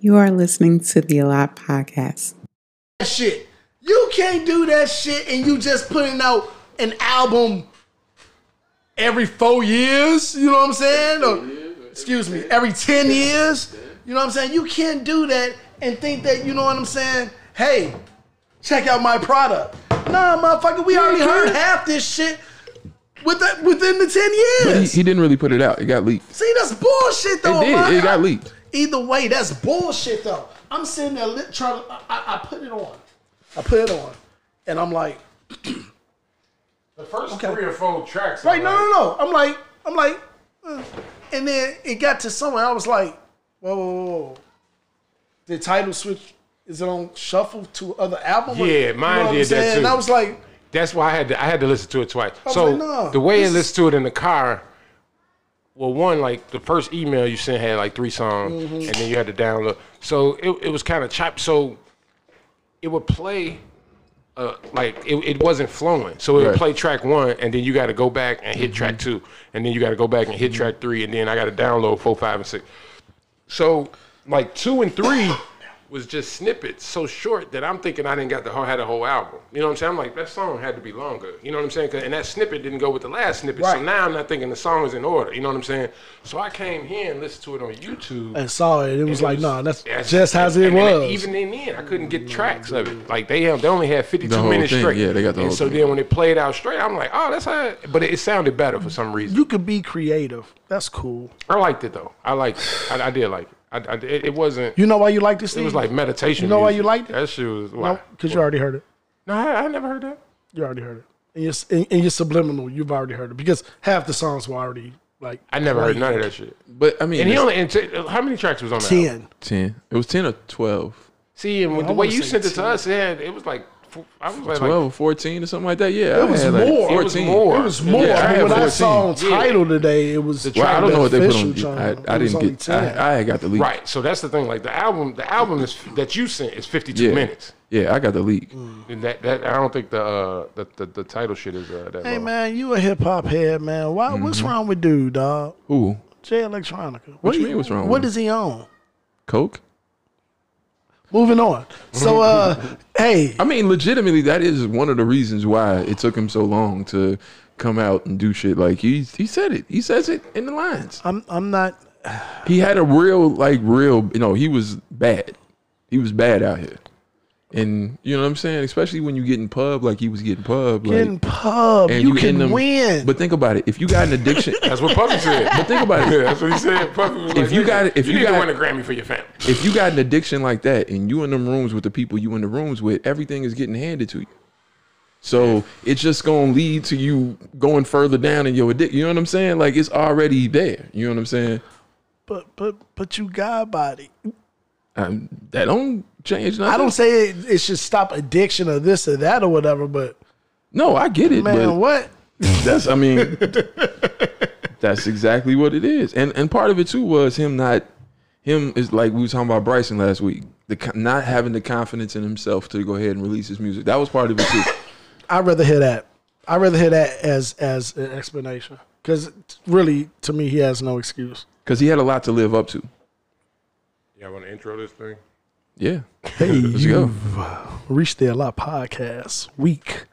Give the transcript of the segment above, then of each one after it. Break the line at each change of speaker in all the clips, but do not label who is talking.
You are listening to the Allot Podcast.
that shit. You can't do that shit and you just putting out an album every four years, you know what I'm saying? Or, excuse me, every 10 years, you know what I'm saying? You can't do that and think that, you know what I'm saying? Hey, check out my product. Nah, motherfucker, we already heard half this shit with the, within the 10
He,
years.
he didn't really put it out. It got leaked.
See, that's bullshit though.
It did.
man.
It got leaked.
Either way, that's bullshit though. I'm sitting there lit, trying to. I, I, I put it on. I put it on, and I'm like,
The first
Okay.
three or four tracks.
right?
Right
No,
now.
no, no. I'm like, I'm like, uh, and then it got to somewhere. I was like, whoa, whoa, whoa, whoa. The title switch is it on shuffle to other album?
Yeah,
You know
mine
what I'm
did that,
saying? And
too.
I was like,
That's why I had to I had to listen to it twice.
was
So
like, nah,
the way I
Oh, this-
listened to it in the car, well, one like the first email you sent had like three songs,
Mm-hmm.
and then you had to download. So it, it was kind of chopped. So it would play, uh, like it, it wasn't flowing. So it would
Right.
play track one, and then you got to go back and hit track
Mm-hmm.
two, and then you got to go back and hit track three, and then I got to download four, five, and six. So like two and three was just snippets so short that I'm thinking I didn't got the whole had a whole album. You know what I'm saying? I'm like that song had to be longer. You know what I'm saying? 'Cause- And that snippet didn't go with the last snippet.
Right.
So now I'm not thinking the song is in order. You know what I'm saying? So I came here and listened to it on YouTube.
and saw it. It was
And it
like,
was-
nah, that's
that's-
just how it
and- and
was.
Even in the end, I couldn't get tracks of it. Like they have, they only had fifty
The
two
whole
minutes
thing,
straight.
yeah, they got the
And
whole
so
thing.
then when it played out straight, I'm like, oh, that's how. It, but it, it sounded better for some reason.
you could be creative. That's cool.
I liked it though. I liked it. I, I did like it. I, I, it, it wasn't.
You know why you like this?
It was like meditation.
You know why you
music.
liked it?
That shit was why.
no, because you already heard it.
No, I, I never heard that.
You already heard it. And your, and, and your subliminal, you've already heard it because half the songs were already like
I never heard none of that shit.
But I mean,
And he
it's
only and t- how many tracks was on that? album?
10.
ten. It was ten or twelve.
See, and
I
with the way
wanna
you
say
sent it
10.
to us, it had, it was like f- I was like,
Twelve
like
or fourteen or something like that. Yeah, I
It was
had, like,
more.
it was more.
It was more.
Yeah, I
I
had
mean, when I
14.
saw on
Yeah.
title today, it was the
Well, I don't know what they put on.
official genre.
I, I
It was
didn't
only
get.
10.
I, I got the leak.
right. So that's the thing. Like the album, the album is that you sent is fifty two
Yeah.
minutes. Mm.
Yeah, I got the leak.
And that that I don't think the uh, the, the the title shit is uh, that
hey,
long.
man, you a hip hop head, man. Why,
Mm-hmm.
What's wrong with dude, dog?
Ooh,
Jay Electronica. What,
you
he-
mean what's wrong
What
with him?
is he on?
coke.
Moving on. So, uh, hey,
I mean, legitimately, that is one of the reasons why it took him so long to come out and do shit. Like he he said it. He says it in the lines.
I'm I'm not.
He had a real like real. You know, he was bad. He was bad out here. And you know what I'm saying, especially when you get in pub like he was getting pub, like,
Getting pub,
and
you
in
can
them-
win.
But think about it: if you got an addiction,
That's what Puffy said.
but think about
yeah,
it:
that's what he said. Puffy was like,
you
"Nigga,
got it- if you
need to
got-
win a Grammy for your family.
if you got an addiction like that and you in them rooms with the people you in the rooms with, everything is getting handed to you. So it's just gonna lead to you going further down in your addiction. You know what I'm saying? Like it's already there. You know what I'm saying?
but but but you got body.
Um that don't change nothing.
I don't say it, it should stop addiction or this or that or whatever. But
No, I get it,
man,
but
what?
that's I mean, that's exactly what it is. And and part of it too was him not him is like we were talking about Bryson last week. The co- not having the confidence in himself to go ahead and release his music. That was part of it too.
I'd rather hear that. I'd rather hear that as as an explanation. Because really, to me, he has no excuse.
Because he had a lot to live up to.
Yeah, I want to intro this thing.
Yeah.
Hey,
Let's go.
you've reached the lot podcast week.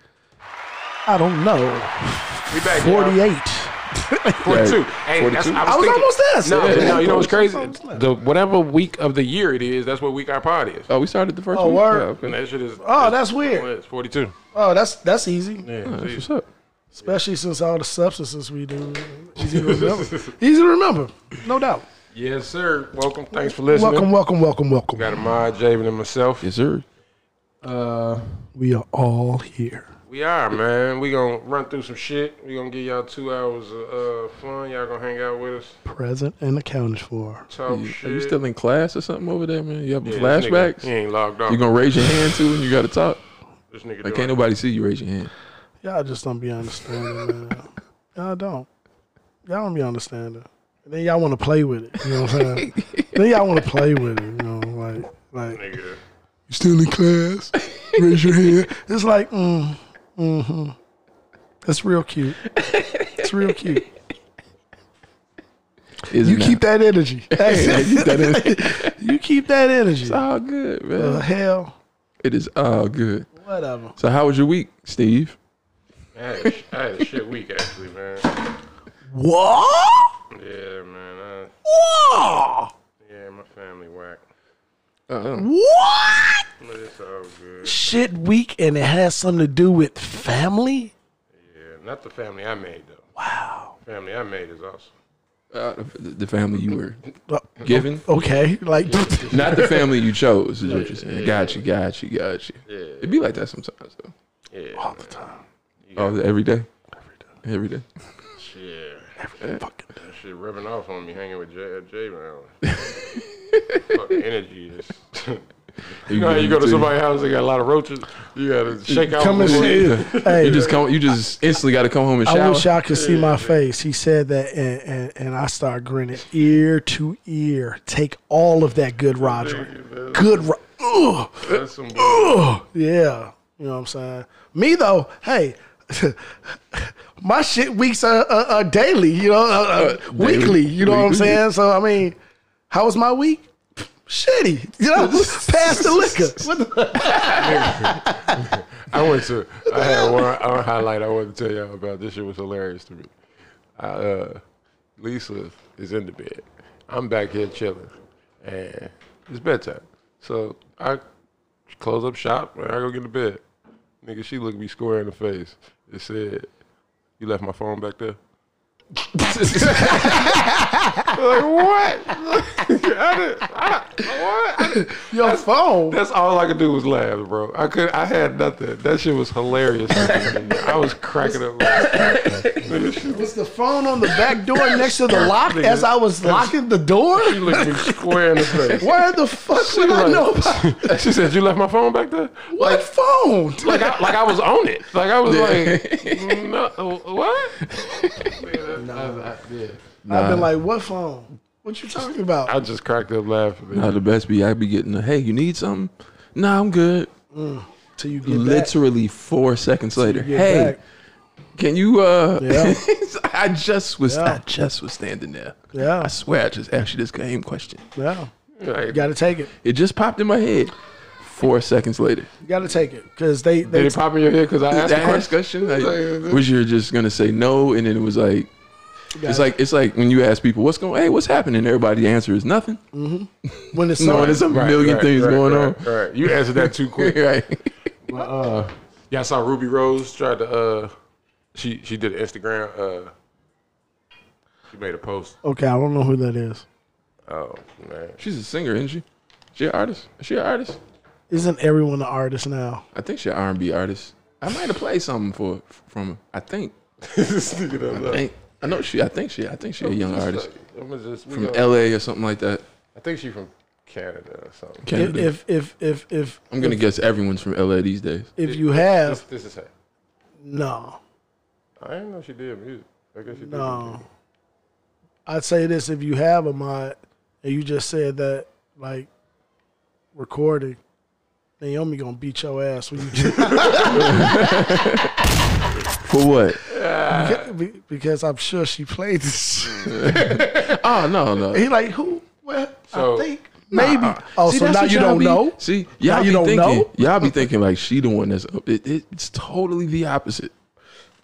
I don't know,
We back y'all.
forty-eight.
42. Hey, that's-
I
42?
was
thinking-
almost there, son.
No,
Yeah.
no, you know what's crazy?
Almost there.
The whatever week of the year it is, that's what week our pod is.
Oh, we started the first
Oh,
week?
word.
Yeah,
And
okay.
that shit is.
Oh, that's weird.
It's 42.
Oh, that's that's easy,
Yeah,
That's
see.
what's up.
especially since all the substances we do easy to remember. easy to remember, no doubt.
Yes, sir. Welcome. Thanks for listening.
Welcome, welcome, welcome, welcome.
We got Ahmad, Javen, and myself.
Yes, sir.
Uh,
We are all here.
we are, man. We going to run through some shit. We going to give y'all two hours of uh, fun. Y'all going to hang out with us.
Present and accounted for.
Talk
you,
shit.
are you still in class or something over there, man? You have
Yeah, this
flashbacks?
nigga- He ain't logged off.
You're going to raise your hand too and you got to talk?
this nigga
Like,
doing
can't nobody see you raise your hand.
Y'all just don't be understanding, man. Y'all don't. Y'all don't be understanding. And then y'all want to play with it. You know what I'm saying? then y'all want to play with it. You know, like like you
nigga.
still in class? Raise your hand. It's like, mm, mm-hmm. That's real cute. It's real cute.
Is
You
now.
keep that energy. That's
Yeah, keep that
it. you keep that energy.
It's all good, man.
Uh, hell,
it is all good.
whatever.
So how was your week, Steve?
I had, a, sh- I had a shit week actually, man.
What?
Yeah, man. I,
What?
yeah, my family whack.
uh.
Uh-uh.
What?
But it's all good.
Shit week, and it has something to do with family.
Yeah, not the family I made though.
Wow.
Family I made is awesome.
Uh, the the family you were
Uh,
given,
Okay, like
not the family you chose, is what you're saying. Got you, got you, got you. It'd be like that sometimes, though.
Yeah,
all the time.
Oh, every day, every day.
shit.
Every fucking day.
That shit rubbing off on me hanging with J. uh, J man. Fucking energy. Just you know how you go to somebody's house, they got a lot of roaches. You gotta shake out.
Come and
before-
see. Oh, Hey.
You just come. You just instantly got to come home and
I
shower.
wish y'all could see my face. He said that, and, and, and I start grinning ear to ear. Take all of that good Roger. Good Ro- Ugh,
That's some bull-
ugh. Yeah. You know what I'm saying? Me, though, hey, my shit weeks are, are, are daily, you know, uh, uh,
daily.
weekly. You know what I'm
Weekly.
saying? So, I mean, how was my week? Shitty. You know, past the liquor. What the-
I went to. I had one, one highlight I wanted to tell y'all about. This shit was hilarious to me. I, uh, Lisa is in the bed. I'm back here chilling, and it's bedtime. So I close up shop and I go get to bed. Nigga, she looked me square in the face. It said, "You left my phone back there." like what? I did, I, what? I-
Your phone.
that's all I could do was laugh, bro. I could I had nothing. That shit was hilarious. I was cracking up. Nigga,
Was the phone on the back door next to the lock as I was locking the door?
she looked me square in the face.
Where the fuck
She
would I
like-
know about
She said, "You left my phone back there."
what phone?
Like I, like I was on it. Like I was like, no, what?
I've been like, what phone? What you talking about?
I just cracked up laughing.
Nah, the best be I be getting a hey, you need something? Nah, I'm good.
Till you get
Literally four seconds later,
back. You get
hey,
back.
can you? uh
Yeah.
I just was,
Yeah.
I just was standing there.
Yeah.
I swear, I just asked you this same question.
Yeah,
Like,
you gotta take Mm-hmm. it.
It just popped in my head. Four seconds later,
You gotta take it because they
did
they
it pop in your head because I asked
that
the question?
question, like, was you just gonna say no, and then it was like,
got
it's
it.
like it's like when you ask people what's going, hey, what's happening? Everybody, the answer is nothing.
when it's
No,
no,
there's a
Right,
million
right,
things
right,
going
right, Right, you answered that too quick.
on. right.
Yeah, I saw Ruby Rose tried to. uh She she did an Instagram. uh She made a post.
okay. I don't know who that is.
Oh man,
She's a singer, isn't she? She an artist? Is she an artist?
Isn't everyone an artist now?
I think she an R&B artist. I might have played something for from her. I think.
this nigga done
I
left.
think. I know she. I think she. I think she a young artist
I'ma just- we
from
gonna-
L.A. or something like that.
I think she's from Canada or something.
If
Canada.
if if if if,
I'm gonna guess everyone's from L.A. these days.
if you
This,
have
this is her.
no
I didn't know she did music. I guess she did.
no, I'd say this if you have a mod and you just said that like recording, Naomi gonna beat your ass when you.
For what?
Beca- be- because I'm sure she played this. shit.
Oh no no. Ah,
he like who? Well,
So-
I think maybe. Oh,
See,
so
that's
now
what
you
y'all
don't
be-
know.
See, y'all
Now
be
you don't
thinking,
know?
y'all be thinking like she the one that's. It, it, it's totally the opposite.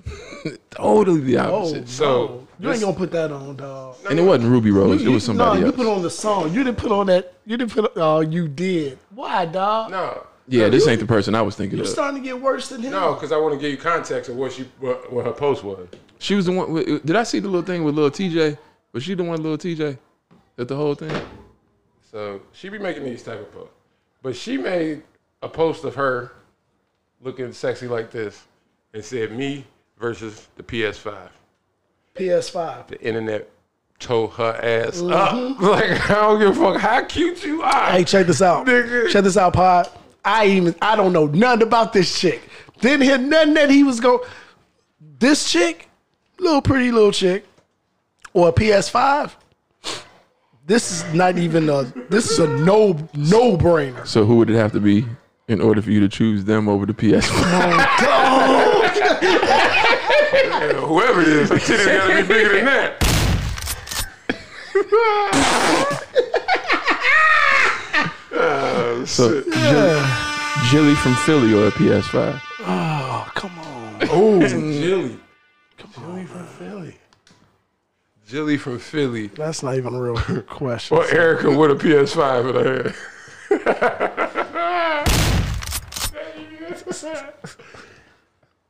totally the
Oh,
opposite.
So,
so you ain't gonna put that on, dog.
and it wasn't Ruby Rose.
You-
it was somebody
no,
else.
you put on the song. You didn't put on that. You didn't put. Oh, you did. Why, dog?
No.
yeah, this ain't the person I was thinking
You're
of.
starting to get worse than him.
No, because I want to give you context of what she what, what her post was.
She was the one. with- Did I see the little thing with little TJ? Was she the one, little TJ, that the whole thing?
So she be making these type of posts, but she made a post of her looking sexy like this, and said me versus the PS5.
PS5.
The internet tore her ass up. Like I don't give a fuck how cute you are.
Mm-hmm. Hey, check this out.
Nigga.
Check this out, Pod. I even I don't know nothing about this chick. Didn't hear nothing that he was going. This chick, little pretty little chick, or a PS5. This is not even a. This is a no no brainer.
So who would it have to be in order for you to choose them over the PS5?
Yeah, whoever it is, the titties gotta be bigger than that.
So Jilly, Jilly from Philly or a PS5.
Oh, come on.
Oh, Jilly. Jilly from Philly. Jilly from Philly.
That's not even a real question.
Or Erica with a PS5 in her hand.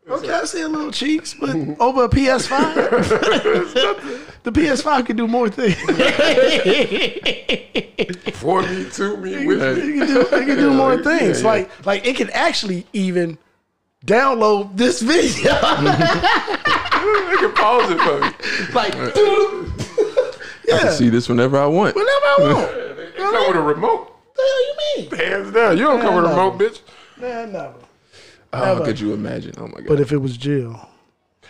okay, I see a little cheeks, but over a PS5? the PS5 can do more things.
For me, to me, with me.
it can do, it can do more things. Like like it can actually even download this video.
You can pause it for me.
like
I
yeah,
can see this whenever I want.
whenever I want. What
They come with a remote.
the hell you mean?
Hands down. You don't come with a
no.
remote, bitch.
Man, never.
Oh, could you imagine? Oh my god.
But if it was Jill,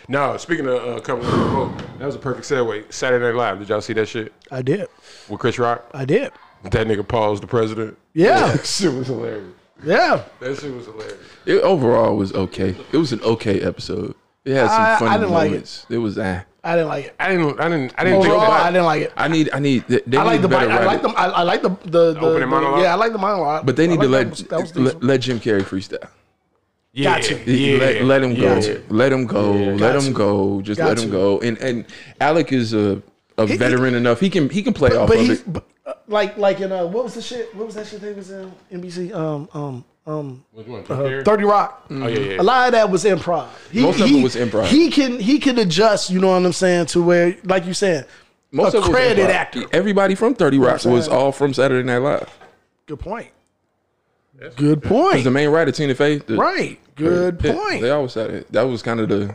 No, speaking of uh, coming with a remote, that was a perfect segue. Saturday Night Live. Did y'all see that shit
I did.
with Chris Rock?
I did.
That nigga paused the president.
Yeah,
That shit was hilarious.
yeah.
That shit was hilarious.
it overall was okay. It was an okay episode. It had some
I-
funny
I didn't like it.
moments. it. was ah.
I didn't like it.
I didn't. I didn't. I didn't think
Overall, Oh, I
about.
didn't like it.
I need I need they, they
I like
need
the
better
bi- I like
writing.
the I, I like the the, the
opening
the-
monologue?
Yeah, I like the monologue.
But they
I
need to
like
let,
that was- that was
let let Jim Carrey freestyle.
Yeah,
Got you.
yeah,
let, let him go.
yeah.
Let him go. let
Got
him
you.
go. Just
Got
let him
you.
go. And and Alec is a, a
he-
veteran enough. He can he can play off
but
of
he,
it.
but, uh, like, like in uh, what was the shit? What was that shit? They was in NBC. Um, um, um,
Which one?
uh, Thirty Rock.
Oh yeah, yeah.
A lot of that was improv. He,
Most of
he-
it was improv.
He can he can adjust. You know what I'm saying? To where, like you saying,
Most
a
of it was
credit
improv.
actor.
Everybody from Thirty Rock
I'm
was
saying?
all from Saturday Night Live.
Good point. Good point.
The main writer, Tina Fey. The,
right. Good
Pitt,
point.
They always said it. That was kind of the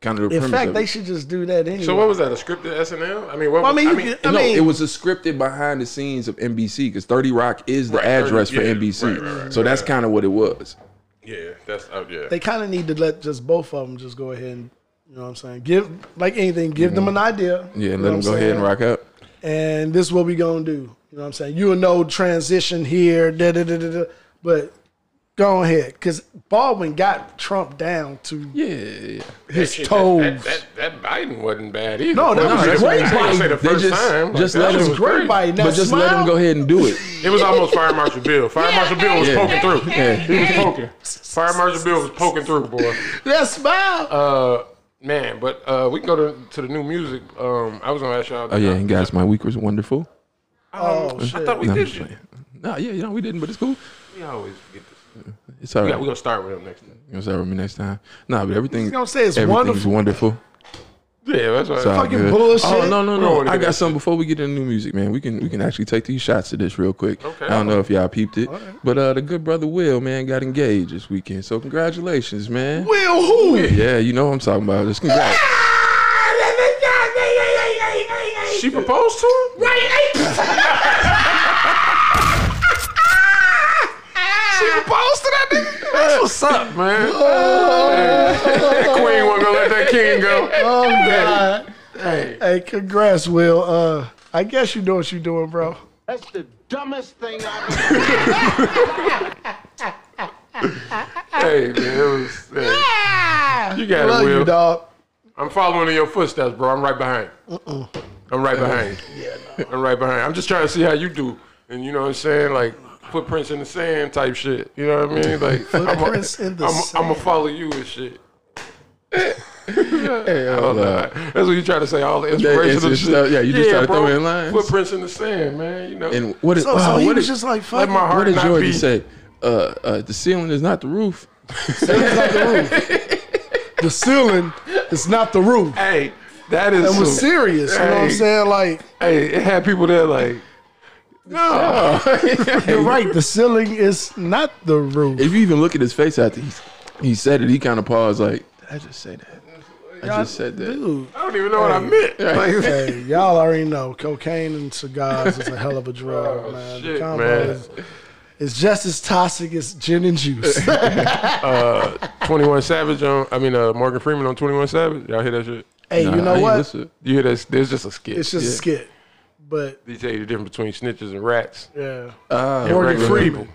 kind of the
In
premise
fact,
of
they
it.
should just do that anyway.
So what was that? A scripted SNL? I mean, what?
I
Was,
mean,
I
you
mean,
can- I
no,
mean,
it was a scripted behind the scenes of NBC because Thirty Rock is the
Right, 30
address
yeah,
for NBC,
right, right, right,
so that's
right.
kind of what it was.
yeah, that's oh yeah.
they kind of need to let just both of them just go ahead and you know what I'm saying. Give like anything. Give them an idea.
Mm-hmm. Yeah,
you
and
know
let them
what I'm
go ahead and
saying?
rock out.
and this is what we gonna do. You know what I'm saying? You know transition here, da da da da da. But go ahead, because Baldwin got Trump down to
Yeah, yeah.
his
Shit,
toes.
That, that, that, that Biden wasn't bad either.
No, that
Well,
was
I
great
didn't say the
Biden. They
first
just-
time.
just
that
let
shit
him
was
great
crazy.
Everybody now
but just let them
smile.
go ahead and do it.
It was almost Fire Marshal Bill. Fire Marshal Bill was
Yeah.
poking through.
Yeah.
He was poking. Fire Marshal Bill was poking through, boy.
That smile.
Uh, man, but uh, we can go to, to the new music. Um, I was gonna ask y'all.
Oh yeah, and guys, my week was wonderful.
oh shit.
I thought we
No, I'm
did.
just
shit.
playing. No, yeah, you know we didn't, but it's cool.
We always get this.
It's all
We
right.
got, we're gonna start with him next time.
You'll say with me next time. Nah, but everything.
gonna say it's
everything's
wonderful.
wonderful.
Yeah, that's right.
It's all
Fucking
good.
bullshit.
Oh no no
We don't
no!
wanna
I
get
got
that
something before we get into new music, man. We can we can actually take these shots to this real quick.
Okay.
I don't know if y'all peeped it, but uh, the good brother Will man got engaged this weekend, so congratulations, man.
Will who?
Yeah, you know what I'm talking about. Just congrats.
Ah!
She proposed to him? Right. she proposed to that nigga? That's what's up, man. that queen wasn't gonna let that king go.
Oh god. Hey. Hey, congrats, Will. Uh, I guess you know what you're doing, bro.
That's the dumbest thing I've
Hey, man, it was. Hey. You got
Love
it, Will.
you, dog.
I'm following in your footsteps, bro. I'm right behind. you. I'm right behind. you. I'm right behind. you. I'm just trying to see how you do, and you know what I'm saying, like footprints in the sand type shit. You know what I mean? Like
Footprints in the
I'm gonna follow you and shit. Oh, nah. That's what you try to say. All the inspiration
it's-
and
it's
shit.
stuff- yeah, you just try to throw in lines.
Footprints in the sand, man. You know.
And what is
So, so
wow,
he
what
was
is
just like,
let
fuck.
my
it.
what
heart
did
not
Jordan
be.
say? Uh, uh, the ceiling is not the roof.
The ceiling is not the roof.
Hey, that is.
That was
some-
serious. You know what I'm
Hey.
saying? Like,
Hey, it had people there like. No.
you're right. The ceiling is not the roof.
If you even look at his face after he he said it, he kind of paused, like, did I just say that? I just said that.
Dude,
I don't even know what I meant. Like,
hey, y'all already know cocaine and cigars is a hell of a drug, man. The
Oh, shit,
combo
man.
Is, is just as toxic as gin and juice.
21 Savage on, I mean, uh, Morgan Freeman on 21 Savage. Y'all hear that shit?
hey,
Nah,
you
I
know
ain't
what?
listen.
You hear that? There's just a skit.
It's just a skit. But
They tell you the difference between snitches and rats.
yeah,
Ah,
And
Morgan
regular
Freeman.
people.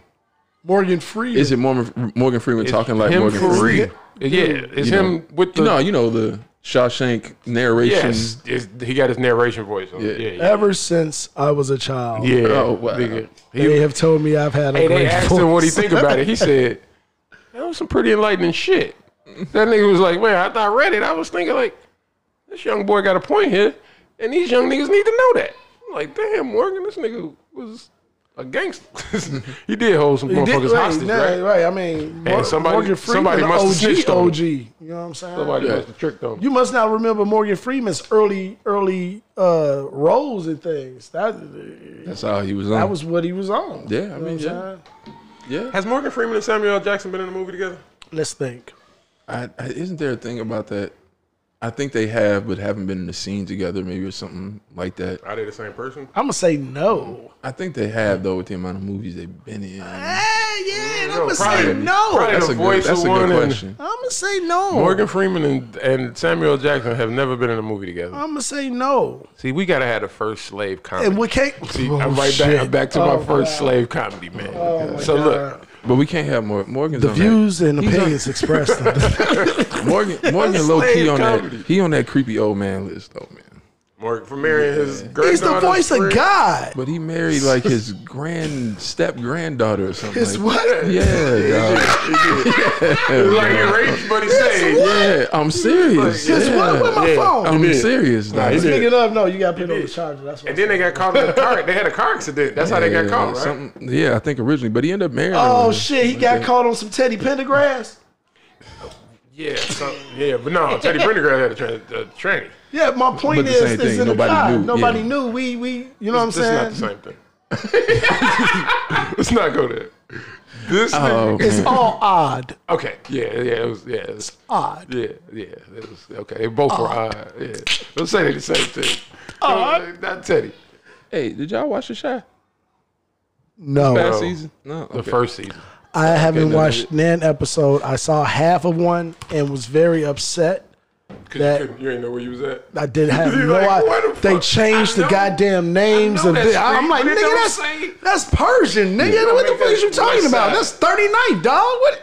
Morgan Freeman.
Is it Morgan, Morgan Freeman talking like
him
Morgan
for
Freeman?
real. Yeah, it's
You
him
know,
with the.
no, you know the Shawshank narration.
Yes, it's- he got his narration voice on. Yeah, yeah. yeah.
Ever since I was a child,
Yeah.
Oh, wow.
Nigga.
they have told me I've had a
Hey, they
great
asked him what he
voice.
think about it. He said, "That was some pretty enlightening shit." That nigga was like, "Man, after I read it, I was thinking like, this young boy got a point here, and these young niggas need to know that." I'm like, damn, Morgan, this nigga was a gangster. he did hold some
He did-
motherfuckers hostage,
nah,
right?
I mean, Mor-
somebody-
Morgan Freeman,
somebody must have snitched
OG,
on him.
OG. You know what I'm saying?
Somebody must have tricked them.
You must not remember Morgan Freeman's early, early uh, roles and things. That
That's how he was on.
that was what he was on.
Yeah, I
You know
mean,
what I'm
yeah.
saying?
yeah.
Has Morgan Freeman and Samuel L. Jackson been in a movie together?
Let's think.
I, I, isn't there a thing about that? I think they have, but haven't been in the scene together, maybe or something like that.
Are they the same person?
I'm gonna say no.
I think they have though, with the amount of movies they've been in.
Hey, yeah, I'm gonna
probably-
say no.
probably-
That's
Ah, the
a good.
voice
That's
of
a
one
good
and-
question.
I'm gonna say no.
Morgan Freeman and, and Samuel L. Jackson have never been in a movie together.
I'm gonna say no.
See, we gotta have the first slave comedy.
And we can't.
See,
Oh,
I'm right
shit.
back. I'm back to
Oh,
my first
wow.
slave comedy, man.
my
so look,
God.
But we can't have Morgan. Morgan's
the
on
views and opinions expressed. in this.
That. Morgan. Morgan low key
Slave
on
comedy.
that. He on that creepy old man list though, man.
Mark for marrying his girl.
He's the voice of God.
But he married like his grand step granddaughter or something.
His
like
what?
that. Yeah, dog.
Like he raped, but he saved.
yeah. I'm serious.
His
yeah.
what? Where my
Yeah.
phone?
I'm serious. Dog.
he
Pick
did.
it up. No, you gotta put it on the
did.
charger. That's what.
And then they got caught in the car. They had a car accident. That's how they got
Yeah,
caught, right?
something- yeah, I think originally, but he ended up marrying.
Oh
her.
shit, he got caught on some Teddy Pendergrass.
Yeah, some, yeah. But no, Teddy Pendergrass had a, tra- a tranny.
Yeah, my point
the
is,
same
is
thing,
in the
nobody
car,
knew,
nobody
yeah.
knew. We, we, you know
That's
what
not
I'm
the
saying?
same thing. Let's not go there. This.
Oh,
nigga-
It's
man.
all odd,
Okay. Yeah. Yeah. It was. Yeah. It was,
odd.
Yeah, yeah. It was, okay, they both were
Oh.
odd. Yeah. Let's say they the same thing.
Odd.
Not Teddy.
Hey, did y'all watch the Shy
No,
last
No.
season? No,
The
okay.
first season.
I haven't
no,
watched Nan episode. I saw half of one and was very upset.
Cause
That-
you, couldn't- you ain't know where you was at.
I didn't have
You're
no
like,
idea.
what the
They
fuck?
changed
I
the
know-
goddamn
I
names
know
of
that's
the, I- I'm
great,
like,
but it
nigga,
don't
that's
say-
that's Persian, nigga.
don't
what the
make
fuck
that
is you talking
West
about?
Side.
That's 39, dog. What?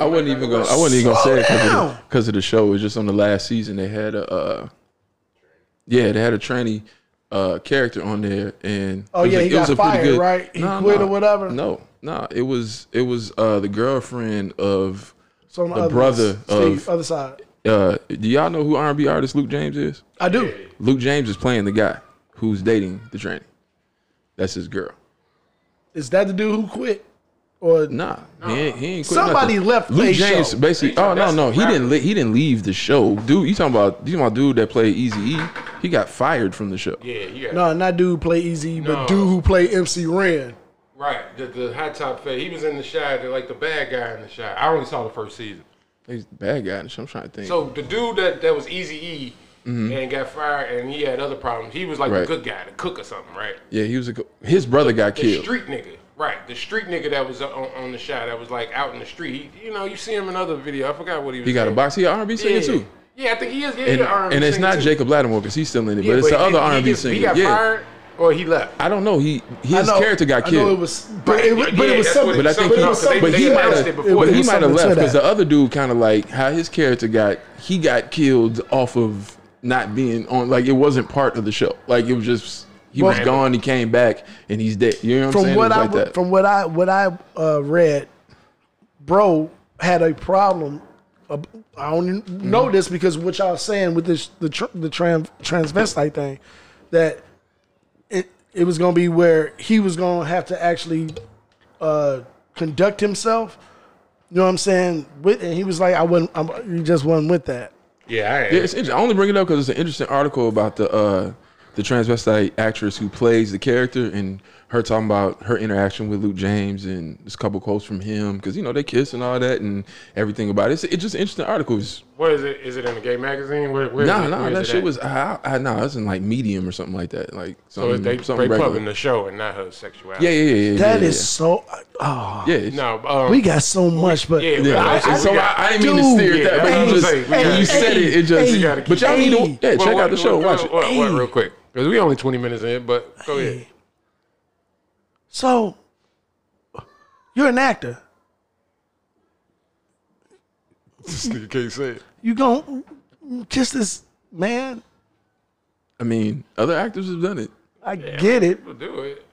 I wasn't even gonna. I wasn't even gonna
Slow
say it
down.
because of, the show. It was just on the last season. They had a, uh, yeah, they had a tranny uh, character on there, and
Oh,
it was
yeah,
a-
he
it
got
was a pretty
fired,
good-
right? He quit or whatever?
No, no, it was it was uh, the girlfriend of
So on
The
other-
brother
Steve,
of-
other side.
uh, do y'all know who R&B artist Luke James is?
I do.
Luke James is playing the guy who's dating the tranny. That's his girl.
Is that the dude who quit? Or
Nah, he ain't. He ain't quit
Somebody
nothing.
left
Luke
they
James
show.
basically. Oh no, no, he didn't. Li- he didn't leave the show, dude. You talking about? You talking about dude that played Easy E? He got fired from the show.
Yeah, you got
No, not dude who play Easy, but
No.
dude who play MC Ren.
right. The, the high top fade. He was in the shot, like the bad guy in the shot. I only saw the first season.
He's a bad guy. and shit. I'm trying to think.
So the dude that that was Easy E and got fired, and he had other problems. He was like
Mm-hmm. Right.
the good guy, the cook or something, right?
yeah, he was a. co- His brother got
The
killed.
street nigga, right? The street nigga that was on, on the shot, that was like out in the street. He, you know, you see him in other video. I forgot what he was.
He got a
in.
box. He an R&B singer
yeah.
too.
Yeah, I think he is. Yeah,
And,
he a R&B
and it's
singer
not
too.
Jacob Lattimore because he's still in it,
Yeah,
but it's the
he-
other
he
R&B
gets-
singer.
He got
yeah,
fired or he left.
I don't know. He
I
his
know-
character got
I
killed.
know it was, but it, was-
Yeah,
but it
yeah,
was
that's
something.
what
But I think
it
he,
was something.
but he
they
might
announced
have,
it before.
but
It
he
was
might have
something to
left uh, because
that.
the other dude kind of like how his character got he got killed off of not being on like it wasn't part of the show. Like it was just he was
Well-
gone, he came back, and he's dead. You know what I'm
From
saying?
what
it was
I
like
w-
that.
from what I what I uh, read, bro had a problem. ab- I don't even know
Mm-hmm.
this because what y'all saying with this the tr- the tran transvestite thing that it it was gonna be where he was gonna have to actually uh, conduct himself. You know what I'm saying? With and he was like, I wasn't. I'm, you just wasn't with that.
Yeah, I
Yeah, it's interesting. I only bring it up because it's an interesting article about the uh, the transvestite actress who plays the character and her talking about her interaction with Luke James and this couple quotes from him because you know they kiss and all that and everything about it. It's, it's just an interesting article. It's-
What is it? Is it in a gay magazine? Where, where is
No,
it?
no,
Where is
that
it
shit
at?
was I, I, no, it was in like Medium or something like that, like
So
something,
they,
um, something
they
regular.
pubbing the show and not her sexuality.
yeah, yeah, yeah, yeah.
That is
yeah,
so. Oh,
yeah. yeah it's-
No, um,
we got so much, but
yeah,
Yeah,
I-
so-
I-
so
we
I,
got-
I didn't mean to steer
Dude,
it that,
yeah,
but
I
you
was
just
saying, we
when
gotta
you
keep-
said it, it
hey,
just.
gotta keep-
but y'all need
hey.
to yeah, check
Well,
out the
what-
show,
what-
watch
what-
it.
What, what,
Hey.
real quick, because we only twenty minutes in, but go ahead.
So, you're an actor.
This nigga can't say it.
You gon' just as man,
I mean, other actors have done it.
I get it.
People do it.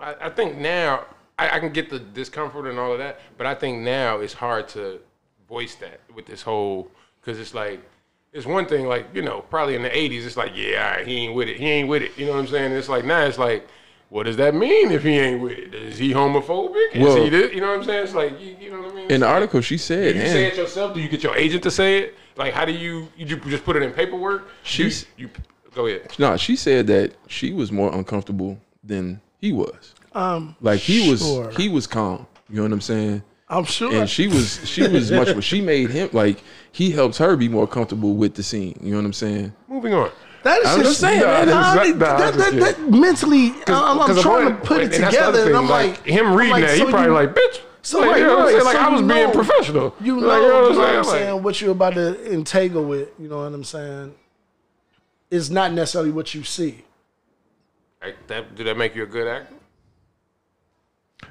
I, I think now I, I can get the discomfort and all of that, but I think now it's hard to voice that with this whole because it's like it's one thing like you know probably in the '80s it's like yeah all right, he ain't with it he ain't with it you know what I'm saying it's like now it's like what does that mean if he ain't with it is he homophobic is
Well-
he this? you know what I'm saying it's like you, you know what I mean
In the
It's like-
article, she said,
Do you say
and
it yourself? Do you get your agent to say it? Like, how do you you ju- just put it in paperwork?
She's-
you, you go ahead.
no, she said that she was more uncomfortable than he was. Um, like he was,
sure.
he was calm. You know what I'm saying?
I'm sure.
and she was she was much she made him like he helped her be more comfortable with the scene you know what i'm saying
Moving on.
that is
I'm
just
just saying,
nah,
man, it's
I
not-
think
nah, I'm
that,
just
that,
kidding.
that mentally, uh, I'm, I'm
the
trying
one-
to put it
and that's the other
together, and
thing,
I'm like,
him
I'm
reading
like,
that,
so
he probably
you-
like, bitch.
So
like,
like,
you know,
right,
like,
so
I was
you
being
know-
professional.
You know,
like, you know
you know what I'm
Like,
saying? what you're about to entangle with, you know what I'm saying? Is not necessarily what you see.
like, that, did that make you a good actor?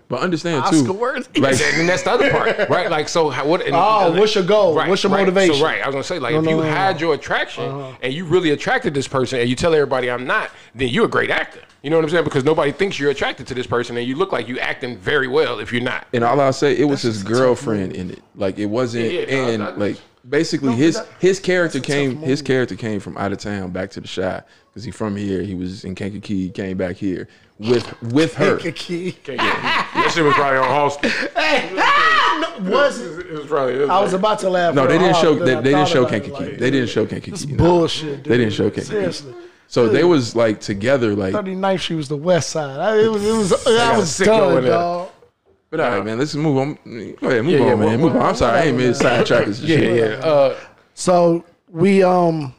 but understand too
Oscar worthy.
like
And then that's the other part, right? Like, so how, what? And,
Oh,
and-
what's your goal? What's your
right.
motivation?
So, right, I was gonna say, like, if
no,
you
no, Uh-huh. no.
hide your attraction and you really attracted this person, and you tell everybody I'm not, then you're a great actor. You know what I'm saying? Because nobody thinks you're attracted to this person, and you look like you acting very well if you're not.
and all i'll say it was his girlfriend in it like it wasn't
Yeah, yeah, no,
and
I- I-
like basically his
that-
his character
that's a tough
came his
movie.
character came from out of town back to the shot because he from here he was in kankakee came back here with with her
Key.
That shit was probably on Halston.
Ah, no, was it?
It was probably. It was
I was about to laugh.
no they
real
didn't
hard,
show
but
they,
Oh, I
they didn't
thought
show
about it,
kankakee
like,
they didn't show kankakee no.
Bullshit.
they didn't show
dude.
kankakee
Seriously.
so they was like together like
39th, she was the West Side. I, it was, it was, I
got
was
sick over
done,
there.
dog.
But all right, man, let's move on. Go ahead, move
Yeah,
on,
yeah,
man.
well,
move on. I'm sorry, I ain't mid sidetrack.
Yeah, yeah. Uh,
So we um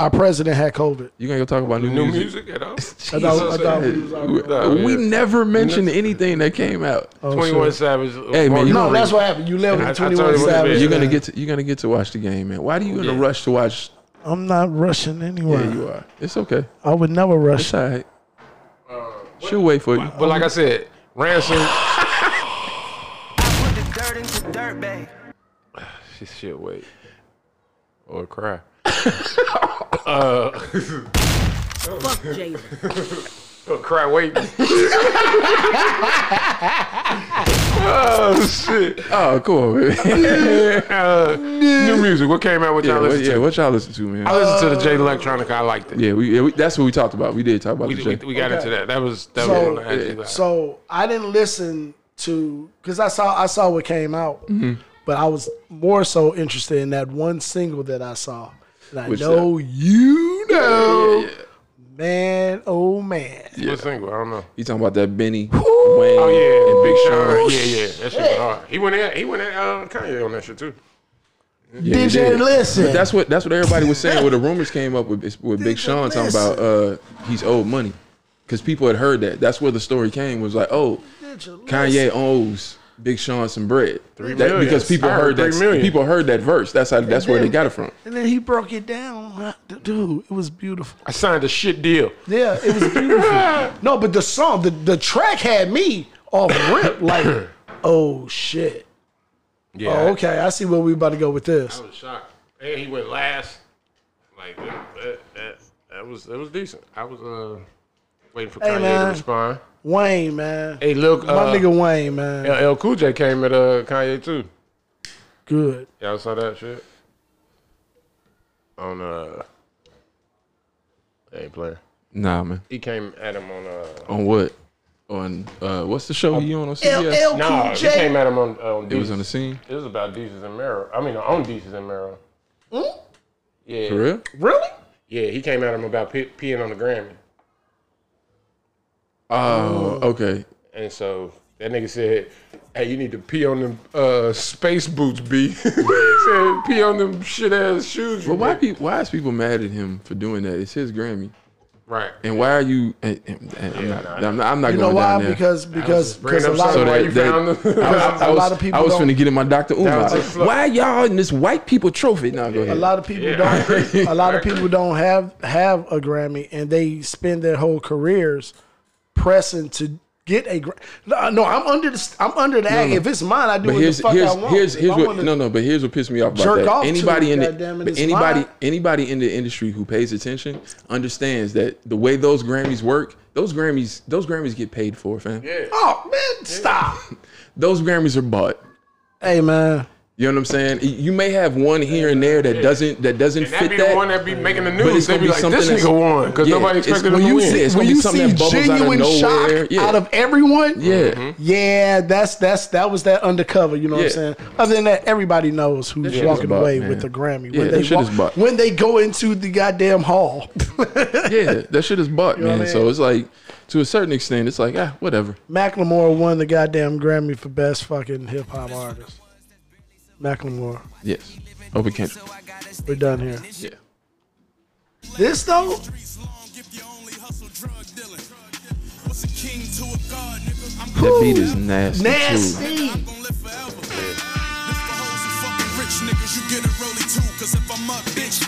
our president had COVID.
You gonna go talk about new,
new
music?
music at all?
I thought, I thought we was
We, we never mentioned anything that came out.
Twenty One Savage. uh,
Hey, man, you
No,
gonna-
that's what happened. You live
I- I
in
told you
21
what it
Savage.
is.
You're gonna
man.
get to, you're gonna get to watch the game, man. Why do you in a rush to watch?
I'm not rushing anywhere.
Yeah, you are. It's okay.
I would never rush.
It's all right.
Uh,
She'll wait for you.
But like I said, ransom.
put the dirt into dirt bag.
She shit wait or cry. Uh,
Fuck Jalen.
Or cry wait. oh shit!
Oh, cool, man.
Uh, new music. What came out? What
yeah,
y'all
what,
listen
yeah,
to?
what y'all listen to,
I
man?
listened to the Jade Electronica. I liked it.
Yeah, we, yeah, we that's what we talked about. We did talk about
we,
the
we,
J.
we got into that. That was that
So- eh,
was one I had you about.
So I didn't listen to because I saw I saw what came out,
Mm-hmm.
but I was more so interested in that one single that I saw. And I
Which uh,
know you know,
yeah, yeah.
man. Oh man,
What single? I don't know.
You talking about that Benny Wayne
Oh,
Oh,
and Big Sean?
Yeah, yeah. That shit was hard. He went at he went at uh, Kanye on that shit too.
Yeah, he
Did you
did.
listen?
But that's what that's what everybody was saying. when the rumors came up with with Big
you
Sean talking about uh, he's owed money because people had heard that. That's where the story came. Was like, oh,
Did you
Kanye owes Big Sean some bread. That-
million.
because people
I
heard
heard
that
three million.
people heard that verse. That's how that's where they got it from.
And then he broke it down, dude. It was beautiful.
I signed a shit deal.
Yeah, it was beautiful. no, but the song, the, the track had me off rip. Like, oh shit.
Yeah.
Oh, okay. I see where we about to go with this.
I was shocked. And he went last. Like that, that, that, that was that was decent. I was uh waiting for Kanye to
man.
respond.
Wayne, man.
Hey, look,
My
uh,
nigga Wayne, man.
LL Cool J came at uh Kanye too.
Good.
Y'all saw that shit on uh. I Ain't playing.
Nah, man.
He came at him on uh.
On what? On uh, what's the show he on on CBS?
LL
Nah,
Oh, Cool
he came
J.
at him on. uh, on
It was on the scene.
It was about Deezus and Mero. I mean, on Deezus and Mero.
Mm?
Yeah.
For real?
Really?
Yeah, he came at him about pe- peeing on the Grammy.
Oh, okay.
And so that nigga said, "Hey, you need to pee on them uh, space boots, B." He said, "Pee on them shit ass shoes."
But why people? Why is people mad at him for doing that? It's his Grammy.
Right.
And why are you? And, and, and I'm, not, I'm not. I'm not
You
going
know why?
down there.
Because because because
Bringing
a
up
lot
so
of
why
that-
you
they-
found them.
I, I
a
was,
lot of people
I was
don't-
finna get in my Dr.
was a
Umar.
flow.
Why y'all in this white people trophy? No, go ahead.
a lot of people
Yeah, I
don't. A lot of people don't have have a Grammy, and they spend their whole careers pressing to Get a gra- no, no, I'm under the I'm under the act.
no.
If it's mine, I do
But
what
here's
the fuck
here's
I want.
here's,
If
here's
I
what
wanna-
no no. But here's what pissed me off about
jerk
that.
off to
anybody
it,
in
goddamn
the
it,
but
it's
anybody
mine.
anybody in the industry who pays attention understands that the way those Grammys work, those Grammys those Grammys get paid for, fam.
Oh man, stop.
Those Grammys are bought.
hey man,
You know what I'm saying? You may have one here and there that doesn't that doesn't
And
fit
that be the
that.
one that be making the
but it's
news. They
gonna
be
be
like,
something
this
that's-
nigga won because
Yeah,
nobody
it's-
expected him
when
to
you
win.
see- it's
when
gonna be
you
something
see
that bubbles out of
genuine shock
nowhere. Yeah.
out of everyone,
yeah.
Mm-hmm. yeah, that's that's that was that undercover. You know what I'm
Yeah.
saying? Other than that, everybody knows who's
shit
walking
is buck,
away
man.
with the Grammy
Yeah,
when
that
they
shit
walk,
is buck.
when they go into the goddamn hall.
yeah, that shit is bought,
know
man.
what I mean?
So it's like, to a certain extent, it's like, ah, whatever.
Macklemore won the goddamn Grammy for best fucking hip hop artist. Macklemore,
Yes, over Kendrick.
we're done here.
Yeah,
This though,
that beat is nasty. too.
nasty.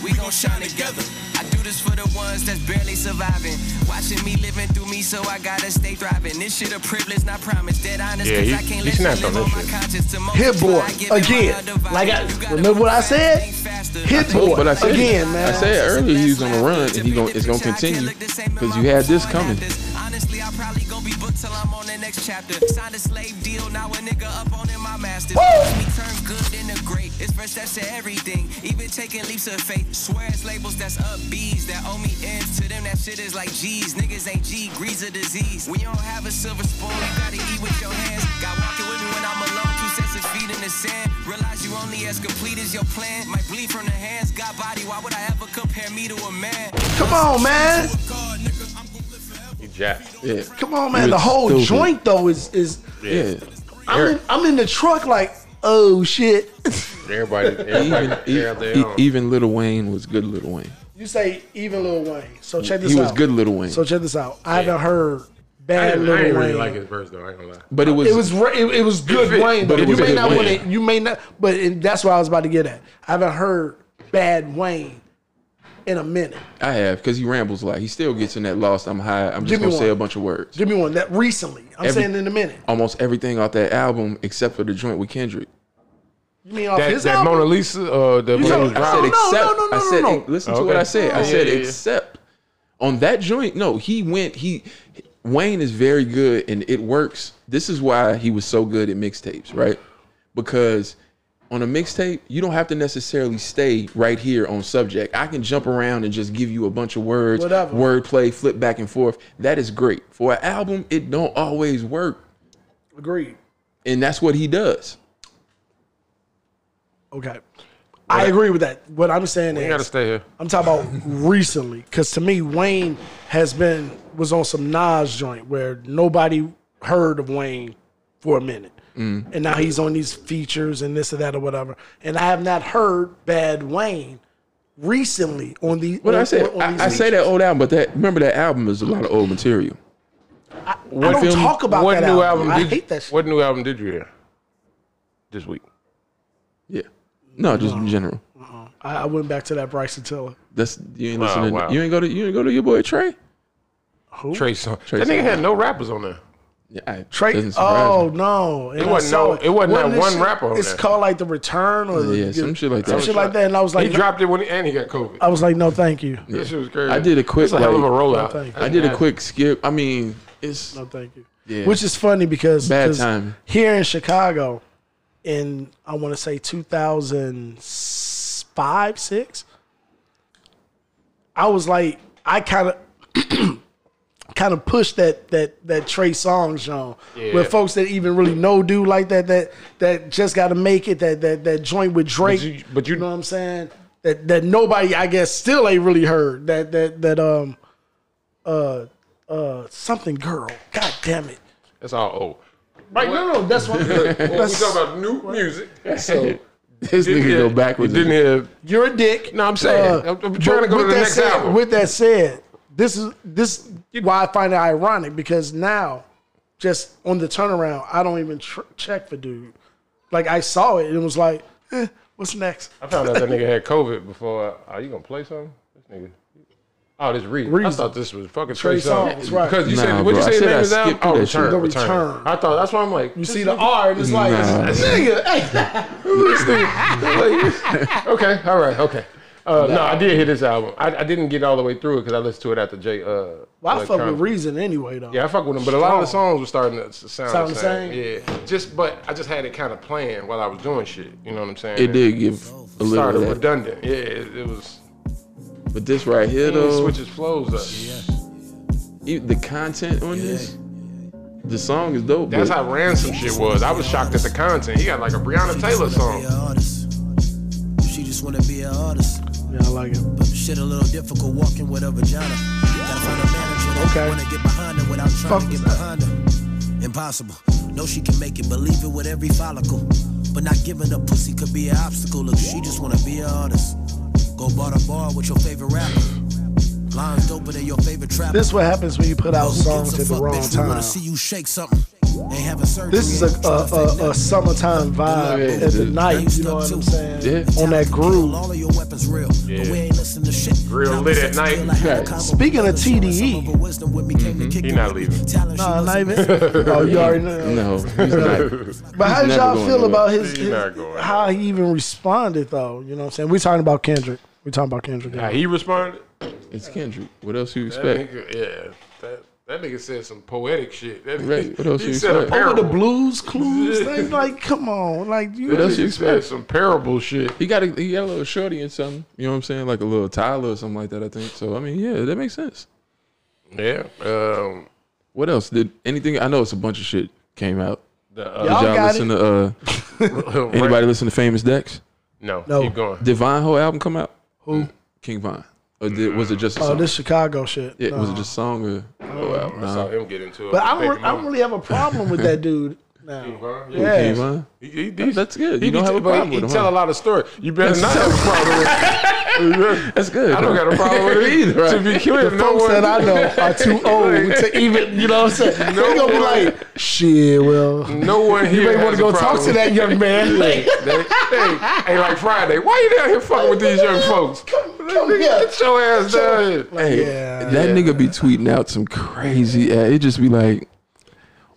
We gon' shine together. I do this for the ones that's barely surviving. Watching me living through me, so I gotta stay thriving. This shit a privilege, not promise. Dead honest,
Yeah,
cause
he-
I can't
he
let you
snapped
live
on
on
this
my
shit.
conscience to
Hit boy
multiply. Give it my
again.
other vibe.
Like
You
I
gotta
remember what I
move
said.
fast, faster.
Hit boy
Oh, But, but I said,
again, man.
I said earlier he was on the run, and he gon' it's gonna continue because you had this coming.
Honestly, I probably gonna be booked till I'm on the next chapter. Signed a slave deal, now a nigga up on in my masters. Watch me turn good into great. It's first steps to everything, even taking leaps of faith. Swear it's labels that's up B's that owe me ends. To them, that shit is like G's. Niggas ain't G, grease a disease. We don't have a silver spoon, you gotta eat with your hands. Got walking with me when I'm alone, two sets of feet in the sand. Realize you only as complete as your plan. Might bleed from the hands, got body. Why would I ever compare me to a man?
Come on, man.
You jacked.
Yeah,
Come on, man.
You're
The whole
stupid.
joint though is is.
yeah.
I'm in, I'm in the truck like, oh shit.
Everybody, everybody,
Even,
out there
even, e-
on.
even Little Wayne was good. Little Wayne.
You say even Lil Wayne. So check this
He
out.
was good. Little Wayne.
So check this out. I haven't heard
I
bad
didn't,
Lil
I didn't
Wayne.
really like his verse though. I ain't gonna lie.
But it was.
It was re- it, it was good
fit,
Wayne,
but
but
it
you
was
may
good
not want
Wayne.
to. You may not, but it, that's what I was about to get at. I haven't heard bad Wayne in a minute.
I have because he rambles a lot. He still gets in that lost. I'm high. I'm
Give
just
me
gonna say
one.
a bunch of words.
Give me one that recently. I'm
Every-
saying in a minute.
Almost everything off that album except for the joint with Kendrick.
You mean off
That,
his
that
album?
Mona Lisa, uh, the
You
Black
talking-
Rose
No,
I said
no,
Brown.
no, no,
except.
no,
I said
no.
listen
Okay.
to what I said. I
Oh,
said
yeah, yeah, yeah.
except on that joint. No, he went. He Wayne is very good and it works. This is why he was so good at mixtapes, right? Because on a mixtape, you don't have to necessarily stay right here on subject. I can jump around and just give you a bunch of words,
Whatever.
wordplay, flip back and forth. That is great. For an album, it don't always work,
Agreed.
and that's what he does.
Okay. I agree with that. What I'm saying
You
is,
gotta stay here.
I'm talking about recently, because to me, Wayne has been was on some Nas joint where nobody heard of Wayne for a minute,
Mm.
and now he's on these features and this or that or whatever. And I have not heard Bad Wayne recently on the.
What
on,
I said,
on- on these
I, I say
features.
that old album, but that remember that album is a lot of old material.
I don't
film-
talk about
What
that
new
album.
album?
I
did you-
hate that. Shit.
What new album did you hear this week?
Yeah. No, just in general.
I, I went back to that Bryson Tiller.
That's you ain't
Wow,
listening.
wow.
You ain't go to you ain't go to your boy Trey.
Trey Songz.
Trey
That nigga
Songz.
had no rappers on there.
Yeah, I,
Trey,
doesn't surprise
oh
me.
no, And
It
I
wasn't
saw
no- it wasn't that
this
one
shit-
rapper on
It's
there.
called like the return or the,
Yeah, some shit like
some
that.
shit like that, and I was
He
like, Oh.
dropped it when he, and he got COVID.
I was like, no, thank you,
That shit was crazy.
I did a quick,
That's a hell of a
like-
rollout.
No, thank you.
I did a quick skip. I mean, it's
no, thank you.
yeah.
Which is funny because
Bad
'cause
timing.
here in Chicago, in I want to say 2005, six, I was like, I kind of. Kind of pushed that that that Trey Songz genre, where folks that even really know dude like that that that just got to make it that that that joint with Drake.
you- but you-
know what I'm saying? That that nobody I guess still ain't really heard that that that um uh uh something girl. God damn it!
That's all old.
Right? No, no, that's what. look,
Well,
that's-
we talking about new music. So
this nigga go backwards.
Didn't hear.
you're a dick.
No, I'm saying.
Uh,
I'm, I'm trying to
but
go to
with
the
that
next
said,
album.
With that said, this is this why I find it ironic because now, just on the turnaround, I don't even tr- check for dude. Like I saw it and it was like, eh, what's next?
Oh, I found out that nigga had COVID before. I- Are you gonna play something? This nigga. Oh, this Reed. I
Reason.
thought this was fucking
Trey
Trey Songz.
Songz, right.
Because you
Nah,
said, what you
bro, I
say the
said
name
I
is now?
skipped through
Oh,
that
Return.
shit.
The
return.
Return.
I thought, that's why I'm like,
You see the R and it's like,
Nah.
nigga, hey,
okay, all right, okay. Uh, no. I did hear this album. I, I didn't get all the way through it because I listened to it after Jay. Uh,
well, I fuck
Electronic.
with Reason anyway though.
Yeah, I fuck with him, but a lot of the
Strong.
songs were starting to s- sound,
Sound
the
the
same. Yeah, just but I just had it kind of playing while I was doing shit. You know what I'm saying?
It did give a
Started
little of that.
redundant. Yeah, it, it was.
But this right here,
It
though,
switches flows up.
e- the content on this, the song is dope.
That's
but
how ransom shit was. I was shocked at the content. He got like a Breonna Taylor song.
She just wanna be an artist.
Yeah, I like it.
But shit a little difficult walking with a vagina. Gotta find a manager that
Okay.
wanna get behind her without trying
Fuck
to
was
get
that?
behind her. Impossible. No, she can make it. Believe it with every follicle. But not giving up pussy could be an obstacle. Look, she just wanna be an artist. Go bar to bar with your favorite rapper. Lines doper than your favorite trapper.
This is what happens when you put out
Who gives
songs
a
at the
fuck,
wrong
bitch? We
time.
wanna see you shake something. Ain't having surgery.
This is a, uh, a, a, a summertime vibe
Yeah,
at the
dude.
night. You know what I'm saying?
Yeah.
On that groove.
All of your weapons real. But we ain't listening to shit.
Real
Now
lit
we set
at night.
the deal, I had a
Right.
combo
Speaking of
with her, showing
TDE.
some of her wisdom with me, came to kick
Mm-hmm. He
it
not
with me.
leaving.
Talent she
Nah,
wasn't
not even. oh, you already know.
No, he's not.
But how did
He's never
y'all feel
going nowhere.
about his,
He's
his-
not going
how he even responded though? You know what I'm saying? We're talking about Kendrick. We're talking about Kendrick.
How he responded?
It's Kendrick. What else you
That
expect?
nigga, yeah. That, that nigga said some poetic shit. That,
Right, what else
he
you
said a
expect?
Over
parable.
the blues clues thing. Like, come on. Like you
What else you
He said
expect?
some parable shit.
He got a he got a little shorty and something. You know what I'm saying? Like a little Tyler or something like that. I think. So I mean, yeah, that makes sense.
Yeah. Um,
What else did anything? I know it's a bunch of shit came out.
the,
Did
uh,
Y'all
y'all,
got
listen to uh, anybody listen to Famous Dex?
No,
No.
Keep going.
Did Vine whole album come out? Who? King Vine. Or did, was it just a
Oh,
song?
this Chicago shit.
yeah, was
Nah.
it just a song or oh, album?
I
Nah.
saw him get into it.
Uh, But
with
I
Baby
don't, I don't
Mama.
really have a problem with that dude now.
Huh?
Yeah.
King Vine?
He- he-
That- that's good.
he
You don't
be-
have a
but
problem
he,
with
he
him,
tell
huh?
a lot of stories. You better not have a problem with
That's good.
I don't
huh?
got a problem with it either.
Right.
To be clear,
The
no
folks
one,
that I know are too old to even, you know what I'm saying? They're gonna be
one-
like, shit, well,
No one here.
you may want
has
to go
a
talk
problem.
to that young man. Like,
hey, hey, like Friday. Why you down here fucking with these young folks?
come, come here.
Get your ass down here.
Hey,
Yeah.
that nigga be tweeting out some crazy. ad- It just be like,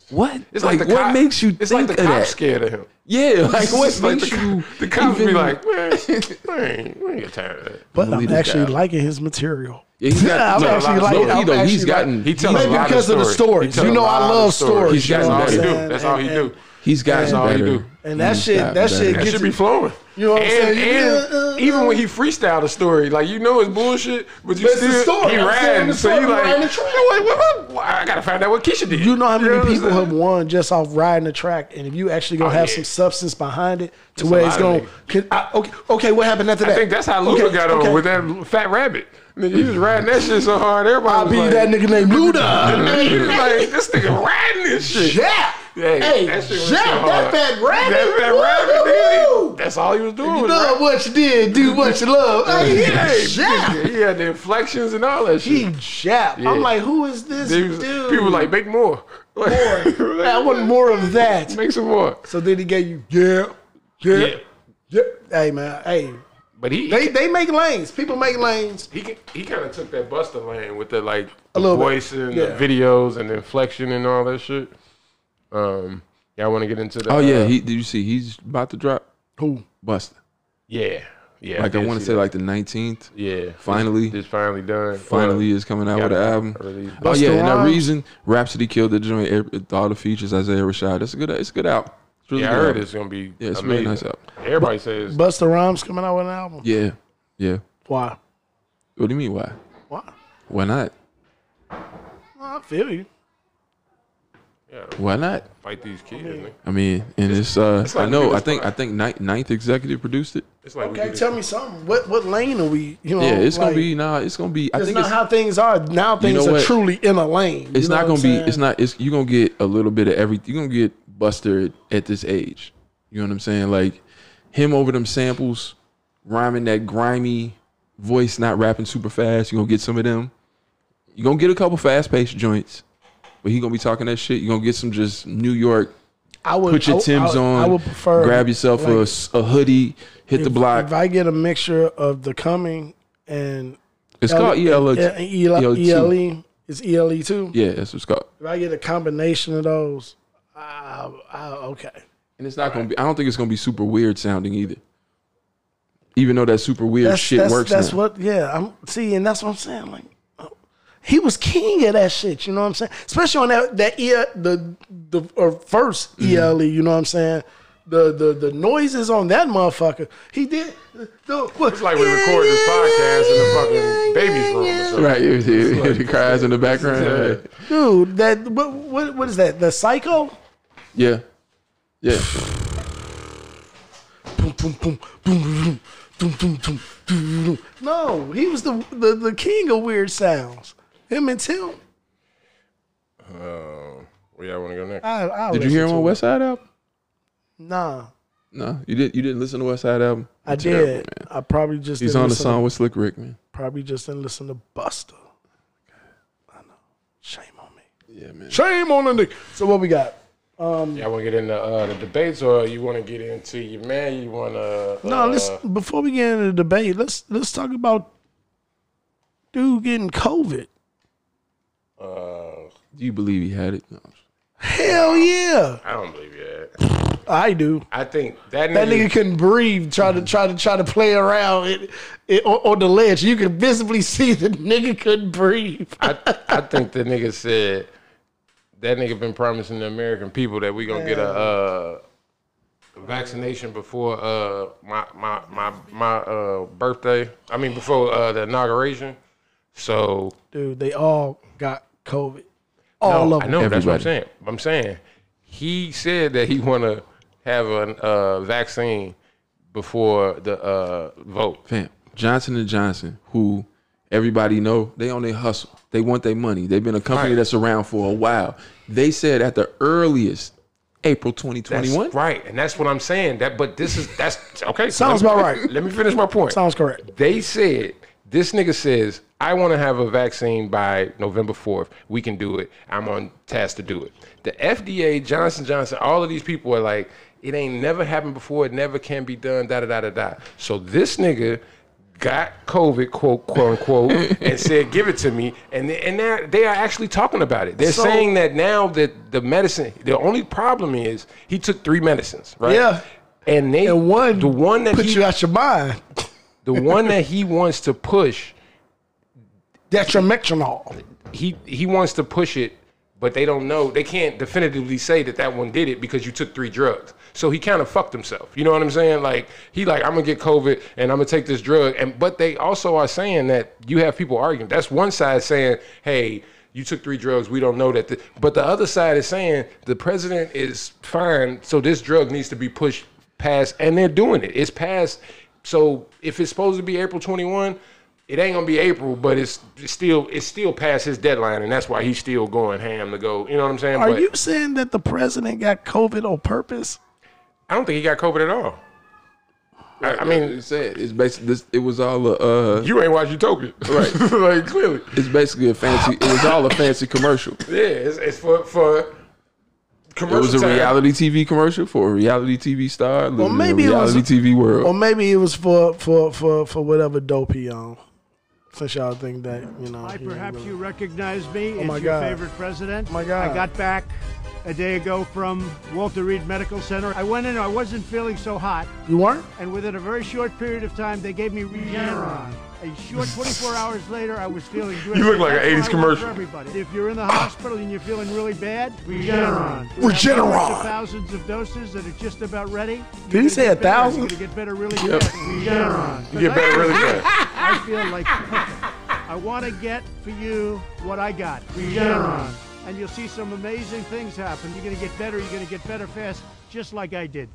what?
It's like, the
what
cop-
makes you
It's
think
like the
of
cops
that?
scared of him.
Yeah, like what
It's
makes
the, co-
you?
The cops be
even-
like, man, we ain't, we ain't get tired of that.
But I'm
Leave this
actually
guy.
liking his material.
Yeah, he's got-
I'm
no,
actually
no,
liking.
no,
I'm
he
don't. He's
actually
gotten-
liking-
He tells
Maybe
a lot
because of the stories.
He tell
You
a
know I
lot of
love stories,
you
That's
know
all
what
he
I'm
do.
saying?
That's all he
And-
do.
he's gotten
That's all he
better.
do.
And that
He's
shit-
gotten
that shit
better.
That
gets-
should be flowing.
You know what I'm
and,
saying?
And
Yeah, uh, uh,
even when he freestyled a story, like you know it's bullshit, but you
But it's
still
the story.
he
I'm saying
riding.
the
So
story.
you
I'm
like,
riding the
you know what, what, what- I gotta find out what Keisha did.
You know how many
what I'm
people
saying?
have won just off riding the track, and if you actually gonna
Oh,
have
yeah.
some substance behind it to where
a
it's
lot of
gonna. Can, I, okay, okay, what happened after that?
I think that's how Luda
Okay,
got on
okay.
with that fat rabbit. Nigga, he was riding that shit so hard, everybody
I
was
be
like,
that nigga named
He was
Luda.
like, this nigga riding this shit.
Yeah.
Hey,
Hey,
that shit was
Jack,
so
that
hard.
fat rabbit.
That fat
Woo,
rabbit,
woo,
nigga.
woo.
That's all he was doing. was
Love what you did, do what you love. Hey,
Hey,
he Jack.
nigga, he had the inflections and all that
He
shit.
Jap.
Yeah.
I'm like, who is this
They was-
dude?
people like make more. Like,
I want more of that.
make some more.
So then he gave you, yeah, yeah, yeah. Hey man, hey,
But he
they they make lanes. People make lanes.
he he kind of took that Buster lane with the like
A
the
little bit.
voice and
Yeah.
the videos and the inflection and all that shit. Um, y'all want to get into the?
Oh
uh,
yeah, he did you see? He's about to drop
Who?
Buster.
yeah, yeah.
Like I
did
want to
see
say,
that.
like the 19th.
yeah.
Finally,
Just finally done. Uh,
finally is coming out
got
with an
it.
album.
Released.
Oh yeah, and that
Rhymes.
reason Rhapsody killed the joint. every- All the features Isaiah Rashad. That's a good. It's a good album. It's really
yeah, I
good
heard
album.
it's gonna be
Yeah, it's a
amazing.
really nice album.
Everybody says
Busta Rhymes coming out with an album.
Yeah, yeah.
Why?
What do you mean? Why?
Why?
Why not?
I feel you.
Why not?
fight these kids. nigga.
I mean, and it's, uh,
like
I know.
Niggas
I think I
Pride.
think ninth, ninth executive produced it.
It's like we
Okay,
do
tell me something. What what lane are we?
Oh,
You know,
Yeah, it's
like,
gonna be nah. It's gonna be. I
It's
think
not
it's,
how things are now. Things
know
are
what?
truly in a lane.
it's
You know what
not gonna
I'm
be.
saying?
It's not. It's you are gonna get a little bit of everything. You are gonna get Buster at this age. You know what I'm saying? Like him over them samples, rhyming that grimy voice, not rapping super fast. You are gonna get some of them. You are gonna get a couple fast paced joints, but he gonna be talking that shit. You are gonna get some just New York
I would
put your
I would-
Tim's
I,
on.
would- I would prefer
grab yourself a s a a, hoodie, hit the
if-
block.
If I get a mixture of the coming and E
It's called E ELO.
Yeah, ELE. ELE. It's E ELE too.
Yeah, that's what's called.
If I get a combination of those, uh, uh, okay.
And it's not gonna be. I don't think it's gonna be super weird sounding either. Even though that super weird
That's
shit
that's,
works.
that's
now.
what. Yeah, I'm see, and that's what I'm saying. Like, oh, he was king of that shit. You know what I'm saying? Especially on that that EL, the the or first
Mm-hmm.
ELE. You know what I'm saying? The, the the noises on that motherfucker. He did. The, what,
It's like we record this podcast in the fucking baby's room or something.
Right, you hear you hear the cries in the background. right.
dude. That what, what what is that? The psycho.
Yeah, yeah.
boom, boom, boom, boom, boom, boom, boom, boom, boom, boom. No, he was the, the the king of weird sounds. Him and Tim.
Uh, Where y'all want to go next?
I, I
Did you hear him on West Side album?
Nah,
No, you didn't. You didn't listen to West Side album.
I
It's terrible,
did.
man.
I probably just
He's
didn't
on the
listen
song with Slick Rick, man.
To, probably just didn't listen to Buster. I know. Shame on me.
Yeah, man.
Shame on the nigga. So what we got?
Y'all want to get into uh, the debates or you want to get into your man? You want to.
No, let's before we get into the debate, let's let's talk about dude getting COVID.
Uh,
Do you believe he had it? No.
Hell yeah,
I don't believe you. had.
I do.
I think that nigga.
That nigga couldn't breathe. Try to try to try to play around it, it, on, on the ledge. You could visibly see the nigga couldn't breathe.
I, I think the nigga said that nigga been promising the American people that we gonna get a uh, vaccination before uh, my my my my uh, birthday. I mean before uh, the inauguration. So
Dude, they all got COVID. All
no,
of
Oh, I
them.
know that's what I'm
Everybody.
saying. I'm saying he said that he want to have a uh, vaccine before the uh, vote.
Fam, Johnson and Johnson, who everybody know, they on their hustle. They want their money. They've been a company
Right.
that's around for a while. They said at the earliest, April
That's
2021.
right, and that's what I'm saying. That, but this is that's okay. so
Sounds
let me-
about right.
Let me finish my point.
Sounds correct.
They said this nigga says I want to have a vaccine by November 4th. We can do it. I'm on task to do it. The FDA, Johnson Johnson, all of these people are like, it ain't never happened before. It never can be done. Da da da da da. So this nigga got COVID, quote quote unquote, and said, "Give it to me." And th- and now they are actually talking about it. They're
So-
saying that now that the medicine, the only problem is he took three medicines, right?
Yeah.
And they
And one
the one that
Put
he
you out your mind.
the one that he wants to push,
That's your metronol.
he he wants to push it, but they don't know. They can't definitively say that that one did it because you took three drugs. So he kind of fucked himself. You know what I'm saying? Like he like I'm gonna get COVID and I'm gonna take this drug. And but they also are saying that you have people arguing. That's one side saying, hey. You took three drugs. We don't know that. The, but the other side is saying the president is fine, so this drug needs to be pushed past, and they're doing it. It's past. So if it's supposed to be April 21, it ain't gonna be April, but it's, it's still it's still past his deadline, and that's why he's still going ham to go. You know what I'm saying?
Are
but
you saying that the president got COVID on purpose?
I don't think he got COVID at all. I, I mean,
It said it's basically this. It was all a. Uh,
you ain't watched Utopia,
Right.
like clearly,
it's basically a fancy. It was all a fancy commercial.
yeah. It's, it's for for
It
commercial.
was a
time.
reality TV commercial for a reality TV star. Living
maybe
in
it
a
was-
reality TV world.
Or maybe it was for for for for whatever dope he on. Since y'all think that you know.
Hi,
he ain't
perhaps
really-
you recognize me
Oh
as
my
your
God.
favorite president.
Oh my God.
I got back a day ago from Walter Reed Medical Center. I went in, I wasn't feeling so hot,
You weren't.
and within a very short period of time, they gave me Regeneron. A short 24 hours later, I was feeling good.
You look like
That's what
an 80s
I want
commercial.
for Everybody. If you're in the hospital and you're feeling really bad, Regeneron. We have
Regeneron.
hundreds of Thousands of doses that are just about ready. You're
Did he
gonna
say
get
a
better.
thousand?
You're gonna get better really fast. Regeneron.
You get better really fast.
I feel like I want to get for you what I got. Regeneron. And you'll see some amazing things happen. You're going to get better. You're going to get better fast, just like I did.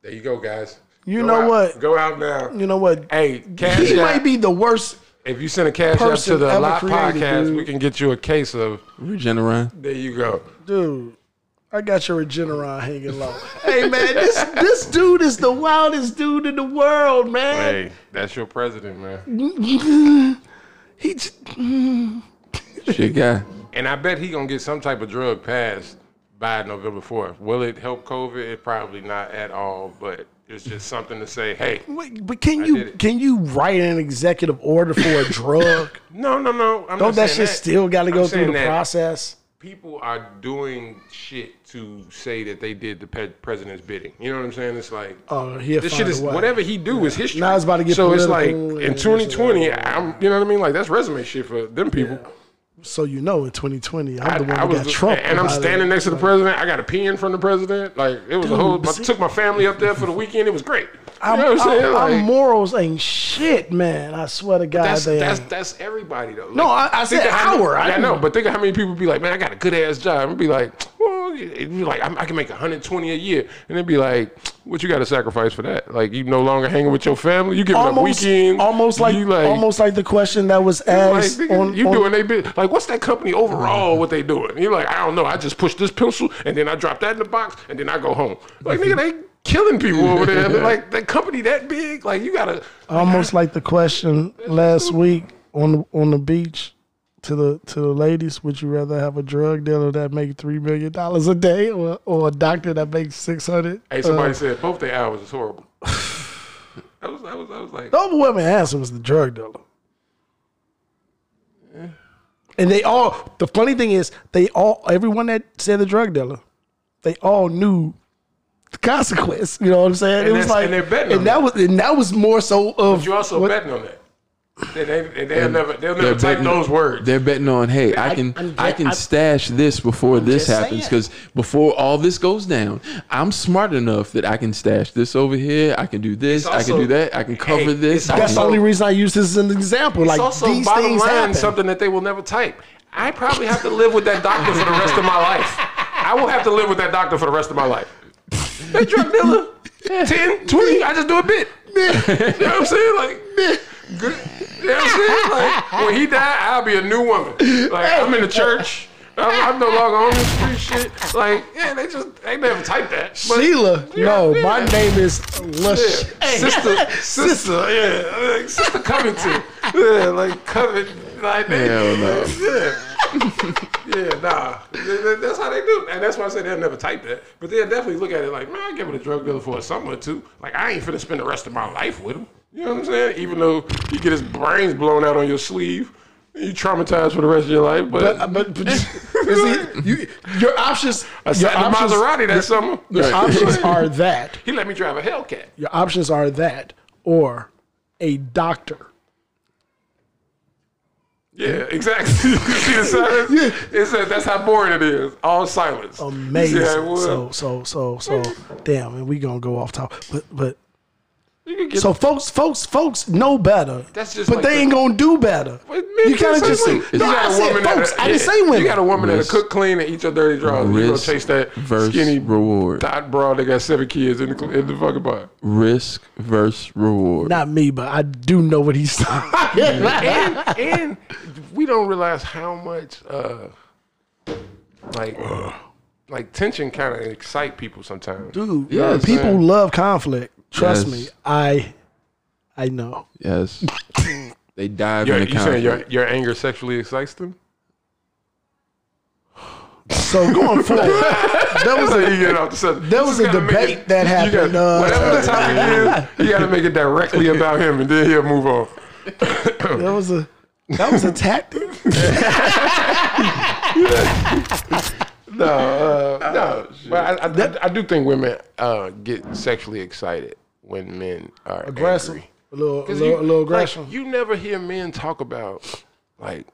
There you go, guys.
You
Go
know
out.
what?
Go out now.
You know what?
Hey, cash
he
out.
might be the worst.
if you send a cash out to
person
the
ever
Lot
created,
podcast,
dude.
we can get you a case of.
Regeneron.
There you go.
dude. I got your Regeneron hanging low. hey man, this this dude is the wildest dude in the world, man.
Hey, that's your president, man.
He j-
Shit guy.
And I bet he gonna get some type of drug passed by November fourth. Will it help COVID? It probably not at all, but It's just something to say, hey,
Wait, but can
did
you
it.
can you write an executive order for a drug?
no, no, no. I'm
Don't
not
that
saying
shit still got to
I'm
go through
saying
the
that
process?
People are doing shit to say that they did the pe- president's bidding. You know what I'm saying? It's like,
Oh, he'll
this shit
find
is
a way.
whatever he do is history.
Now it's about to get
so it's like
political
in
and-
2020. I'm, you know what I mean? Like that's resume shit for them people.
So you know, in 2020, I'm
I,
the one
I
who
was,
got Trump,
and I'm
about it.
standing next to the president. I got a pin from the president. Like it was a
Dude,
whole. I
see-
took my family up there for the weekend. It was great. You
I'm,
know what I'm
I'm-
saying?
our
Like,
morals ain't shit, man. I swear to God,
that's,
they
that's
ain't.
that's everybody though.
No, I- I
think
said
of how many-
our, I
yeah, I know,
didn't-
but think of how many people be like, man, I got a good ass job, and be like, well, it'd be like I'm- i can make 120 a year, and they'd be like, what you got to sacrifice for that? Like you no longer hanging with your family, you giving
almost,
up weekends,
almost like,
you
almost like the question that was
Like,
asked
nigga,
on,
you
on-
doing they bit like what's that company overall what they doing? You're like, I don't know. I just push this pencil and then I drop that in the box and then I go home. Like nigga, they killing people over there. Like that company that big, like you gotta
almost like the question last week on on the beach to the to the ladies. Would you rather have a drug dealer that make three million dollars a day or, or a doctor that makes six hundred? Uh,
Hey, somebody said both their hours is horrible. I was I was I was like
The overwhelming answer was the drug dealer. And they all, the funny thing is, they all, everyone that said the drug dealer, they all knew the consequence. You know what I'm saying?
And
it was
that's-
like,
and they're betting on
and that was, and that was more so of
you also
what-
betting on that. They, they, they'll never they'll
They're
never type those words.
They're betting on, hey, I,
I-
can
I'm
I
ju-
can
I'm-
stash this before this
just
happens
saying.
because before all this goes down, I'm smart enough that I can stash this over here. I can do this. I can
also-
do that. I can cover
hey,
this.
it's
I
That's the
can-
only reason I use this as an example. like
it's also
these
bottom
things
line
happen.
something that they will never type. I probably have to live with that doctor for the rest of my life. I will have to live with that doctor for the rest of my life. That drug dealer, 10, 20, I just do a bit. You know what I'm saying? Like, good. You know what I'm saying? Like, when he die, I'll be a new woman. Like, I'm in the church. I'm, I'm no longer on this street shit. Like, yeah, they just, they never type that. But,
Sheila,
Yeah,
no,
yeah.
my name is Lush.
yeah, sister, sister, yeah, like, sister Covington, yeah, like Covington, like they,
Hell no.
yeah, yeah, nah, Th- th- that's how they do, and that's why I say they'll never type that, but they'll definitely look at it like, man, I give it a drug dealer for a summer or two, like I ain't finna spend the rest of my life with him, you know what I'm saying? Even though you get his brains blown out on your sleeve, you traumatized for the rest of your life, but,
But, but, but you, see, you, your options,
I
your
sat in the
options,
Maserati that summer.
your options are that.
He let me drive a Hellcat.
Your options are that or a doctor.
Yeah, exactly. you see the silence? Yeah. It says that's how boring it is. All silence. You see
Amazing.
how it was?
so so so so damn, and we gonna go off topic. But but
you can get
so folks folks folks know better.
That's just
but
like
they
the-
ain't gonna do better.
But man,
you
that's
kind of
like
just
when-
no.
you got
I
a
said
woman
folks.
that-
I didn't
yeah,
say women.
You got a woman
Risk-
that'll cook clean and eat your dirty drawers. You gonna
risk
chase that
versus
skinny
reward.
Thought broad that got seven kids in the cl- in the fucking bar.
risk versus reward.
Not me, but I do know what he's talking.
and, and we don't realize how much uh, like like tension kind of excite people sometimes.
Dude,
Yes.
people love conflict. Trust
Yes.
me, I, I know.
Yes, they dive
Your-
in the
you saying your,
conflict.
your anger sexually excites them?
So going forward, that was
So
a
you get off the subject.
There
You
was
just
a
gotta make
debate that
you
happened,
gotta-
uh,
whatever the topic is, you got to make it directly about him, and then he'll move on. Uh,
that was a that was a tactic.
No, uh, no. But I, I, I do think women uh, get sexually excited when men are
Aggressive,
angry.
a little, a
'Cause
little, a
you-
little
like,
aggression.
you never hear men talk about like,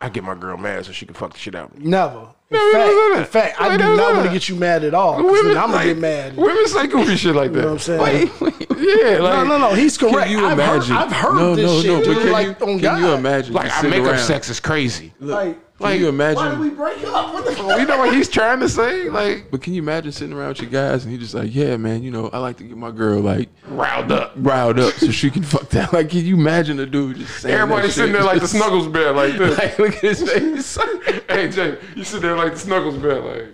I get my girl mad so she can fuck the shit out of me.
Never. In
No, no,
fact,
no, no.
in fact, I
No,
do not
no, no,
want to
no.
get you mad at all. 'cause then I'm gonna Oh, get mad.
Women say goofy shit like that. You
know what I'm saying?
yeah, like,
no, no, no. He's correct.
Can you
I've heard-
imagine?
I've heard,
no,
this
no,
shit.
no. But
dude,
can
like,
you,
on
can
God.
you imagine?
Like,
just
our
sitting
makeup
around-
sex is crazy.
Like,
Can you
why did we
imagine?
break up? What the fuck?
You know what he's trying to say? Like,
But can you imagine sitting around with your guys and you just like, yeah, man, you know, I like to get my girl like
riled up.
riled up so she can fuck that. Like, can you imagine a dude just saying
Everybody
that
sitting
shit?
there like the snuggles bear, like this.
like, look at his face.
hey, Jay, you sit there like the snuggles bear, like.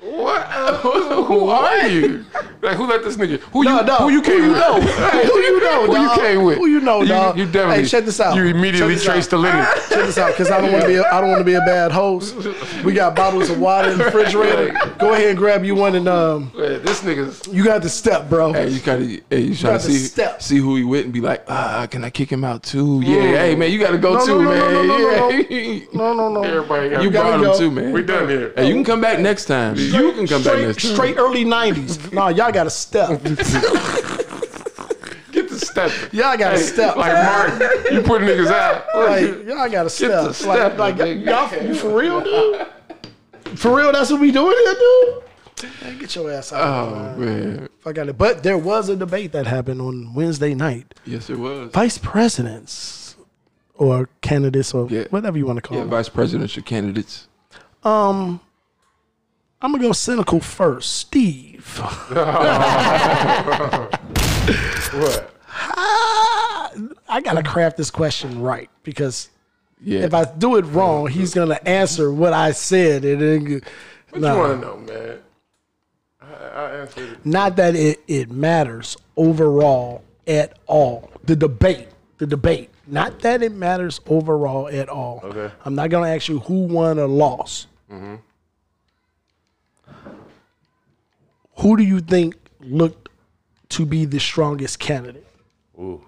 What? who are you? Like who let this nigga? Who
No,
you?
no.
Who you came
Who you
with?
know?
Hey,
Who you know,
Who
dawg?
you came with?
Who you know, dawg?
You, you definitely.
Hey, check this out.
You
Check
immediately
this
traced the
out.
lineage.
Check this out, because I don't want to be. A, I don't want to be a bad host. We got bottles of water in the refrigerator. Go ahead and grab you one and um.
Hey, This nigga's
You got the step, bro.
Hey, you gotta, hey, you trying
gotta
to see
step.
see who he with and be like, ah, can I kick him out
Mm.
too? Yeah, hey man, you gotta go
No, no,
too,
no,
man.
no, no, no, no,
yeah.
No, no, no.
everybody. Got
You
gotta
brought
go.
him too, man.
We done here.
Hey, you can come back next time. you can come back
straight,
next time.
straight early '90s. nah, y'all got to step.
Get the step.
Y'all got to
Hey,
step.
Like Martin, you put niggas out.
Like, y'all got to step.
the step,
like, like
nigga.
y'all you for real, dude? For real, that's what we doing here, dude? Man, get your ass out.
Oh man,
If I got it. But there was a debate that happened on Wednesday night.
yes it was.
Vice presidents or candidates or
Yeah.
whatever you want to call
Yeah,
them.
vice presidential candidates.
I'm gonna go cynical first. Steve.
What?
Ah, I gotta craft this question right because
Yeah,
if I do it wrong, he's gonna answer what I said. And then,
What
Nah.
you want to know, man? I, I answered it.
not that it, it matters overall at all. The debate, the debate. Not that it matters overall at all.
Okay. Mm-hmm.
I'm not gonna ask you who won or lost. Who do you think looked to be the strongest candidate?
Ooh.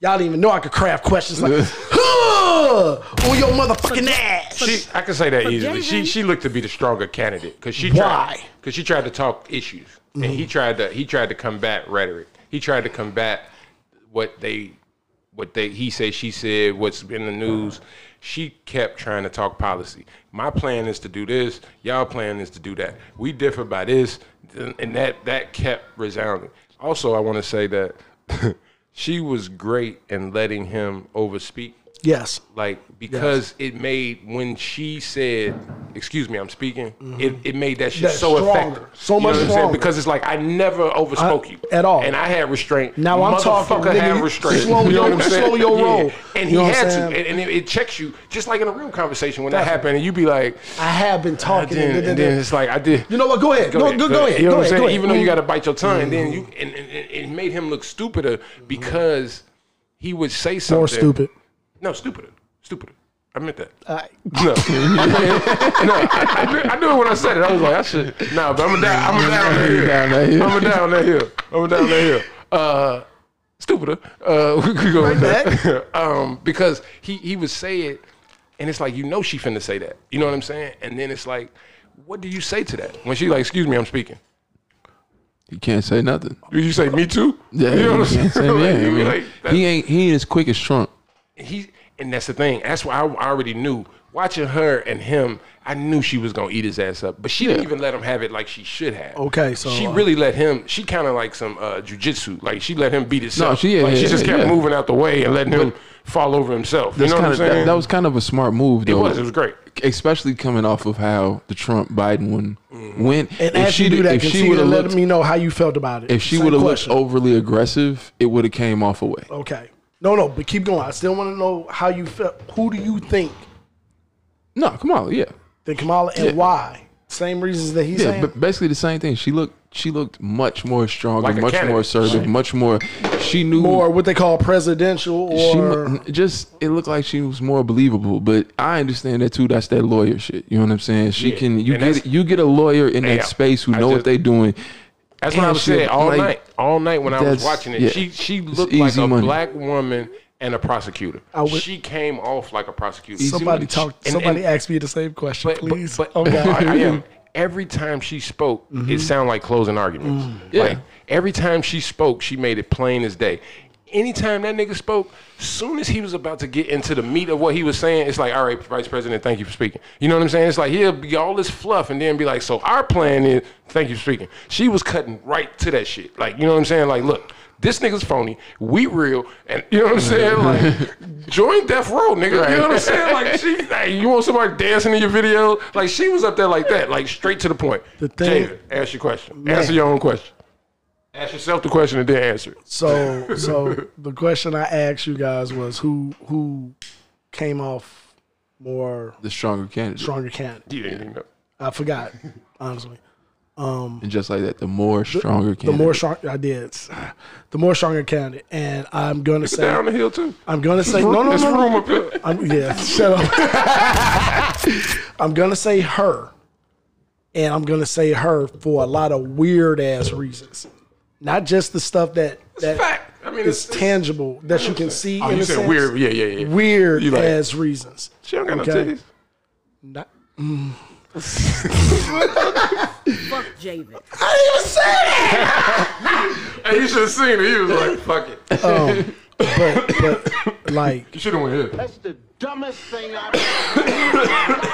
Y'all didn't even know I could craft questions like huh, on your motherfucking ass.
She, I can say that easily. She
Jason-
she looked to be the stronger candidate because she
Why?
tried because she tried to talk issues and he tried to he tried to combat rhetoric. He tried to combat what they what they he said she said what's been in the news. She kept trying to talk policy. My plan is to do this. Y'all plan is to do that. We differ by this, and that that kept resounding. Also, I want to say that she was great in letting him overspeak
yes.
like because it made when she said excuse me i'm speaking it, it made that
Mm-hmm.
shit
That's
so
stronger.
effective
So much stronger.
because it's like i never overspoke
I-
you
at all.
and i had restraint
Now I'm talking,
Motherfucker had
nigga,
restraint
slow
you know
your-
what i'm saying
slow your
Yeah.
roll.
and
You know what
he
I'm
had to
saying?
and, and it, it checks you just like in a real conversation when that happened and you be like
I have been
I
talking.
did, and then it's like I did.
You know what? Go ahead. Go- go- go ahead.
You know
Go
what I'm
ahead.
saying?
Go ahead. Mm-hmm.
Even though you got to bite your tongue, and then you and, and, and it made him look stupider because he would say something
Mm-hmm. More stupid.
no, stupider. Stupider. I meant that.
Alright.
No. no, I, I, knew, I knew it when I said it. I was like, I should. No, but I'm a down. I'm a down that hill.
Down that hill.
I'm a down that hill. I'm a down that hill. Uh, stupider. Uh, we could go with that. um, because he he would say it, and it's like you know she finna say that. You know what I'm saying? And then it's like, what do you say to that when she like, excuse me, I'm speaking.
he can't say nothing.
Do you say me too?
Yeah,
you know what
he
I'm
can't say
saying? Like, you
nothing.
be
man.
like, that's-
he ain't he ain't as quick as Trump.
he and that's the thing. That's why I already knew watching her and him. I knew she was gonna eat his ass up, but she didn't even let him have it like she should have.
Okay, so,
she
uh,
really let him. She kind of like some uh, jujitsu. Like she let him beat himself.
No, she- yeah,
like, she
yeah,
just
yeah,
kept
yeah.
moving out the way and letting him fall over himself. You
That's
know what
kind
I'm
of that,
saying?
that was kind of a smart move though.
was. It was great.
especially coming off of how the Trump Biden one
Mm-hmm.
went.
And as you do that, continue to
would've
let
looked-
me know how you felt about it.
if she
Same
would have looked
question.
overly aggressive, it would have came off away.
Okay. No, no, but keep going. I still want to know how you felt. Who do you think
No, come on, yeah,
that Kamala and
Yeah.
why? Same reasons that he's
yeah.
saying.
But basically the same thing. She looked she looked much more stronger,
Like a
much
candidate.
more assertive, much more. She knew
or what they call presidential
She
or
mu- just it looked like she was more believable, but I understand that too. That's that lawyer shit. You know what I'm saying? She
Yeah.
can you
And
get
that's-
you get a lawyer in
Yeah.
that space who
I
know
just-
what they doing.
That's what
And
I was
she-
saying all
like,
night. All night when I was
that's-
watching it,
yeah.
she she
It's
looked like
easy
a
money.
black woman and a prosecutor.
would-
she came off like a prosecutor.
somebody
and-
talked.
and-
Somebody
and-
asked me the same question,
But,
please.
but,
oh
but
God. Mm-hmm.
I, I am. Every time she spoke, it sounded like closing arguments.
Mm.
Like every time she spoke, she made it plain as day. Anytime that nigga spoke, soon as he was about to get into the meat of what he was saying, it's like, all right, Vice President, thank you for speaking. You know what I'm saying? It's like he'll be all this fluff and then be like, so our plan is, thank you for speaking. She was cutting right to that shit. Like, you know what I'm saying? Like, look, this nigga's phony. We real, and you know what I'm saying. Like, join Death Row, nigga. You know what I'm saying. Like, she, like, you want somebody dancing in your video? Like, she was up there like that, like straight to the point.
The thing-
Jada, ask your question. Answer your own question. Ask yourself the question and then answer it.
So, so the question I asked you guys was who who came off more
The stronger candidate,
stronger candidate.
You didn't even know.
I forgot, honestly.
and just like that, the more stronger
The
candidate.
more strong I did, the more stronger candidate, and I'm gonna say,
Down the hill too.
I'm gonna say, Uh, no, no,
This
no,
room
no.
up here.
I'm, yeah, shut up. I'm gonna say her and I'm gonna say her for a lot of weird ass reasons, not just the stuff that that
fact. I mean,
is
it's- it's-
tangible that you can see.
Oh,
in
you
a
said
sense.
weird. Yeah, yeah, yeah.
weird
You like-
ass reasons.
She don't got no
Okay.
titties.
Not-
Fuck Javen.
I didn't even say that.
Hey, you should have seen it. He was like, fuck it.
Um, But, but like,
You should have went here.
That's the dumbest thing I've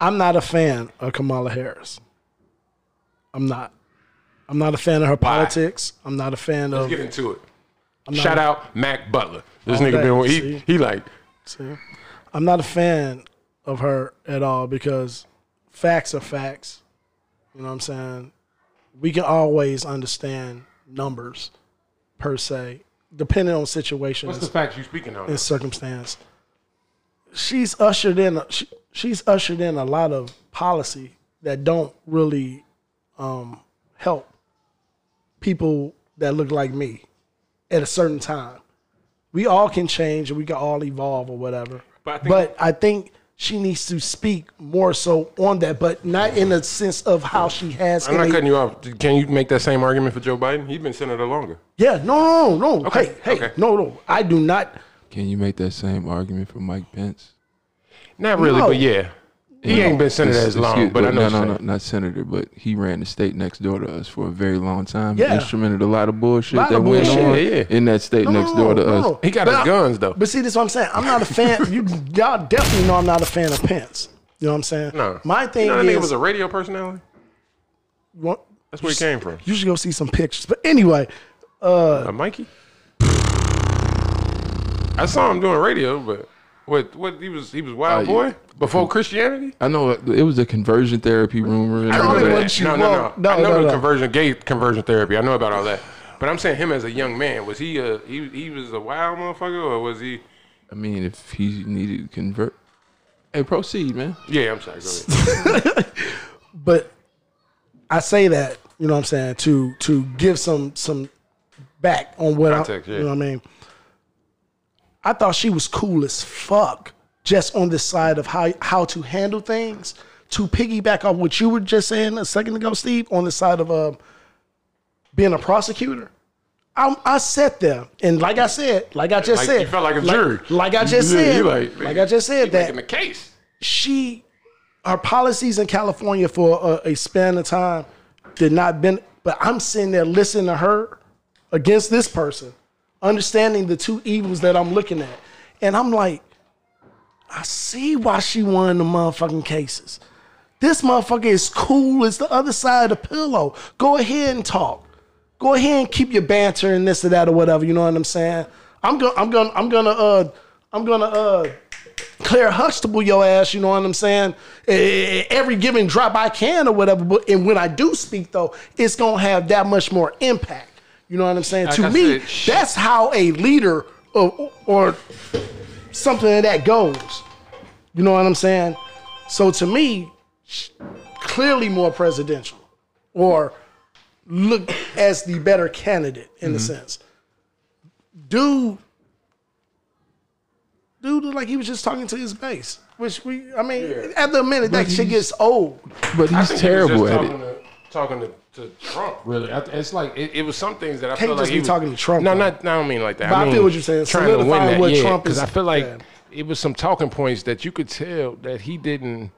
I'm not a fan of Kamala Harris. I'm not. I'm not a fan of her politics. I'm not a fan of.
Let's get into it.
not-
Shout out Mac Butler. This nigga
Okay,
been he
see?
he like
See? I'm not a fan of her at all because facts are facts. You know what I'm saying? We can always understand numbers per se, depending on situation
what's
and,
the facts you speaking on?
and circumstance. She's ushered in. a- She, she's ushered in a lot of policy that don't really um, help people that look like me at a certain time. We all can change and we can all evolve or whatever.
But I think-
But I think she needs to speak more so on that, but not in a sense of how she has.
I'm
in
not
a-
cutting you off. Can you make that same argument for Joe Biden? He's been senator longer.
Yeah, no, no, no.
Okay,
Hey, hey,
okay.
no, no. I do not.
Can you make that same argument for Mike Pence?
Not really,
No.
but yeah. He ain't been senator
Ex-
as long,
excuse-
but, I know.
no, no,
what
no,
you're saying.
not senator, but he ran the state next door to us for a very long time.
Yeah.
Instrumented a lot of bullshit
Lot
that
of
went
bullshit.
on
Yeah, yeah.
in that state
No,
next door to
no,
us.
no.
He got
But
his
I-
guns though.
But see, this is what I'm saying. I'm not a fan. you y'all definitely know I'm not a fan of Pence. You know what I'm saying?
No.
My thing
you know, that
is,
nigga was a radio personality. That's where he came from.
you should go see some pictures. But anyway,
A Mikey. I saw him doing radio, but what? What he was? He was wild
Oh,
boy
yeah.
before Christianity.
I know it it was a conversion therapy rumor. and
I
all
Call it
remember
what
that.
that.
you
No, no, no,
want. No,
I know
no,
the
no.
conversion, gay conversion therapy. I know about all that. But I'm saying him as a young man, was he a he? He was a wild motherfucker, or was he?
I mean, if he needed to convert, hey, proceed, man.
Yeah, I'm sorry. Go ahead.
but I say that you know what I'm saying to to give some some back on what
Context,
I,
yeah.
you know what I mean. I thought she was cool as fuck, just on this side of how how to handle things. To piggyback on what you were just saying a second ago, Steve, on the side of uh, being a prosecutor. I'm, I sat there, and like I said, like I just
Like,
said,
you felt like a jury.
like I just
Yeah,
said,
you
like,
like-
I just said,
He
that
making the case.
she her policies in California for a, a span of time did not been but I'm sitting there listening to her against this person, understanding the two evils that I'm looking at. And I'm like, I see why she won the motherfucking cases. This motherfucker is cool as the other side of the pillow. Go ahead and talk. Go ahead and keep your banter and this or that or whatever. You know what I'm saying? I'm gonna I'm gonna I'm gonna uh I'm gonna uh Claire Huxtable your ass, you know what I'm saying? Eh, Every given drop I can or whatever, but and when I do speak though, it's gonna have that much more impact. You know what I'm saying? to
I
me,
said, sh-
that's how a leader or, or something of that goes. You know what I'm saying? So to me, sh- clearly more presidential, or look as the better candidate in a sense. Dude dude looked like he was just talking to his base. Which we, I mean, after a minute, that shit gets old.
But
I
he's
think
terrible
he was
at
just
it.
talking to, talking to, to Trump, really. I, it's like it, it was some things that I
Can't
feel like
just
he
be
was,
talking to Trump,
No,
though.
not. no, I don't mean like that.
But I feel
mean
what you're saying.
Trying to win
Solidifying
that,
what
yeah,
Trump
because
is-
I feel like
yeah.
it was some talking points that you could tell that he didn't.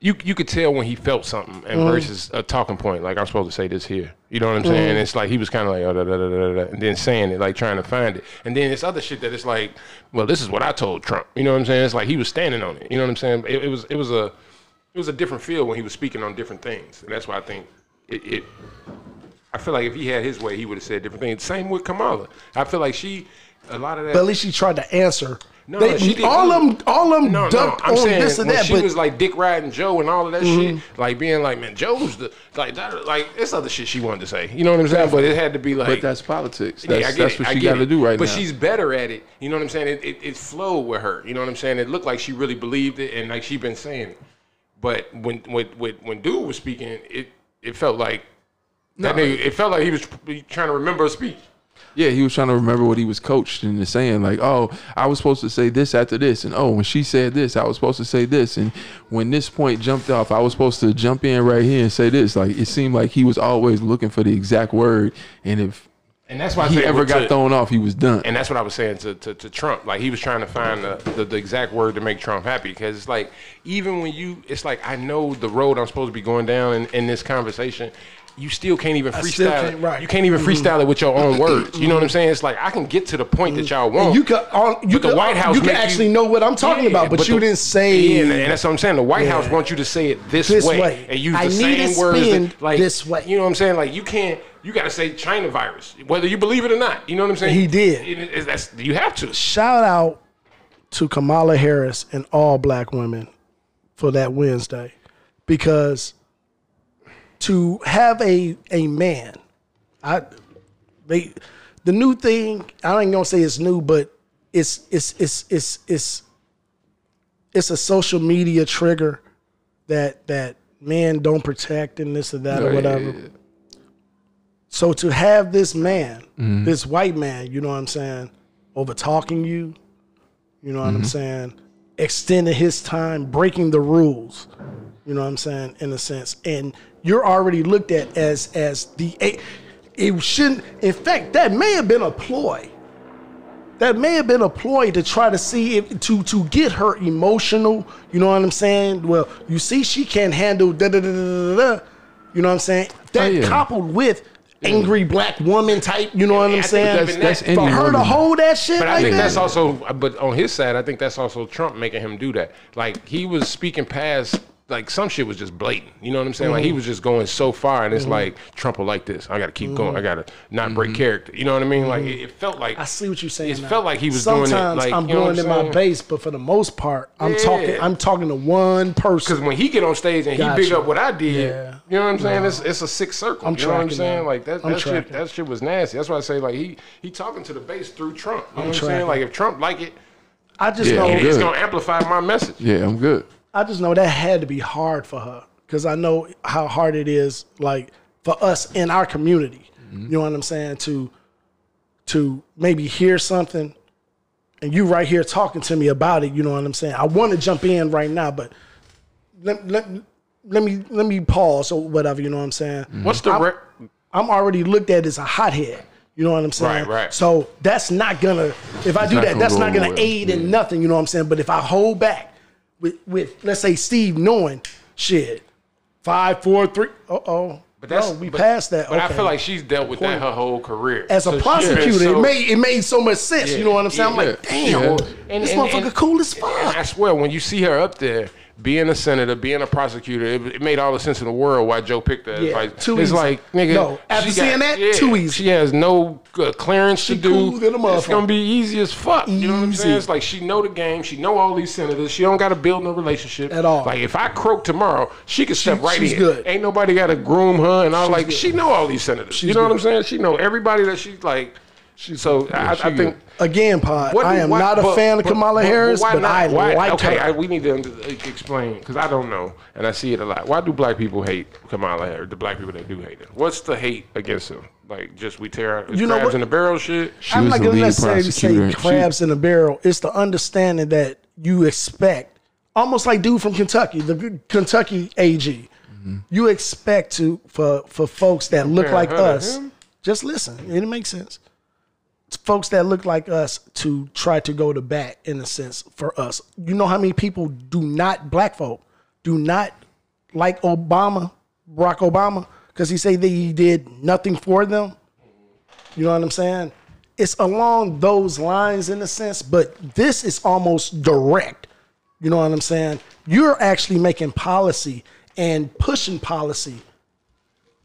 You you could tell when he felt something, and versus a talking point like I'm supposed to say this here. You know what I'm saying? It's like he was kind of like oh, da, da, da, da, da, da, and then saying it like trying to find it, and then it's other shit that it's like, well, this is what I told Trump. You know what I'm saying? It's like he was standing on it. You know what I'm saying? It, it was it was a it was a different feel when he was speaking on different things, and that's why I think it. it I feel like if he had his way, he would have said different things. Same with Kamala. I feel like she, a lot of that.
But at least she tried to answer.
No,
They-
no, she did
all
good.
of them, all of them
no, no,
dumped
I'm
on
saying
this and
when
that.
she
But Mm-hmm.
was like dick riding Joe and all of that shit, like being like, man, Joe's the like that, like it's other shit she wanted to say. You know what I'm saying? But it had to be like.
But that's politics.
Yeah, I
That's,
get
that's
it,
what
I
she
get
got to
it.
do right
but
now.
she's better at it. You know what I'm saying? It, it it flowed with her. You know what I'm saying? It looked like she really believed it and like she been saying it. But when when when, when dude was speaking, it it felt like that nigga, it felt like he was tr- trying to remember a speech.
Yeah, he was trying to remember what he was coached into saying, like, oh, I was supposed to say this after this. And oh, when she said this, I was supposed to say this. And when this point jumped off, I was supposed to jump in right here and say this. Like, it seemed like he was always looking for the exact word. And if
And that's why I
he
say
ever
with
got
to-
thrown off, he was done.
and that's what I was saying to, to, to Trump. Like he was trying to find the, the, the exact word to make Trump happy because it's like even when you, it's like I know the road I'm supposed to be going down in, in this conversation. You still can't even freestyle.
still can't-
it.
right. Mm-hmm.
You can't even freestyle it with your own words. You know what I'm saying? It's like I can get to the point that y'all want.
Mm-hmm. And you could, all, you
but the
could-
White House
you could
make
actually know what I'm talking
Yeah,
about, but, you
the-
didn't say
Yeah, and, and that's what I'm saying. The White
Yeah.
House wants you to say it this,
This
way,
way.
and use
I
the
need
same
to
words.
spin
that- like
this way.
You know what I'm saying? Like you can't. You got to say China virus, whether you believe it or not. You know what I'm saying?
He did.
It- it- that's you have to.
shout out to Kamala Harris and all black women for that Wednesday because to have a a man I they the new thing I ain't gonna say it's new but it's it's it's it's it's it's a social media trigger that that men don't protect and this and that or
Yeah,
whatever
yeah, yeah.
so to have this man,
Mm-hmm.
this white man, you know what I'm saying, over talking you, you know what
Mm-hmm.
I'm saying, extending his time, breaking the rules, you know what I'm saying, in a sense, and you're already looked at as as the a- it shouldn't. In fact, that may have been a ploy. That may have been a ploy to try to see if to to get her emotional. You know what I'm saying? Well, you see, she can't handle da da da da da. da. You know what I'm saying? That
yeah.
coupled with angry black woman type. You know what I'm
I think
saying?
that's-
That's, that's
For
For
any
her
woman.
to hold that shit
But I
like
think
that.
that's also, but on his side, I think that's also Trump making him do that. Like he was speaking past, like some shit was just blatant. You know what I'm saying?
Mm-hmm.
Like he was just going so far, and it's like Trump will like this. I got to keep going. I got to not break character. You know what I mean? Like it, it felt like
Mm-hmm. I see what you're saying.
It
now.
felt like he was
Sometimes
doing it. Like
I'm
you know what
going in my
saying?
base, but for the most part, I'm talking. I'm talking to one
Because
person.
when he get on stage and
Gotcha.
he big up what I did,
Yeah.
you know what I'm saying? It's, it's a sick circle.
I'm
you know what I'm
tracking
saying?
that.
Like that,
I'm
that shit,
tracking.
that shit was nasty. That's why I say like he he talking to the base through Trump. You know what I'm saying?
tracking.
Like if Trump like it,
I just
Yeah,
know.
I'm
it's
good.
gonna amplify my message.
Yeah, I'm good.
I just know that had to be hard for her because I know how hard it is, like for us in our community. You know what I'm saying? To to maybe hear something, and you right here talking to me about it. You know what I'm saying? I want to jump in right now, but let, let, let me let me pause or whatever. You know what I'm saying?
What's the re-
I'm already looked at as a hothead. You know what I'm saying?
Right, right.
So that's not gonna. If I do that,
not gonna
that's
go
not gonna
nowhere.
aid in nothing. You know what I'm saying? But if I hold back with with let's say Steve knowing shit, five, four, three. Uh oh.
But that's
no, we
but-
passed that.
But I
Okay.
feel like she's dealt with that her whole career
as a
So she's been
prosecutor,
so-
it made it made so much sense. you know what I'm saying? I'm like,
yeah,
damn,
yeah.
this motherfucker cool as fuck.
and I swear, when you see her up there being a senator, being a prosecutor, it, it made all the sense in the world why Joe picked that.
Yeah,
advice. it's
too easy.
like, nigga,
No, after
she
seeing that, too easy.
She has no uh, clearance
She
to do.
cool than a
it's gonna be easy as fuck. You know what I'm
Easy.
saying? It's like she know the game. She know all these senators. She don't got to build no relationship
At all.
Like if I croak tomorrow, she could step right
she's
in.
good.
Ain't nobody got to groom her, and all like
good.
she know all these senators. you know what I'm saying? She know everybody that she's like. She, so I,
she
I think.
good.
Again, pod.
What
I
do-
am
why-
not a
but-
fan of
but-
Kamala Harris,
why
but
not?
I
Why-
like
okay,
her.
I- we need to under- explain because I don't know, and I see it a lot. Why do black people hate Kamala Harris? The black people that do hate her. What's the hate against her? Like just we tear out
You know
crabs
what?
in the barrel shit.
She
I'm
was
not
the
gonna
lead
necessarily say
prosecutor. She-
crabs in a barrel. It's the understanding that you expect, almost like dude from Kentucky, the good Kentucky AG.
Mm-hmm.
You expect to for for folks that look
Compare
like
her to
us.
him?
Just listen, it makes sense. It's Folks that look like us to try to go to bat in a sense for us. You know how many people do not black folk do not like Obama, Barack Obama, because he say that he did nothing for them. You know what I'm saying? It's along those lines in a sense, but this is almost direct. You know what I'm saying? You're actually making policy and pushing policy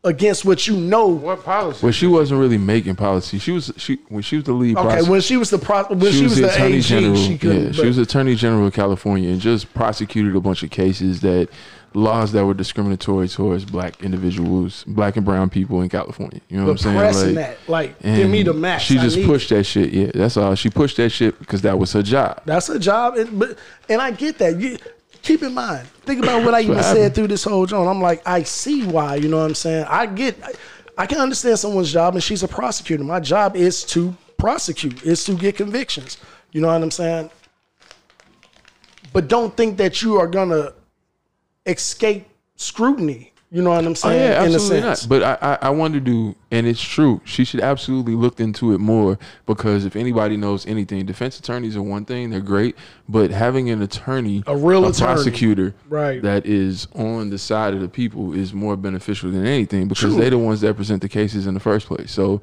against what you know.
What policy?
Well, she wasn't really making policy. She was she when she was the lead.
Okay,
prosecutor-
when she was the pro, when she, was, the
attorney
AG,
general.
she couldn't.
yeah,
but-
she was attorney general of California and just prosecuted a bunch of cases that laws that were discriminatory towards black individuals, black and brown people in California. You know
but
what I'm saying?
pressing
Like,
that, like, give me
and
the max.
She
I
just
need
pushed that shit. Yeah, that's all. She pushed that shit because that was her job.
That's a job, and, but and I get that. You keep in mind, think about what I even
What
said
happened?
through this whole joint. I'm like, I see why. You know what I'm saying? I get. I, I can understand someone's job, and she's a prosecutor. My job is to prosecute, is to get convictions. You know what I'm saying? But don't think that you are gonna escape scrutiny. You know what I'm
Oh,
saying?
yeah,
In a
absolutely
sense.
not. But I, I, I wanted to do, and it's true. She should absolutely looked into it more because if anybody knows anything, defense attorneys are one thing; they're great. But having an attorney,
A real attorney.
prosecutor,
Right.
that is on the side of the people is more beneficial than anything because they're the ones that present the cases in the first place. So,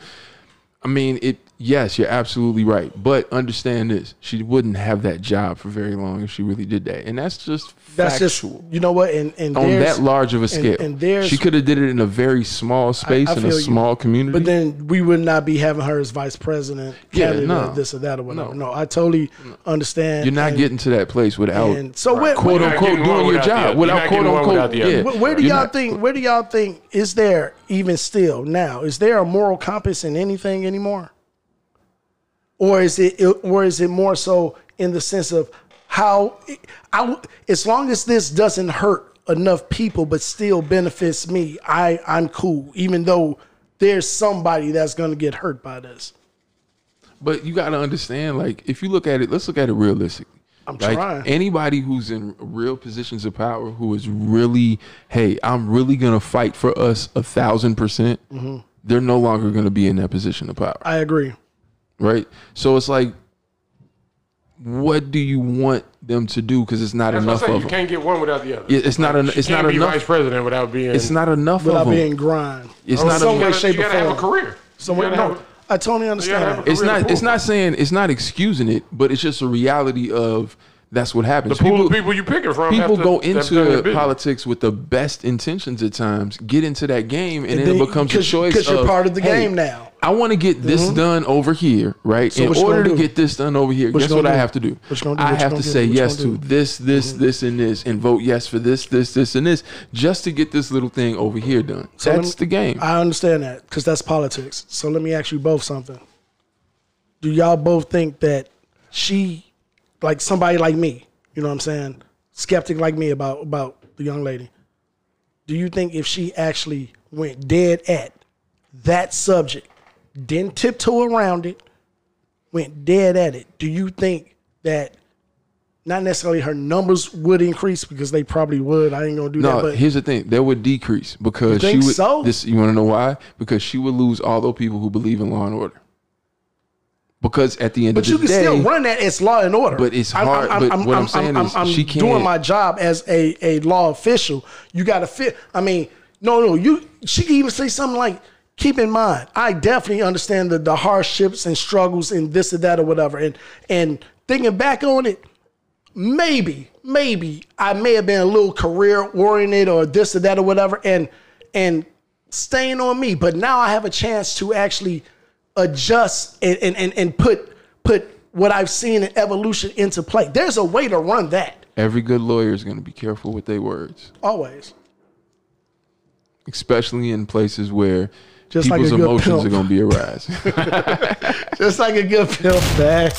I mean, it. Yes, you're absolutely right. But understand this: she wouldn't have that job for very long if she really did that, and that's just
That's
factual
just you know what, and and
on
there's-
that large of a
and-
scale.
And, there's
she could have did it in a very small space
I
in a
feel you.
small community.
But then we would not be having her as vice president,
Yeah,
candidate,
no.
this or that or whatever.
No.
No, I totally understand.
you're not
and-
getting to that place without
and so where-
quote
You're
not
unquote
getting one
doing your
without the
job.
other.
Without
You're not
quote
getting one
unquote,
without the other.
yeah.
Where, where do
You're
y'all
not-
think? Where do y'all think is there even still now? Is there a moral compass in anything anymore, or is it? Or is it more so in the sense of how? I as long as this doesn't hurt enough people, but still benefits me, I I'm cool. Even though there's somebody that's going to get hurt by this.
But you got to understand, like, if you look at it, let's look at it realistically.
I'm
like
trying.
anybody who's in real positions of power, who is really, hey, I'm really gonna fight for us a thousand percent.
Mm-hmm.
They're no longer gonna be in that position of power.
I agree.
right? So it's like, what do you want them to do? Because it's not
That's what I'm
enough
saying.
of
You
them.
can't get one without the other.
Yeah, It's not. En-
You
it's
can't
not
be vice
enough.
president without being.
It's not enough
Without
of
being
them.
grind.
It's
Oh,
not.
some
enough.
way,
You
shape,
gotta,
or
you gotta have a
form.
career.
So
you
wait,
gotta
no,
have
I totally
gotta
understand
have
that.
a-
It's
Really
not.
cool.
It's not saying. It's not excusing it, but it's just a reality of that's what happens.
The pool of people you picking from
People
have to-
go
have to do their
into
business.
politics with the best intentions at times, get into that game, and,
And
then
then-
it becomes a
'cause-
choice.
'cause you're
of,
part of the
hey,
game now.
I want to get this done over here, right? In
Mm-hmm. what you
order
gonna
to
do?
get this done over here,
What you
guess
gonna
what I
do?
have to do?
What you gonna do?
I
What you
have
gonna
to
do?
say
What you gonna
yes to
do? Mm-hmm.
this, this, this, and this, and vote yes for this, this, this, and this, just to get this little thing over here done.
let
That's
me-
the game.
I understand that because that's politics. So let me ask you both something. Do y'all both think that she, like somebody like me, you know what I'm saying, skeptic like me about about the young lady? Do you think if she actually went dead at that subject, didn't tiptoe around it, went dead at it, do you think that? Not necessarily her numbers would increase because they probably would. I ain't gonna do
No,
that. But
here's the thing. They would decrease because
You think
she would.
so?
This you want to know why? Because she would lose all those people who believe in law and order. Because at the end
But
of
you
the
can
day,
still run that as law and order.
But it's hard- but what I'm saying is she can't-
doing my job as a, a law official. You got to fit. I mean, no, no. You she can even say something like, "Keep in mind, I definitely understand the, the hardships and struggles and this and that or whatever." And and thinking back on it, maybe, maybe I may have been a little career oriented or this or that or whatever, and and staying on me. But now I have a chance to actually adjust and and and, and put put what I've seen in evolution into play. There's a way to run that
every good lawyer is going to be careful with their words,
always.
especially in places where
Just like
people's
a good
emotions
pimp.
are going to be arise.
Just like a good film bag.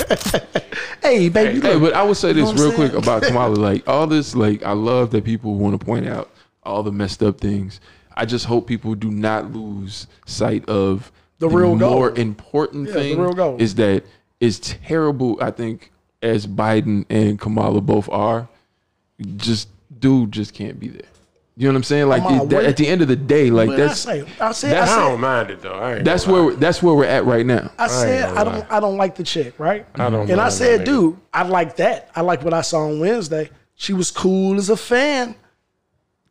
hey, baby,
hey,
look.
but I would say this
know what
real
I'm
quick
saying?
about Kamala. Like all this, like I love that people want to point out all the messed up things. I just hope people do not lose sight of
The real goal.
more important
Yeah, the
thing
real goal.
is that is terrible. I think as Biden and Kamala both are, just dude just can't be there. You know what I'm saying? Like
Kamala,
it- that-
what-
at the end of the day, like
What did I
that's
say? I said, I
that's-
I
said,
don't mind it though. I ain't
that's
gonna
where
lie.
we're- that's where we're at right now.
I said
gonna
I don't
lie.
I don't like the chick, right? I
don't
And I
mind
said,
that either.
dude, I like that. I like what I saw on Wednesday. She was cool as a fan.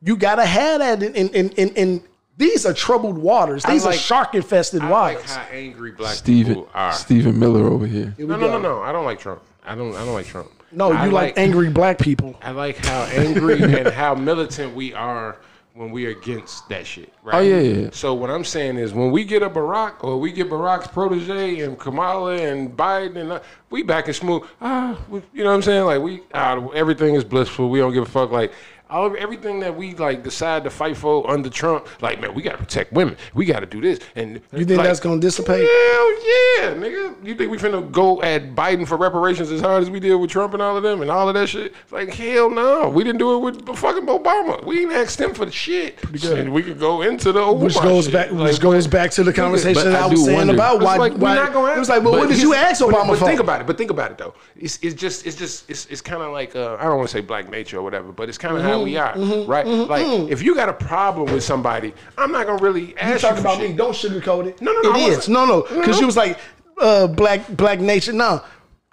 You gotta have that in in in, in, in these are troubled waters. These are
like-
shark infested
I like
waters.
how angry black
Steven
people are.
Steven Miller over here.
No, no, no, no. I don't like Trump. I don't. I don't like Trump.
no, you
I
like, angry black people.
I like how angry and how militant we are when we're against that shit. Right?
Oh, yeah, yeah, yeah.
So what I'm saying is, when we get a Barack or we get Barack's protege and Kamala and Biden and uh, we back and smooth. Ah, we, you know what I'm saying? Like we, ah, everything is blissful. We don't give a fuck. Like All everything that we like decide to fight for under Trump, like man, we gotta protect women. We gotta do this. And
You think that's gonna dissipate?
Hell yeah, nigga. You think we finna go at Biden for reparations as hard as we did with Trump and all of them and all of that shit? It's like hell no. We didn't do it with fucking Obama. We didn't ask them for the shit. And we could go into the Obama
Which goes
shit.
back,
Like,
which goes back to the conversation
but I
I was
do
saying
wonder.
about
it's
why.
like, we're
why-
not gonna
it was like, well,
but
what did you
here's-
ask Obama
but, but
for?
Think about it. But think about it though. It's, it's just it's just it's, it's kind of like uh, I don't want to say black nature or whatever, but it's kind of
Mm-hmm.
how we are, right? like if you got a problem with somebody, I'm not gonna really
You
ask you,
talking
for
about
shit.
me? Don't sugarcoat it.
No, no, no, I
It
wasn't.
is. No, no. Because you was like, uh, black, black nation. No,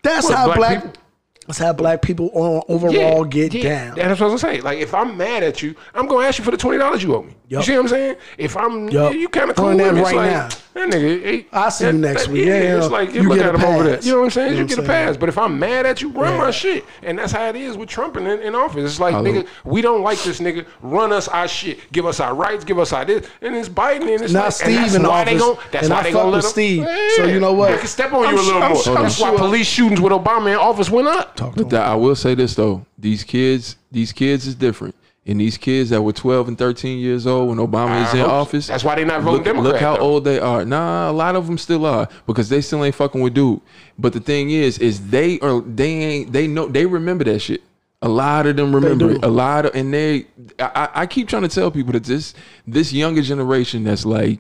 that's
What,
how
black
black.
people?
that's how black people on, overall get down.
That's what I was saying. Like if I'm mad at you, I'm gonna ask you for the twenty dollars you owe me.
Yup.
You see what I'm saying? If I'm
Yup.
you kind of cool
Doing
with
that
me, it's
right
like, That nigga, he-
I'll see you
that-
next
that-
week. Yeah,
it's
yeah.
like you,
You
look
get
at
a
him over there.
pass.
You know what I'm saying?
You
You,
know
get
what
a
I'm saying?
pass. But if I'm mad at you, run
Yeah.
my shit. And that's how it is with Trump in, in office. It's like nigga, we don't like this nigga. Run us our shit. Give us our rights. Give us our this. And it's Biden. And it's
Now
like,
Steve
and that's
in
why They
office,
gonna, that's
and
why
I
they
fuck
gonna
with
let him-
Steve.
Yeah.
So you know what?
They can step on you
I'm
a
su-
little
I'm
more.
su- I'm
That's why
sure-
police shootings with Obama in office went up.
But that, I will say this though, these kids, these kids is different. And these kids that were 12 and 13 years old when Obama is in
I hope-
office,
that's why they not voting
look, Look
Democrat,
how
though.
old they are. Nah, a lot of them still are because they still ain't fucking with dude. But the thing is, is they are they ain't they know they remember that shit. A lot of them remember
do.
it. A lot of and they, I, I- I keep trying to tell people that this this younger generation that's like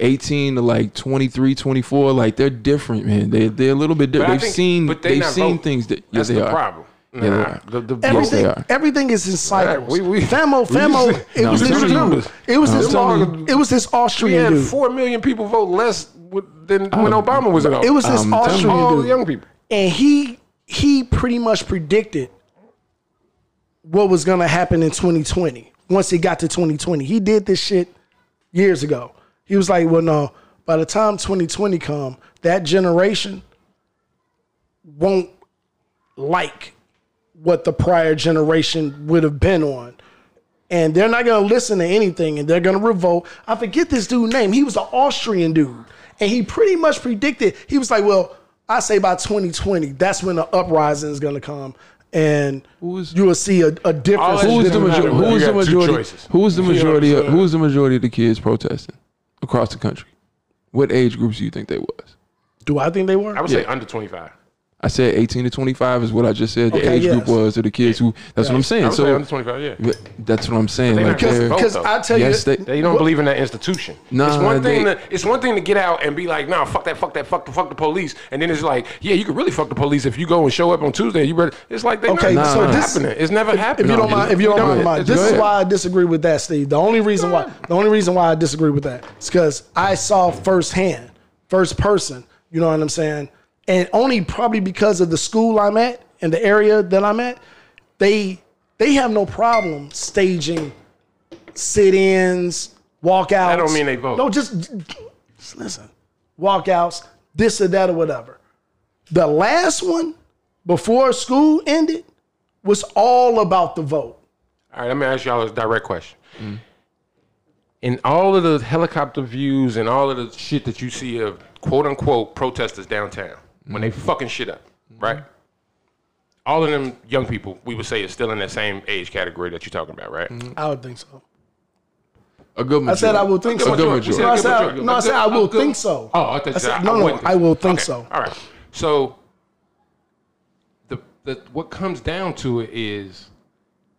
18 to like 23, 24, like they're different, man. They they're a little bit
But I
different. They've
think-
seen
but they
they've
not
seen
voting.
things that yes
That's
they
the
are
problem.
Yeah, they
Nah,
are.
the- the-
yes, they
Everything,
are.
everything is in cycles.
we- we-
Famo,
we
Famo,
just-
it
No,
was
I'm
this
telling you.
dude. It was
No, I'm
this.
telling
you.
It was this
We
Austrian
had
dude.
four million people vote less w- than when
Oh,
Obama was in office.
It was this
I'm telling
Austrian
you.
all
dude.
Oh, young people.
and he he pretty much predicted what was gonna happen in 2020 once it got to 2020 he did this shit years ago he was like well no by the time 2020 come that generation won't like what the prior generation would have been on and they're not gonna listen to anything and they're gonna revolt i forget this dude's name he was an austrian dude and he pretty much predicted he was like well i say by 2020 that's when the uprising is gonna come and
is-
you will see a, a
All
difference
that
Who's
shit
the,
doesn't
major-
matter, bro.
who is
You
the
got two
majority?
choices.
Who is the
You know what I'm
majority? Of,
saying?
who is the majority of the kids protesting across the country? What age groups do you think they was?
do i think they were
I would say under twenty five.
I said eighteen to twenty five is what I just said. The
Okay,
age group
yes.
was of the kids who. That's what I'm
I
saying.
would say
So
under twenty five. Yeah.
but that's what I'm saying.
They
Like
not gonna
they're-
vote.
because
though.
i tell
Yes,
you
they-
They don't believe in that institution. it's
Nah,
one thing.
they-
to, it's one thing to get out and be like, "Nah, fuck that, fuck that, fuck the, fuck the police," and then it's like, "Yeah, you can really fuck the police if you go and show up on Tuesday." You better. It's like they
Okay,
not,
so
it's not
this-
happening. It's never
if
happening.
you don't
No,
mind,
it-
if you
it
don't
don't.
mind, mind,
It's-
this
go
is
ahead.
why I disagree with that, Steve. The only reason why, the only reason why I disagree with that is because I saw firsthand, first person. You know what I'm saying? And only probably because of the school I'm at and the area that I'm at, they they have no problem staging sit-ins, walkouts. I
don't mean they vote.
No, just, just listen, walkouts, this or that or whatever. The last one before school ended was all about the vote.
All right, let me ask y'all a direct question. In all of the helicopter views and all of the shit that you see of quote unquote protesters downtown when they fucking shit up, right? All of them young people, we would say, is still in that same age category that you're talking about, right?
I would think so.
A good
I said I will
majority.
think
A
so.
good
No,
majority.
I said,
A good
I-
majority.
no, I
A
said
good-
I will
a good-
think so.
Oh, I thought you
said-
said,
no, no,
wouldn't
I will think
Okay,
so.
All right. So the, the what comes down to it is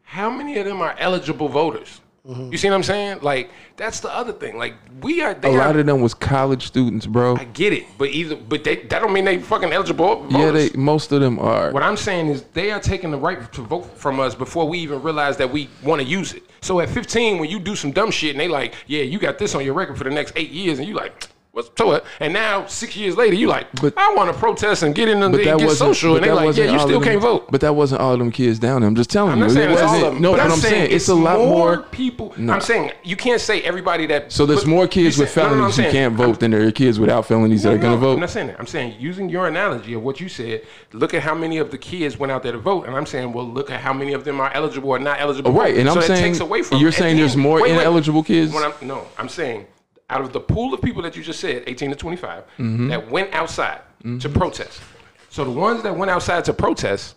how many of them are eligible voters?
Mm-hmm.
You see what I'm saying? Like that's the other thing. Like we are. They
A
are-
lot of them was college students, bro.
I get it, but either but they, that don't mean they fucking eligible. Voters.
Yeah, they most of them are.
What I'm saying is they are taking the right to vote from us before we even realize that we want to use it. So at 15, when you do some dumb shit and they like, yeah, you got this on your record for the next eight years, and you like, what's to it? And now six years later, you like,
But-
I want to protest and get in and
But
get
that wasn't
social,
but
and they
that
like,
wasn't
yeah, you
all
still
of them-
can't vote.
But that wasn't all of them kids down there. I'm just telling
I'm
you.
not
it
saying it's all
wasn't-
of them.
No,
but
but I'm saying it's a lot more.
people.
No.
I'm saying you can't say everybody that.
So there's
look,
more kids
you
with
said- no, no, no, I'm
felonies who
saying-
can't vote than there are kids without felonies that are
No,
going
no,
to vote.
I'm not saying that. I'm saying using your analogy of what you said, look at how many of the kids went out there to vote, and I'm saying, well, look at how many of them are eligible or not eligible. to
Right,
vote.
and I'm
that
saying- you're
At
saying
the
there's
end-
more ineligible kids?
When I'm- no, I'm saying out of the pool of people that you just said, 18 to 25,
Mm-hmm.
that went outside to protest.
Mm-hmm.
So the ones that went outside to protest,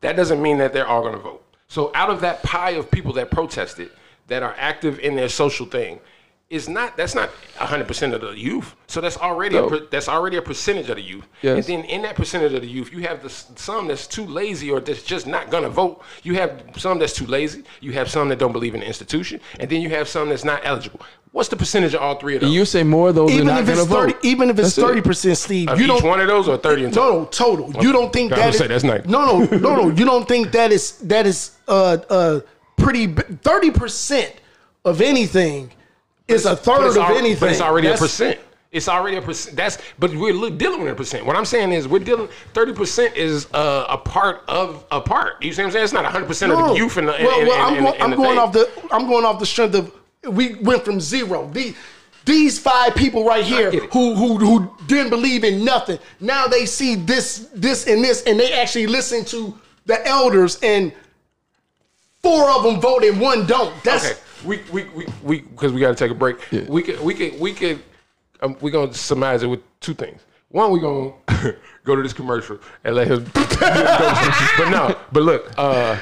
that doesn't mean that they're all going to vote. So out of that pie of people that protested, that are active in their social thing, is not that's not 100% of the youth. So that's already a
No.
per, that's already a percentage of the youth.
Yes.
And then in that percentage of the youth, you have the s- some that's too lazy or that's just not gonna vote. You have some that's too lazy. You have some that don't believe in the institution, and then you have some that's not eligible. What's the percentage of all three of those?
And you say more of those are
Even
not
if it's
going to vote.
thirty, even if it's
That's it.
thirty percent, Steve,
of
you
each
don't
one of those or 30 in total?
No, no, total. You don't think
I
that
was
is
gonna say, that's nice.
no, no, no, no. You don't think that is that is uh uh pretty thirty percent of anything is a
But
third
it's
of
al-
anything.
But it's already
That's-
a percent. It's already a percent. That's but we're li- dealing with a percent. What I'm saying is we're dealing. Thirty percent is uh, a part of a part. You see what I'm saying? It's not hundred percent of
No.
the youth and the. And,
well,
and-
well, I'm,
and-
go-
and
I'm
the
going
thing.
off the I'm going off the strength of we went from zero. These these five people right here
get it.
who who who didn't believe in nothing. Now they see this this and this, and they actually listen to the elders and. Four of them voted, one don't. That's
Okay, we we we we because we got to take a break. We could we could we could um, we gonna surmise it with two things. One, we gonna go to this commercial and let him. but no, but look. uh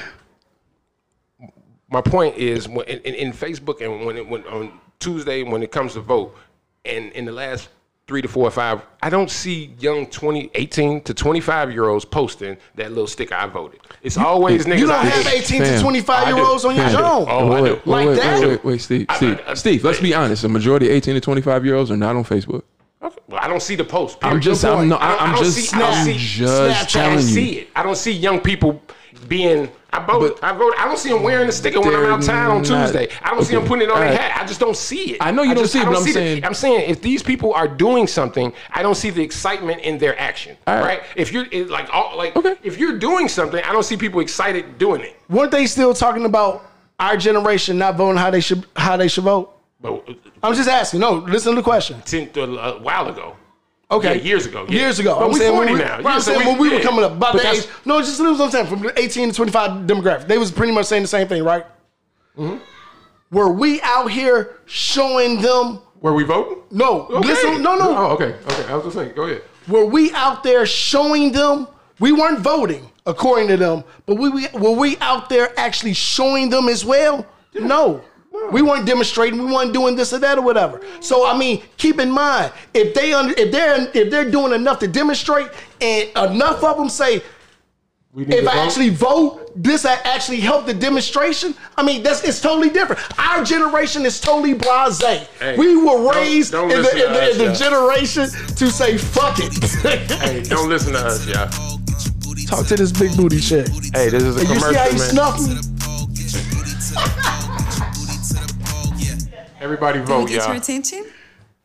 my point is when, in, in- in Facebook and when it when on Tuesday when it comes to vote and in the last three to four or five, I don't see young 20, 18 to 25 year olds posting that little sticker I voted. It's always niggas
You
I
don't
hate.
have 18
Fam.
to 25
I
year
do.
olds on your
I do.
show.
Oh, I
wait,
do.
wait,
Like
wait,
that.
wait, wait, wait, Steve,
I-
Steve,
I- I-
Steve. Let's be honest. The majority of 18 to 25 year olds are not on Facebook.
Okay. Well, I don't see the post.
I'm
period.
just,
Good
I'm,
point.
no, I,
don't- I
I'm
don't
just,
see- I don't
I'm
see
just
I
telling
don't
you.
see it. I don't see young people being. I vote.
But-
I vote. I don't see them wearing the sticker when I'm
They're
outside on
not-
Tuesday. I don't see them
okay.
putting it on
All
their
right.
hat. I just don't see it.
I know you don't
just-
see it,
I
but I'm
see the-
saying-
I'm saying if these people are doing something, I don't see the excitement in their action.
All right.
Right? If you're it, like, all, like,
Okay.
if you're doing something, I don't see people excited doing it.
Weren't they still talking about our generation not voting how they should how they should vote?
But uh,
I'm just asking. No, listen to the question.
since a a while ago.
Okay,
Yeah, years ago, yeah.
Years ago.
But
I'm
we
saying
40
when we,
now.
right,
Yeah,
I'm
so
saying
we-
when we were
yeah.
coming up, about
But
the
that's-
age. No, just listen to what I'm saying. From the 18 to 25 demographic, they was pretty much saying the same thing, right?
Mm-hmm.
Were we out here showing them?
Were we voting?
No,
Okay.
listen. No, no.
Oh, okay. Okay. I was just saying. Go ahead.
were we out there showing them we weren't voting according to them but we, we were we out there actually showing them as well no we weren't demonstrating we weren't doing this or that or whatever so i mean keep in mind if they under, if they're if they're doing enough to demonstrate and enough of them say
We need
if
to
I
vote.
actually vote, this I actually help the demonstration. I mean, that's it's totally different. Our generation is totally blasé.
Hey,
we were
don't-
raised
don't
in, the,
listen to
in, the,
us,
in the
yeah.
generation to say fuck it.
Hey, don't listen to us, y'all.
Talk to this big booty chick.
Hey, this is a
And you
commercial,
see how he
man.
snuffed me?
Everybody vote,
Get your
y'all.
attention?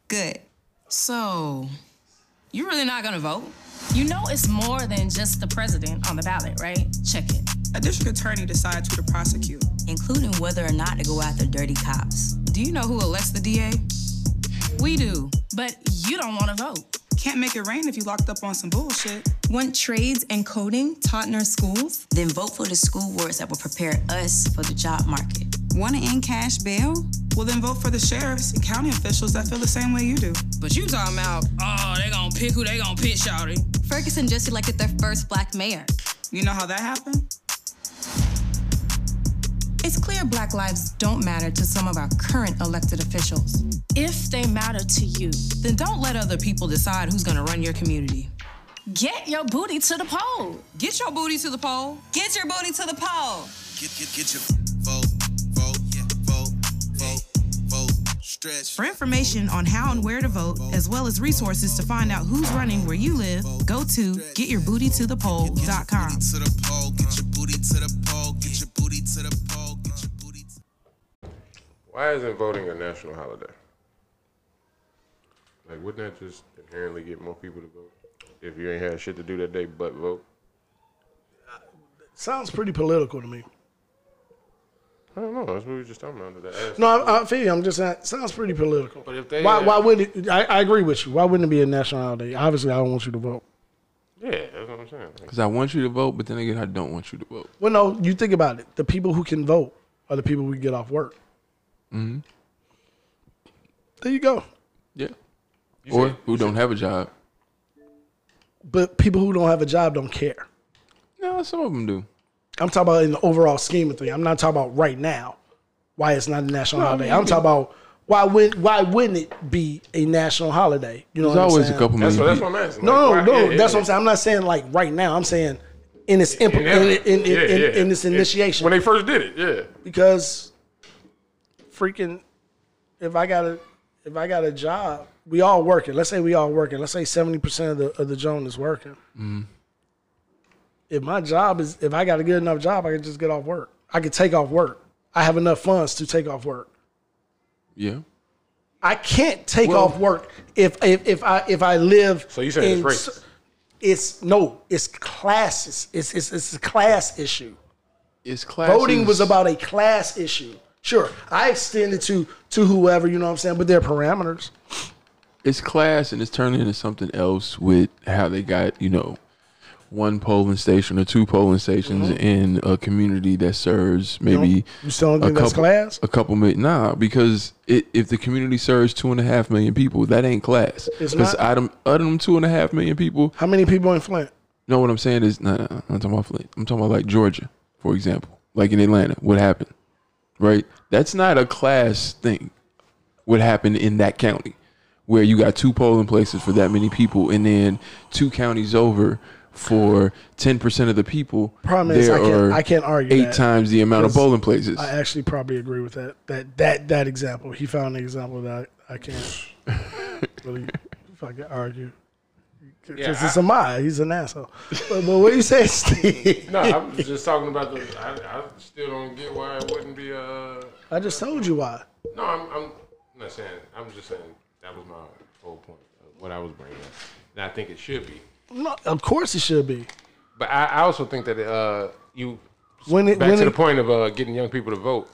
Good. So, you're really not gonna vote? You know it's more than just the president on the ballot, right? Check it.
A district attorney decides who to prosecute.
Including whether or not to go after dirty cops. Do you know who elects the DA? We do, but you don't wanna vote.
Can't make it rain if you locked up on some bullshit.
Want trades and coding taught in our schools? Then vote for the school boards that will prepare us for the job market.
Want to end cash bail? Well, then vote for the sheriffs and county officials that feel the same way you do.
But you talking about, oh, they gonna pick who they gonna pick, shouty. Ferguson just elected their first black mayor.
You know how that happened?
It's clear black lives don't matter to some of our current elected officials. If they matter to you, then don't let other people decide who's gonna run your community. Get your booty to the poll. Get your booty to the poll. Get your booty to the poll.
Get, get, get your vote, vote, vote, vote, vote, stretch.
For information on how and where to vote, as well as resources to find out who's running where you live, go to getyourbootytothepoll.com.
To the pole, get your booty to the pole, get your booty to the pole, get your booty to the
Why isn't voting a national holiday? Like, wouldn't that just inherently get more people to vote if you ain't had shit to do that day but vote?
Sounds pretty political to me.
I don't know. That's what we were just talking about. That ass.
No, I, I feel you. I'm just saying, sounds pretty political.
But if they- uh,
why, why would it? I, I agree with you. Why wouldn't it be a national holiday? Obviously, I don't want you to vote.
Yeah, that's what I'm saying. Like,
Because I want you to vote, but then again, I don't want you to vote.
Well, no, you think about it. The people who can vote are the people who get off work.
Mm-hmm.
There you go.
Yeah. Or
said-
who don't have a job.
But people who don't have a job don't care.
No, some of them do.
I'm talking about in the overall scheme of things. I'm not talking about right now. Why it's not a national
No, I
holiday.
mean,
I'm
it-
talking about why would why wouldn't it be a national holiday? You know,
There's
what I'm
always
saying?
a couple
That's what,
million
that's what I'm asking.
No,
Like,
no,
why-
no.
yeah,
that's what
yeah.
I'm saying. I'm not saying like right now. I'm saying in its imp- in,
Yeah.
in, in,
Yeah,
in,
yeah.
in its initiation
When they first did it, yeah.
because freaking if I got a if I got a job, we all working. Let's say we all working. Let's say seventy percent of the of the joint is working.
Mm-hmm.
If my job is if I got a good enough job, I can just get off work. I could take off work. I have enough funds to take off work.
Yeah.
I can't take
Well-
off work if if if I if I live.
So you saying
in
it's
s-
racist?
It's no, it's classes. It's it's it's a class issue.
It's class.
Voting was about a class issue. Sure, I extended to to whoever you know what I'm saying, but there are parameters.
it's class and it's turning into something else with how they got you know one polling station or two polling stations
Mm-hmm.
in a community that serves maybe
You still don't
a
think
couple
that's class?
a couple million nah because it, if the community serves two and a half million people that ain't class
It's
because
not.
out of out of them two and a half million people
How many people in Flint?
no what I'm saying is nah, nah, I'm not talking about Flint I'm talking about like Georgia for example like in Atlanta what happened right that's not a class thing what happened in that county where you got two polling places for that many people and then two counties over for 10% of the people
Problem is, I can't-
are
I can't argue
eight
that
times the amount of
because
polling places
I actually probably agree with that. That that that example. He found an example that I, I can't really fucking argue. Because
Yeah,
it's a my, he's an asshole. But, but what you say, Steve?
No, I was just talking about the. I, I still don't get why it wouldn't be. Uh,
I just told you why.
no, I'm, I'm not saying. I'm just saying that was my whole point. Of what I was bringing up, and I think it should be.
No, of course it should be.
But I, I also think that uh, you
When it
back
when
to
it,
the point of uh, getting young people to vote.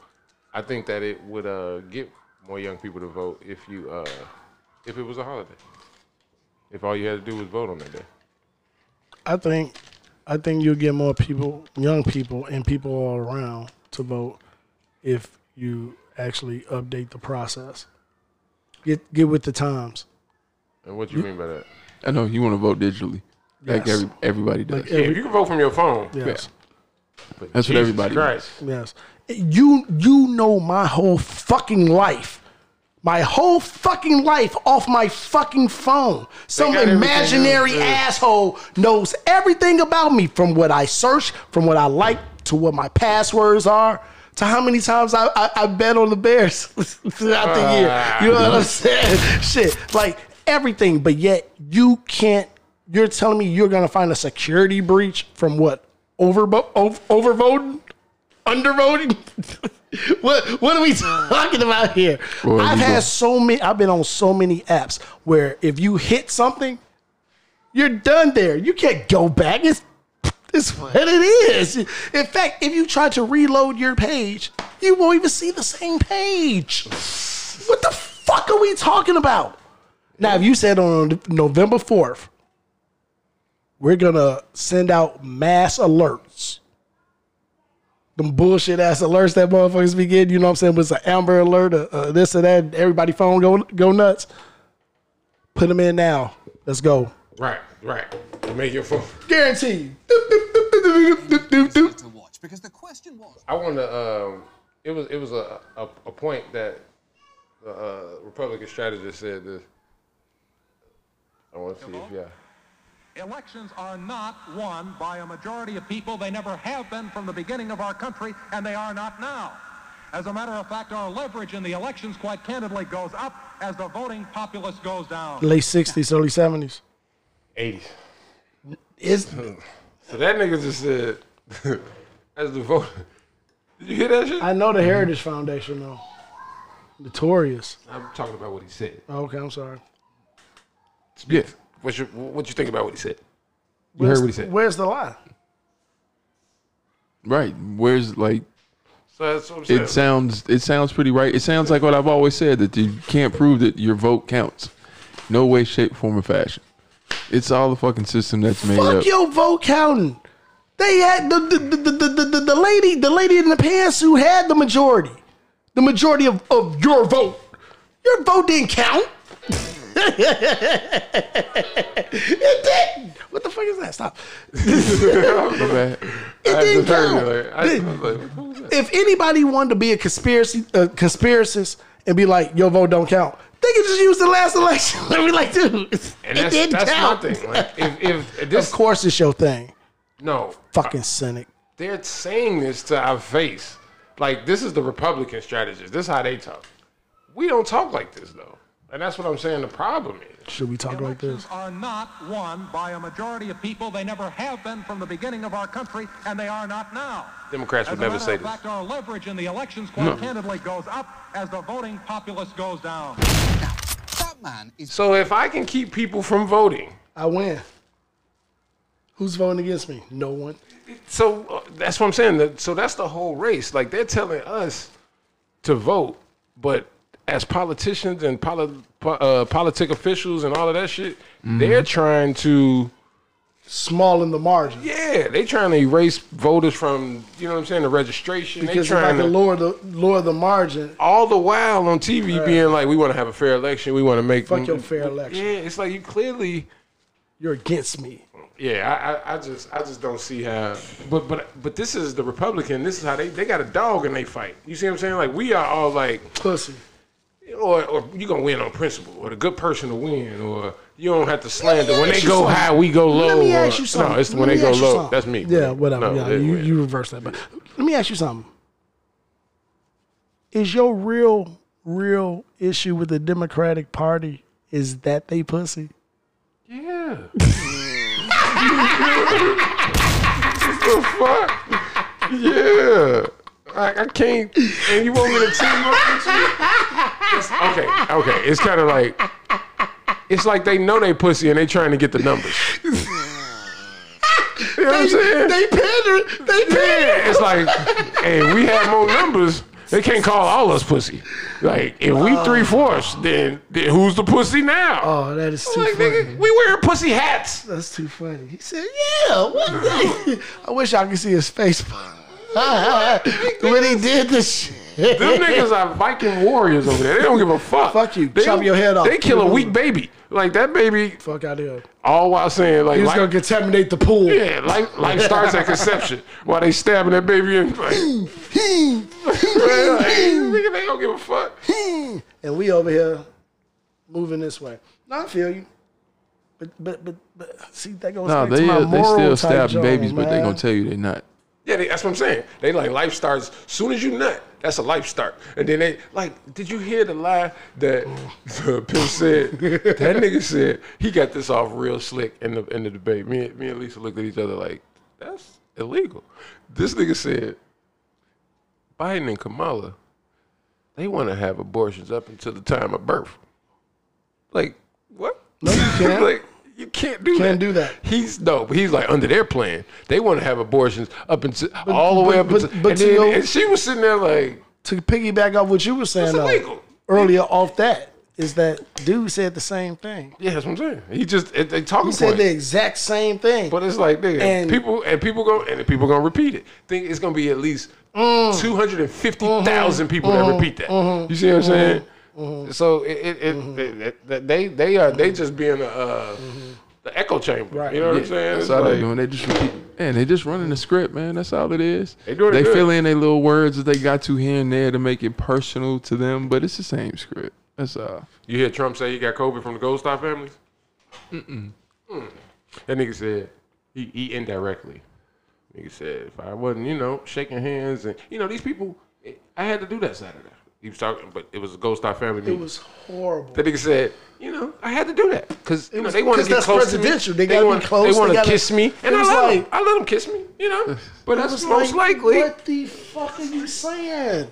I think that it would uh, get more young people to vote if you uh, if it was a holiday. If all you had to do was vote on that day.
I think I think you'll get more people, young people, and people all around to vote if you actually update the process. Get get with the times.
And what do you mean by that?
I know you want to vote digitally like
Yes.
every, everybody does
Like
Yeah, if you can vote from your phone.
Yes.
But
That's what
Jesus
everybody
Christ.
Yes. You you know my whole fucking life. My whole fucking life off my fucking phone. Some
got everything
imaginary
else, yeah.
asshole knows everything about me from what I search, from what I like, to what my passwords are, to how many times I, I, I bet on the Bears throughout the year.
Ah,
You know what I'm saying? Shit. Like everything, but yet you can't, you're telling me you're going to find a security breach from what? Overbo- ov- overvoting? undervoting? what what are we talking about here?
Well,
I've
you
had
go-
so many I've been on so many apps where if you hit something, you're done there. You can't go back. It's it's what it is. In fact, if you try to reload your page, you won't even see the same page. What the fuck are we talking about? Now, if you said on November 4th, we're gonna send out mass alerts. Them bullshit ass alerts that motherfuckers be getting, you know what I'm saying? Was an Amber Alert, uh, uh, this or that, everybody phone go go nuts. Put them in now. Let's go.
Right, right. You made your phone.
Guaranteed. Doop, doop, doop, doop, doop, doop, doop, doop.
To watch because the question was.
I want to. Um, it was it was a a, a point that the uh, Republican strategist said this. I want to see if yeah.
Elections are not won by a majority of people. They never have been from the beginning of our country, and they are not now. As a matter of fact, our leverage in the elections, quite candidly, goes up as the voting populace goes down.
Late 60s, early 70s.
Eighties.
Is
So that nigga just said, as the vote. Did you hear that shit?
I know the Heritage Foundation though. Notorious.
I'm talking about what he said.
Okay, I'm sorry.
yeah
What you what you think about what he said? You heard what he said.
Where's the lie?
right where's like
So that's what I'm saying.
it sounds it sounds pretty right it sounds like what I've always said that you can't prove that your vote counts no way shape form or fashion it's all the fucking system that's made
Fuck
up
your vote counting. They had the the, the, the, the, the the lady the lady in the pantsuit had the majority, the majority of, of your vote. Your vote didn't count. it didn't. What the fuck is that? Stop.
it
didn't count. If anybody wanted to be a conspiracy uh, conspiracist and be like, your vote don't count, they could just use the last election. Let me like, dude,
And
it
that's,
didn't
that's
count.
my thing. Like, if, if, if
Of
this,
course, it's your thing.
no,
Fucking cynic.
they're saying this to our face. Like this is the Republican strategist. This is how they talk. We don't talk like this though, and that's what I'm saying. The problem is.
Should we talk like this?
are not won by a majority of people. They never have been from the beginning of our country, and they are not now.
Democrats
As
would
a
never
matter
say
of
this.
fact, our leverage in the elections quite
No.
candidly goes up as the voting populace goes down.
So if I can keep people from voting,
I win. Who's voting against me? No one.
so uh, that's what I'm saying. That- So that's the whole race. Like they're telling us to vote, but as politicians and poli- po- uh, politic officials and all of that shit,
Mm-hmm.
they're trying to
Small in the margin.
yeah, they trying to erase voters from you know what I'm saying the registration.
Because if
they
I
trying to
can lower the lower the margin,
all the while on TV being like, we want to have a fair election. We want to make
fuck your fair election.
Yeah, it's like you clearly.
You're against me.
Yeah, I, I, I just I just don't see how. But but but this is the Republican. This is how they they got a dog in they fight. You see what I'm saying? Like we are all like,
Pussy.
or or you gonna win on principle, or the good person to win, or you don't have to slander. When they
ask you
go
something.
high, we go low.
Let me ask
or-
you something.
No, it's
Let
when
me
they go
ask you
low.
something.
That's me.
Yeah, whatever.
No,
yeah,
they
you,
win.
you reverse that. But let me ask you something. Is your real, real issue with the Democratic Party is that they pussy?
Yeah. what the fuck? Yeah. I, I can't. And you want me to team up with you? It's- okay, okay. It's kind of like. It's like they know they pussy and they trying to get the numbers. you know what I'm saying?
They pander. They pander.
Yeah, it's like, hey, we have more numbers. They can't call all us pussy. Like, if we three fourths, then, then who's the pussy now?
Oh, that is too
like,
funny.
nigga, we wearing pussy hats.
That's too funny. He said, "Yeah, what?" the-" I wish I could see his face when he did this shit.
Them niggas are Viking warriors over there. They don't give a fuck.
Fuck you.
They,
Chop your head off. Mm-hmm.
They kill a weak baby. Like that baby,
Fuck out of here.
all while saying like,
He was
life,
gonna contaminate the pool.
yeah, life, life starts at conception while they stabbing that baby in. Like, like, nigga, they don't give a fuck.
and we over here moving this way. No, I feel you. But but but, but see that goes
No,
back
they
to my
uh, they
moral
still
type
stabbing
joint,
babies, but they
man.
gonna tell you they not.
Yeah, they, that's what I'm saying. They like life starts soon as you nut. That's a life start. And then they like, did you hear the lie that Pimp said? that nigga said he got this off real slick in the in the debate. Me, and- me and Lisa looked at each other like, that's illegal. This nigga said, Biden and Kamala, they want to have abortions up until the time of birth. Like what? No,
you can't.
like you can't do
Can't
that.
do that.
He's no, but he's like under their plan. They want to have abortions up until all the way up.
but-
until,
but
and,
to
then-
your-
and she was sitting there like,
To piggyback off what you were saying
That's
though,
illegal.
earlier off that is that dude said the same thing.
yeah, that's what I'm saying. He just it, they
He
talking
said the
point.
exact same thing.
But it's like nigga,
And-
people and people go and people gonna repeat it. Think it's gonna be at least
Mm-hmm.
two hundred and fifty thousand people that repeat that. you see what I'm saying?
Mm-hmm.
So it it, it, it- it- they they are they just being a uh, the echo chamber.
Mm-hmm. Right.
You know what
Yeah,
I'm saying?
That's
It's
all
like-
they doing. They just repeat. Man, they just running the script, man. That's all it is.
They doing it
They
good.
fill in their little words that they got to here and there to make it personal to them, but it's the same script. That's all.
You hear Trump say he got COVID from the Gold Star families? Mm-mm. That nigga said he, he indirectly. Nigga said if I wasn't, you know, shaking hands and you know these people, I had to do that Saturday. He was talking, but it was a Gold Star family
it
meeting.
was horrible.
that nigga said, you know, I had to do that because you know
was-
they want to
'cause
get
that's
close
presidential.
to
They
me.
gotta be
wanna-
close.
They want
They
to
gotta-
kiss me,
it
and I
was
let
like-
them. I let them kiss me, you know. But
It
that's
was
most
like,
likely.
What the fuck are you saying?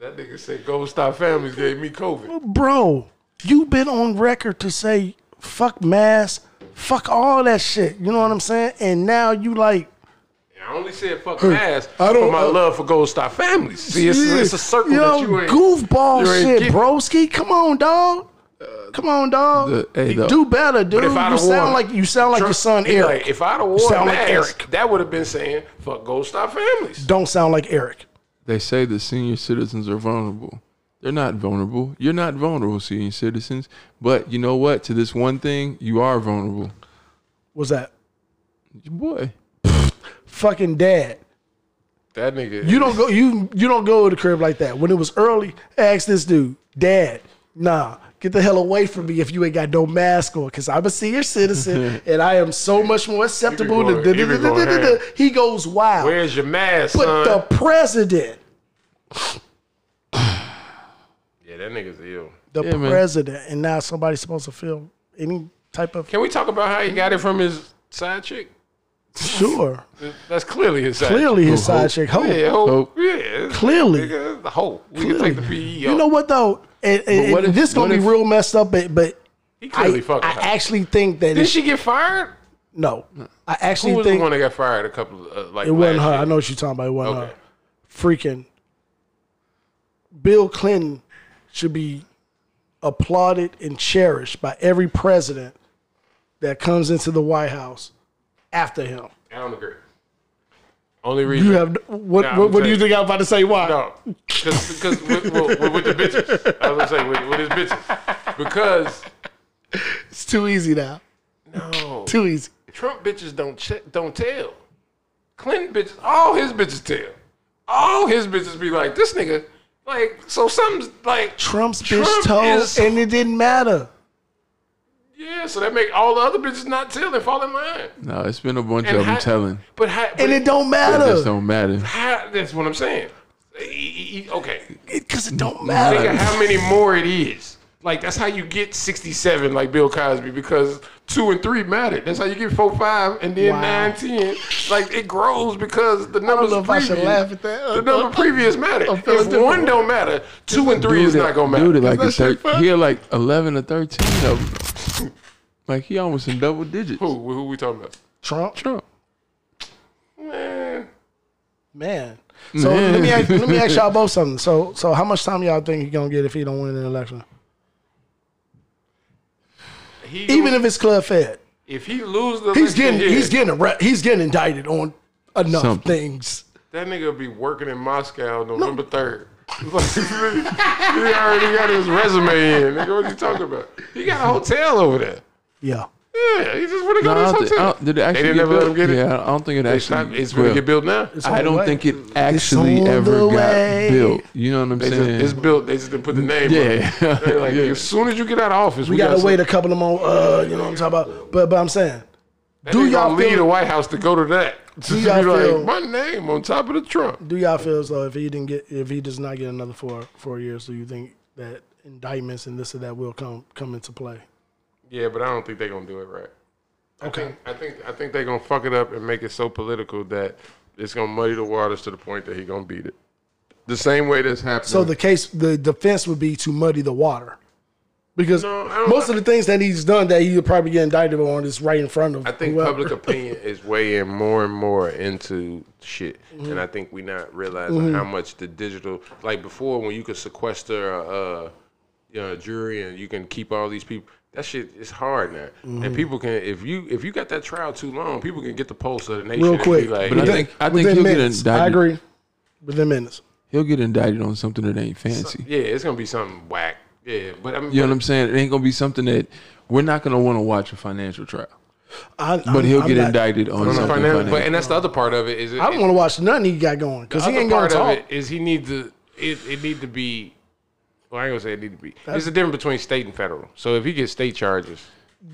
That nigga said Gold Star families gave me COVID.
bro, you've been on record to say fuck mass, fuck all that shit. You know what I'm saying? And now you like
And I only said fuck ass
I don't-
for my
uh,
love for Gold Star families. See, it's, it's a circle
yo,
that you ain't.
goofball
you ain't
shit,
get-
broski. Come on, dog. Come on, dog.
the- hey, dog.
do better, dude.
But if I'd
You
have
sound
worn,
like you sound like
Trump-
your son
he
Eric.
like, if I'd have worn
sound like
mask,
Eric.
that would have been saying fuck Gold Star families.
Don't sound like Eric.
They say that senior citizens are vulnerable. They're not vulnerable. You're not vulnerable, senior citizens. But you know what? To this one thing, you are vulnerable.
What's that?
Your boy.
Fucking dad.
That nigga.
You don't go you you don't go to the crib like that. When it was early, ask this dude, Dad, nah, get the hell away from me if you ain't got no mask on, cause I'm a senior citizen and I am so much more acceptable
going-
than da-
you
da-
been
da- da-
going
da-
ham.
da- he goes wild.
Where's your mask,
but
son?
the president,
yeah, that nigga's ill.
the
Yeah, man.
president, and now somebody's supposed to feel any type of
Can we talk about how he got it from his side chick?
sure.
That's clearly his side
Clearly
chick.
his side chick, Hope.
Yeah, hope.
Hope.
Yeah.
Clearly.
Nigga, the hope. We can take the E PE
You know what though? And, and-
But what
and
if-
this gonna
what
be
if-
real messed up, but but
He clearly
I,
fucked
I
her.
actually think that
Did
it-
she get fired?
no. I
Who
actually
was the
think
one that got fired a couple of, uh, like,
it wasn't
last
her.
year?
I know what you're talking about. It wasn't
Okay.
her. Freaking Bill Clinton should be applauded and cherished by every president that comes into the White House after him.
I don't agree. Only reason.
You have what?
Nah,
what
I'm
what do you
saying-
think I'm about to say? Why?
No, because with, well, with, with the bitches, I was gonna say with, with his bitches, because
It's too easy now.
no,
Too easy.
Trump bitches don't che- don't tell. Clinton bitches, all his bitches tell. All his bitches be like, this nigga, like, so something's like,
Trump's bitch
Trump
told,
is-
and it didn't matter.
yeah. So that make all the other bitches not tell and fall in line.
No, it's been a bunch
And
of
how-
them telling.
But how?
And it don't
It just
matter
don't matter.
How, that's what I'm saying. E- e- e- Okay,
because it don't
Think
matter.
of how many more it is. Like that's how you get sixty-seven, like Bill Cosby, because two and three matter. That's how you get four, five, and then
Wow.
nine, ten. Like it grows because the
I
numbers
don't know if I
previous,
should laugh at that.
the number previous matter.
I'm
If
feeling different.
one don't matter, two and three is
Dude,
not gonna matter.
Dude, it like a
Is that shit
thir-
fun?
he had like eleven or thirteen of them. Like he almost in double digits.
who? Who we talking about?
Trump,
Trump.
Man,
man. So let me ask, let me ask y'all both something. So so how much time y'all think he gonna get if he don't win the election?
he
Even if it's club fed,
if he lose the
he's
election
getting
here,
he's getting arre- he's getting indicted on enough
Something.
things.
that nigga will be working in Moscow November third. he already got his resume in. Nigga, what you talking about? He got a hotel over there.
Yeah,
Yeah, he just want
No,
to go
I
to
don't
his
thi- I
hotel.
don't- did it actually
they
get
didn't ever let him
built?
get it.
Yeah, I don't think it
It's, not,
actually.
it's going
built.
to get built now.
It's
I
on the
don't
way.
think it actually
on the
ever
way.
got built. You know what I'm
They just,
saying?
it's built. They just didn't put the name.
Yeah.
on it. They're like,
Yeah.
As soon as you get out of office, we,
we gotta
got
wait a couple of more. Uh, you know what I'm talking about. But but I'm saying,
Do
do
y'all
y'all
leave the
feel
White House to go to that? Just be
y'all feel-
like, my name on top of the Trump.
do y'all feel as though if he didn't get if he does not get another four four years, do you think that indictments and this and that will come come into play?
Yeah, but I don't think they're gonna do it right. Okay. I think I think, I think they're gonna fuck it up and make it so political that it's gonna muddy the waters to the point that he gonna beat it. The same way that's happening.
So the case, the defense would be to muddy the water, because
No, I don't-
most of the things that he's done that he'll probably get indicted on is right in front of.
I think
whoever.
public opinion is weighing more and more into shit,
Mm-hmm.
and I think we not realizing how much the digital, like before, when you could sequester a, uh you know, a jury and you can keep all these people. That shit is hard now,
Mm-hmm.
and people can if you if you got that trial too long, people can get the pulse of the nation
real
and be
quick.
Like,
But I
yeah.
think- I think
within
he'll get
minutes.
indicted.
I agree. Within minutes.
He'll get indicted on something that ain't fancy.
yeah, it's gonna be something whack. Yeah, but I mean,
You know what I'm saying? It ain't gonna be something that we're not gonna want to watch a financial trial.
I,
But he'll get indicted on
but,
something
finance,
financial.
but and that's the other part of it is it,
I don't want to watch nothing he got going because he
other
ain't going
part
to
of
talk.
it is he need to it, it need to be well, I ain't gonna say it need to be. There's a difference between state and federal. So if he gets state charges,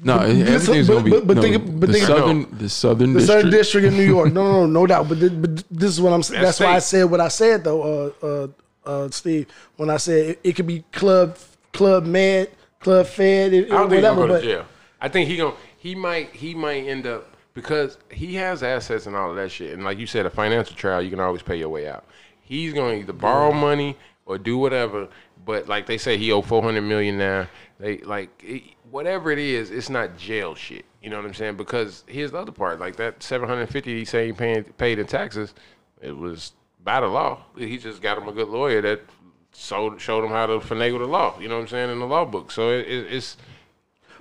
no,
this-
everything's
but-
gonna be.
but- but
no,
think- but
the
think-
southern, the southern,
The
district,
Southern District in New York. No, no, no, no doubt. But, thi- but this is what I'm. That's, that's why I
state.
said what I said though, uh, uh, uh, Steve. When I said it, it could be club, club med, club fed, it,
I don't
whatever.
think he's gonna go
but
to jail. I think he gonna he might he might end up because he has assets and all of that shit. And like you said, a financial trial, you can always pay your way out. He's gonna either borrow money or do whatever. But like they say, he owe four hundred million now. They like it, whatever it is, it's not jail shit. You know what I'm saying? Because here's the other part, like that seven hundred fifty he saying paying paid in taxes, it was by the law. He just got him a good lawyer that. Sold, showed him how to finagle the law, you know what I'm saying, in the law book. So it, it, it's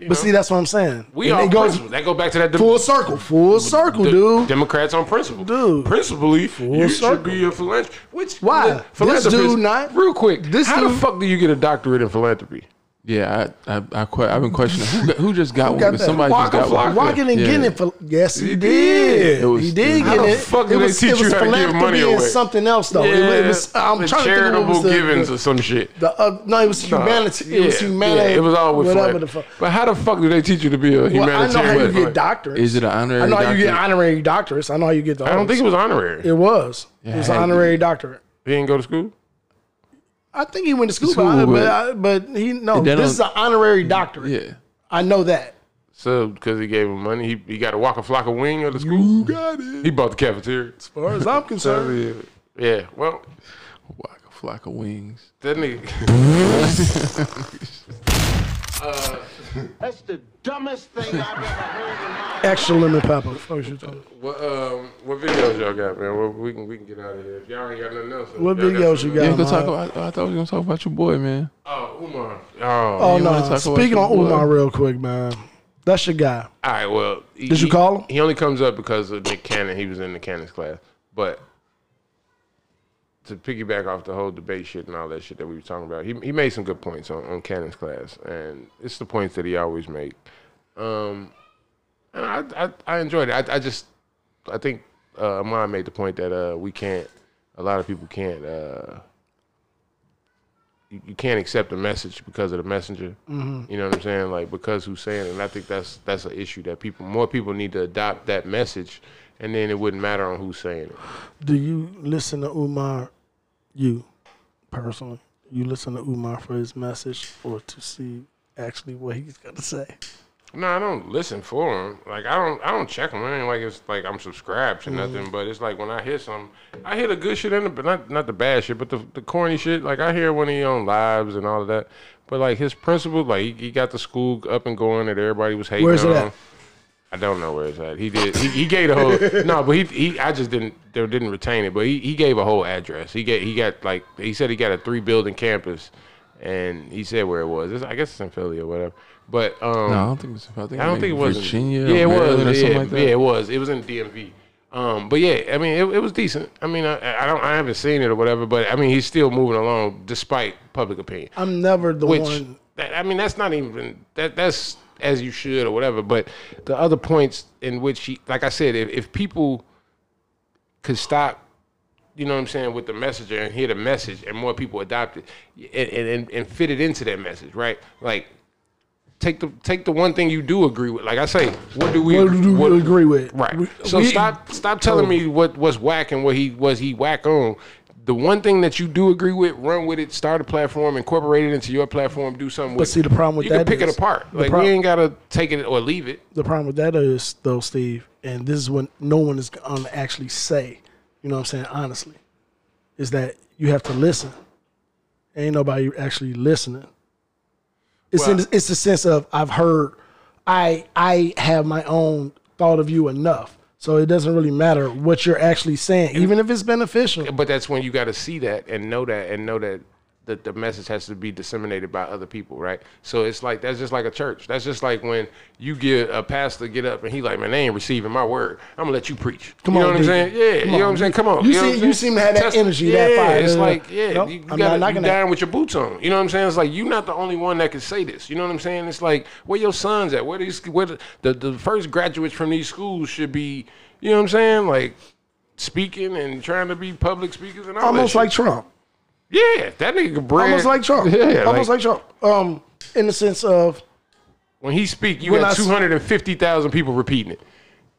but see, that's what I'm saying.
We
And
all
it goes
principle. That go back to that dem-
full circle, full circle,
de-
dude.
Democrats on principle, dude. Principally, you should
circle.
be a philanthropist. Which
Why? This
Philanthropist.
dude not
real quick. This how the
dude-
fuck do you get a doctorate in philanthropy?
Yeah, I, I, I que- I've been questioning who, got- who just got
Who
one.
got
But
that?
Somebody
Waka
just got
Flocka.
one.
Waka didn't
yeah.
get it for. Yes, he,
He
did.
did. It was-
he did
How
get
the
it.
fuck do
it
they
was,
teach
it was
you how to give
philanthropy
money
and
away?
something else though. It was- it was- I'm
the
trying to think of
charitable
what was the-
givings
the-
or some shit.
The uh, no, it was humanity.
Nah,
it was
yeah,
humanity.
yeah, it was all with
whatever
philan-
the fuck.
But how the fuck do they teach you to be a
Well, I
humanitarian?
know how you get
philanthropist?
doctorates.
Is it an
I
honorary
know how you get
doctorate?
honorary doctorates. I know how you get the.
I don't think it was honorary.
It was. it was an
had to
honorary doctorate.
He didn't go to school.
I think he went to school,
School,
but, I, but,
but-
I, but he no. This
They don't-
is an honorary doctorate.
Yeah.
I know that.
So because he gave him money, he, he got a walk a flock of wing of the school.
You got it.
He bought the cafeteria.
As far as I'm
So,
concerned,
yeah. yeah. Well,
Waka flock of wings.
that nigga.
That's the dumbest thing I've ever heard in my
extra lemon pepper. Fuck you talking.
What um what videos y'all got, man? What, we can we can get out of here. If y'all ain't got nothing else. if
What
y'all got
videos
something
you got?
Yeah,
else-
go
I'm
talk
all
about. I thought we was gonna talk about your boy, man.
Oh, Umar. Oh.
Oh
you
no!
wanna talk about
Speaking
your
on
boy?
Umar real quick, man. That's your guy.
All right. Well, he,
Did you
he-
call him?
He only comes up because of Nick Cannon. He was in the Cannon's class, but to piggyback off the whole debate shit and all that shit that we were talking about, he he made some good points on, on Cannon's class, and it's the points that he always made. Um, and I I, I enjoyed it. I, I just I think uh, Amon made the point that uh we can't a lot of people can't uh. You you can't accept a message because of the messenger. You know what I'm saying? Like because who's saying it. And I think that's that's an issue that people more people need to adopt that message, and then it wouldn't matter on who's saying it.
Do you listen to Umar? You personally, you listen to Umar for his message or to see actually what he's gonna say?
No, I don't listen for them. Like I don't, I don't check them. It ain't like it's like I'm subscribed to
Mm-hmm.
nothing. But it's like when I hear some, I hear the good shit and the but not not the bad shit, but the the corny shit. Like I hear when he on lives and all of that. But like his principal, like he, he got the school up and going that everybody was hating
Where's it
on.
at?
I don't know where it's at. He did. He, he gave a whole no, but he, he I just didn't there didn't retain it. But he, he gave a whole address. He get he got like he said he got a three building campus, and he said where it was. It's, I guess it's in Philly or whatever. But um,
No, I don't think it's. I think,
I don't think it was
Virginia. or
Yeah, it was.
Maryland Or
yeah,
something like that.
yeah, it was. It was in DMV. Um, but yeah, I mean, it, it was decent. I mean, I, I don't, I haven't seen it or whatever, but I mean, he's still moving along despite public opinion.
I'm never the
Which,
one.
that, I mean, that's not even that. That's as you should or whatever. But the other points in which he, like I said, if, if people could stop you know what I'm saying, with the messenger and hear the message and more people adopt it and, and, and, and fit it into that message, right? Like take the take the one thing you do agree with. Like I say, what do we
What do you
what-
agree with?
Right.
We-
So
we-
stop stop telling me what what's whack and what he was he whack on. The one thing that you do agree with, run with it, start a platform, incorporate it into your platform, do something with
see,
it.
the problem with
you
that
can pick
is-
it apart.
the
Like
prob-
we ain't gotta take it or leave it.
The problem with that is though, Steve, and this is what no one is gonna actually say. You know what I'm saying? Honestly, is that you have to listen. Ain't nobody actually listening. It's in,
Well-
it's the sense of I've heard. I I have my own thought of you enough, so it doesn't really matter what you're actually saying, even if it's beneficial.
but that's when you got to see that and know that and know that that the message has to be disseminated by other people, right? So it's like that's just like a church. That's just like when you get a pastor get up and he like, man, they ain't receiving my word. I'm gonna let you preach.
Come
you
on,
know what I'm
deacon.
saying? Yeah,
Come
you know
on,
what I'm saying? Come on.
You
know
seem-
what I'm
you
saying?
seem to have that energy, that
yeah,
fire.
It's
Yeah.
like yeah,
Nope,
you,
I'm not
gotta,
knocking
you
that.
down with your boots on. You know what I'm saying? It's like you're not the only one that can say this. You know what I'm saying? It's like where your sons at? Where these where the, the the first graduates from these schools should be? You know what I'm saying? Like speaking and trying to be public speakers and all that
Almost
shit.
like Trump.
Yeah, that nigga bread.
Almost like Trump.
Yeah,
almost like, Trump. Um, in the sense of
when he speak, you
when I
got
s-
two hundred and fifty thousand people repeating it.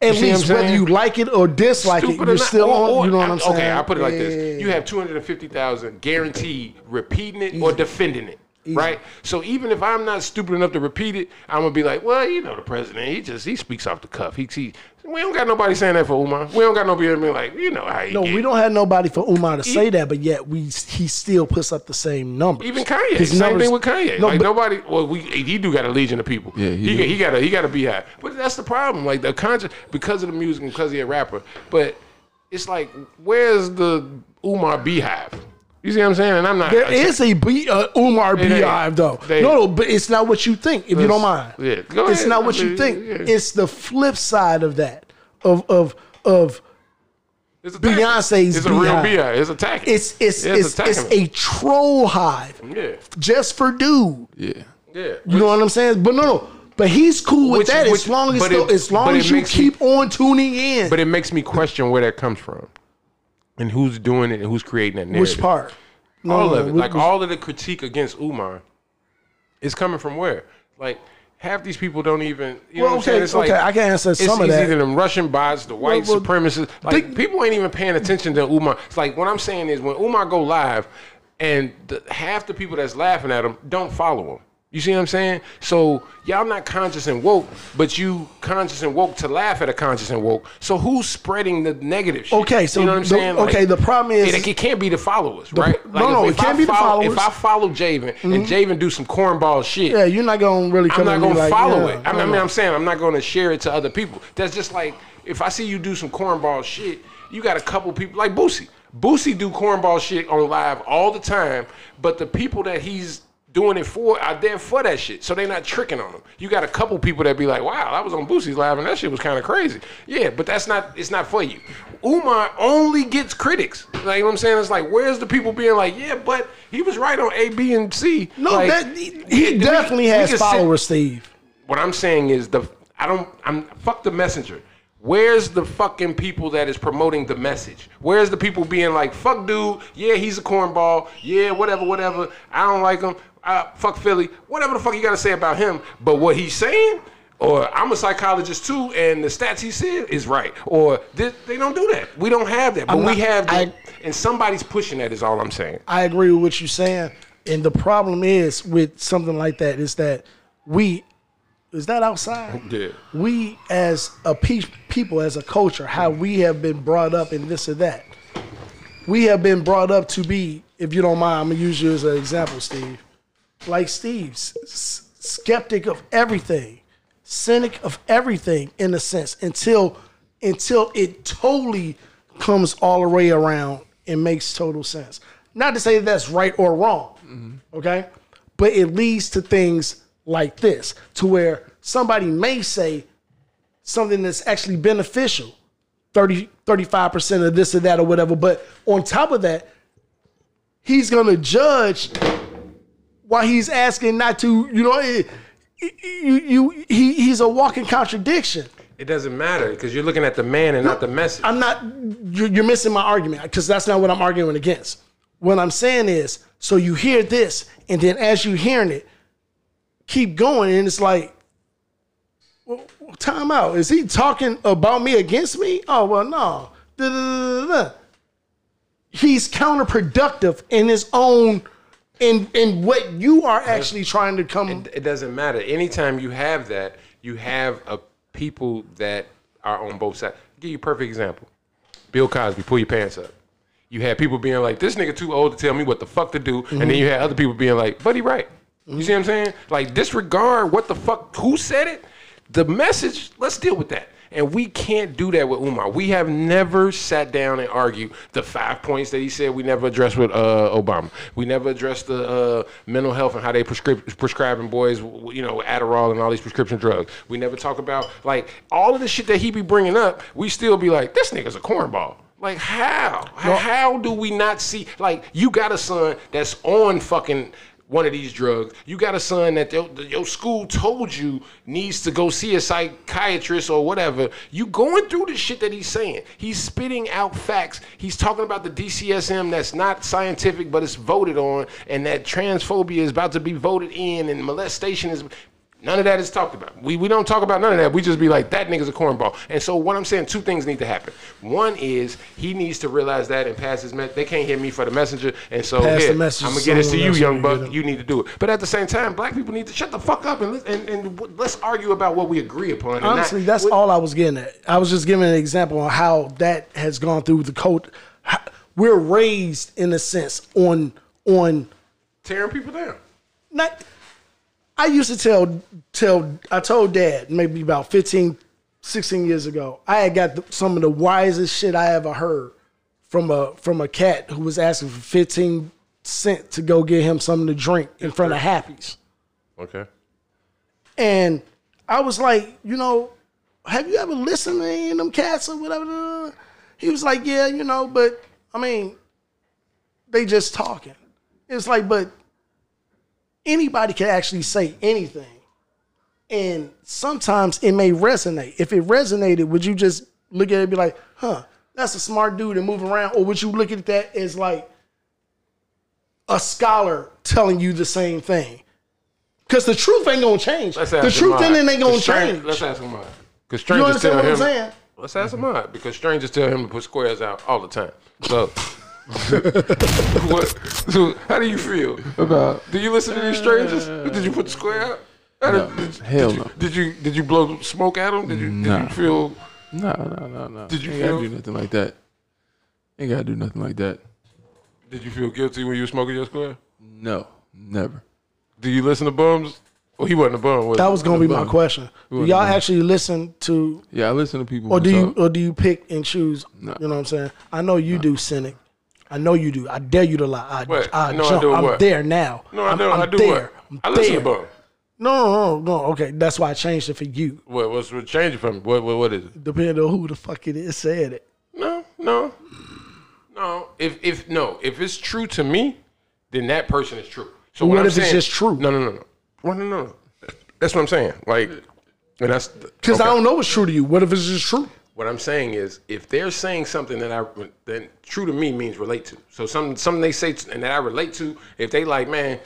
at
see what I'm
least whether
saying?
you like it or dislike it,
Stupid or
you're
not,
still
or-
on.
or-
you know what I'm saying?
Okay, I put it like
Yeah, yeah,
this: you have two hundred and fifty thousand guaranteed repeating it or defending it. Right, so even if I'm not stupid enough to repeat it, I'm gonna be like, well, you know, the president, he just he speaks off the cuff. He, he we don't got nobody saying that for Umar. We don't got nobody being like, you know, how he
No,
get.
we don't have nobody for Umar to
E
say that, but yet we he still puts up the same numbers.
Even Kanye,
His
same
numbers-
thing with Kanye.
No,
like
but-
nobody. Well, we he do got a legion of people.
Yeah, he
he,
do.
he got to he got to be high. But that's the problem. Like the conscious because of the music and because he a rapper. But it's like where's the Umar Beehive? You see what I'm saying? And I'm not.
There is a B, uh, Umar
They- they-
Beehive though.
they-
no, no, but it's not what you think. If you don't mind,
Yeah, go
it's
ahead.
not what
I
you
mean,
think.
yeah.
It's the flip side of that. Of of of
It's a tactic.
Beyonce's.
It's a real beehive. It's a tactic.
It's it's
Yeah,
it's
a
it's,
tactic.
a troll hive.
Yeah.
Just for dude.
Yeah.
Yeah.
You know what I'm saying? But no, no. But he's cool with
Which-
that as
which-
long as
but
though-
it-
as long
but
as
it
you
makes me-
keep on tuning in.
But it makes me question where that comes from, and who's doing it, and who's creating that narrative.
Which part? No,
all
no,
of it.
which-
Like all of the critique against Umar is coming from where? Like half these people don't even. You
Well,
know what I'm saying?
okay,
It's like,
okay, I can answer
it's
some of
easy
that.
to them Russian bots, the white
Well, well,
supremacists. Like people ain't even paying attention to Umar. It's like what I'm saying is when Umar go live, and the, half the people that's laughing at him don't follow him. You see what I'm saying? So y'all not conscious and woke, but you conscious and woke to laugh at a conscious and woke. So who's spreading the negative shit?
Okay, so
you know what I'm
the-
saying? Like,
okay, the problem is-
it, it can't be the followers,
The-
right?
no, no, it can't
I
be the
follow- If
followers. Mm-hmm.
I follow Javen and Javen do some cornball shit,
yeah, you're not gonna really.
I'm
Come
not
at me
gonna
like,
follow
yeah,
it. I mean, I
no,
mean,
no.
I'm saying I'm not gonna share it to other people. That's just like if I see you do some cornball shit, you got a couple people like Boosie. Boosie do cornball shit on live all the time, but the people that he's doing it for are there for that shit, so they're not tricking on him. You got a couple people that be like, "Wow, I was on Boosie's live and that shit was kind of crazy." Yeah, but that's not it's not for you. Umar only gets critics. Like you know what I'm saying, it's like where's the people being like, "Yeah, but he was right on A, B, and C."
No,
Like,
that he,
we-
he
we-
definitely
we
has
can sit-
followers, Steve.
what I'm saying is the I don't I'm fuck the messenger. Where's the fucking people that is promoting the message? Where's the people being like, fuck dude, yeah, he's a cornball, yeah, whatever, whatever. I don't like him. Uh, fuck Philly, whatever the fuck you gotta say about him. But what he's saying, or I'm a psychologist too, and the stats he said is right. Or they, they don't do that. We don't have that, but
I'm
we
not-
have. that.
I-
and somebody's pushing that. Is all I'm saying.
I agree with what you're saying, and the problem is with something like that is that we is that outside.
Yeah.
we as a pe- people, as a culture, how we have been brought up in this or that. We have been brought up to be, if you don't mind, I'm gonna use you as an example, Steve. Like Steve's s- skeptic of everything, cynic of everything, in a sense, until until it totally comes all the way around and makes total sense. Not to say that's right or wrong, okay? But it leads to things like this, to where somebody may say something that's actually beneficial, 30, 35% of this or that or whatever. But on top of that, he's going to judge why he's asking not to, you know, it, you, you, he, he's a walking contradiction.
It doesn't matter because you're looking at the man and not the message.
I'm not. You're, you're missing my argument because that's not what I'm arguing against. What I'm saying is, so you hear this, and then as you hearing it, keep going, and it's like, well, time out. Is he talking about me against me? Oh well, no. Da-da-da-da-da. He's counterproductive in his own, in in what you are actually trying to come.
it doesn't matter. Anytime you have that, you have a people that are on both sides. give you a perfect example. Bill Cosby, pull your pants up. You had people being like, "This nigga too old to tell me what the fuck to do," and then you had other people being like, "Buddy, right." You see what I'm saying? Like disregard what the fuck who said it. The message. Let's deal with that. And we can't do that with Umar. We have never sat down and argued the five points that he said we never addressed with uh, Obama. We never addressed the uh, mental health and how they prescrip prescribing boys, you know, Adderall and all these prescription drugs. We never talk about like all of the shit that he be bringing up. We still be like, this nigga's a cornball. Like how? how do we not see? Like you got a son that's on fucking one of these drugs. You got a son that your, your school told you needs to go see a psychiatrist or whatever. You going through the shit that he's saying. He's spitting out facts. He's talking about the DCSM that's not scientific, but it's voted on, and that transphobia is about to be voted in, and molestation is. None of that is talked about. We, we don't talk about none of that. We just be like, that nigga's a cornball. And so what I'm saying, two things need to happen. One is he needs to realize that and pass his message. They can't hit me for the messenger. And so
Pass the
here, I'm
message
gonna
to
get this to
someone
you,
else when you
young buck.
get
You need to do it. But at the same time, black people need to shut the fuck up and let's, and, and w- let's argue about what we agree upon. and not-
Honestly, that's all I was getting at. I was just giving an example on how that has gone through the cult. how- We're raised in a sense on on
tearing people down.
not. I used to tell tell I told dad maybe about 15, 16 years ago. I had got the, some of the wisest shit I ever heard from a from a cat who was asking for 15 cent to go get him something to drink in front of Happy's.
Okay.
And I was like, you know, have you ever listened to any of them cats or whatever? He was like, yeah, you know, but I mean, they just talking. It's like, but anybody can actually say anything. And sometimes it may resonate. If it resonated, would you just look at it and be like, huh, that's a smart dude and move around? Or would you look at that as like a scholar telling you the same thing? Because the truth ain't gonna change.
Let's
The
ask
truth
him
in it
mine.
ain't gonna
'Cause Stran-
change.
Let's ask him mine. Because
You
strangers
understand
tell
what I'm
him.
saying?
Let's ask him mine. Because strangers tell him to put squares out all the time. So, what, so how do you feel about? Do you listen to these strangers? Did you put the square out? How did- did,
Hell
did you,
no.
Did you did you blow smoke at him? Did you did
Nah.
you feel?
No, no, no, no.
Did you
ain't gotta
feel-
do nothing like that? Ain't gotta do nothing like that.
Did you feel guilty when you were smoking your square?
No, never.
Do you listen to bums? Well, he wasn't a bum. Was
That
he?
was gonna be my question.
Who
Do
are
y'all
the-
actually listen to
Yeah, I listen to people.
or
who
do you
talk.
or do you pick and choose? You know what I'm saying? I know you do, Cynic. I know you do. I dare you to lie. I,
What?
I
No, I
jump.
do
am
what?
there now.
No, I
I'm-
do.
I'm
I do
there.
what?
I'm
I listen
there.
to bum.
No, no, no. Okay, that's why I changed it for you.
What what's what changing from what what what is it?
Depending on who the fuck it is said it.
No, no, no. If if no, if it's true to me, then that person is true. So
What
I'm
if it's
saying-
just true?
No, no, no, no. Well, no, no, no. That's what I'm saying. Like, and that's
Because
okay.
I don't know what's true to you. What if it's just true?
What I'm saying is, if they're saying something that I then true to me means relate to. So some something they say t- and that I relate to. If they like, man,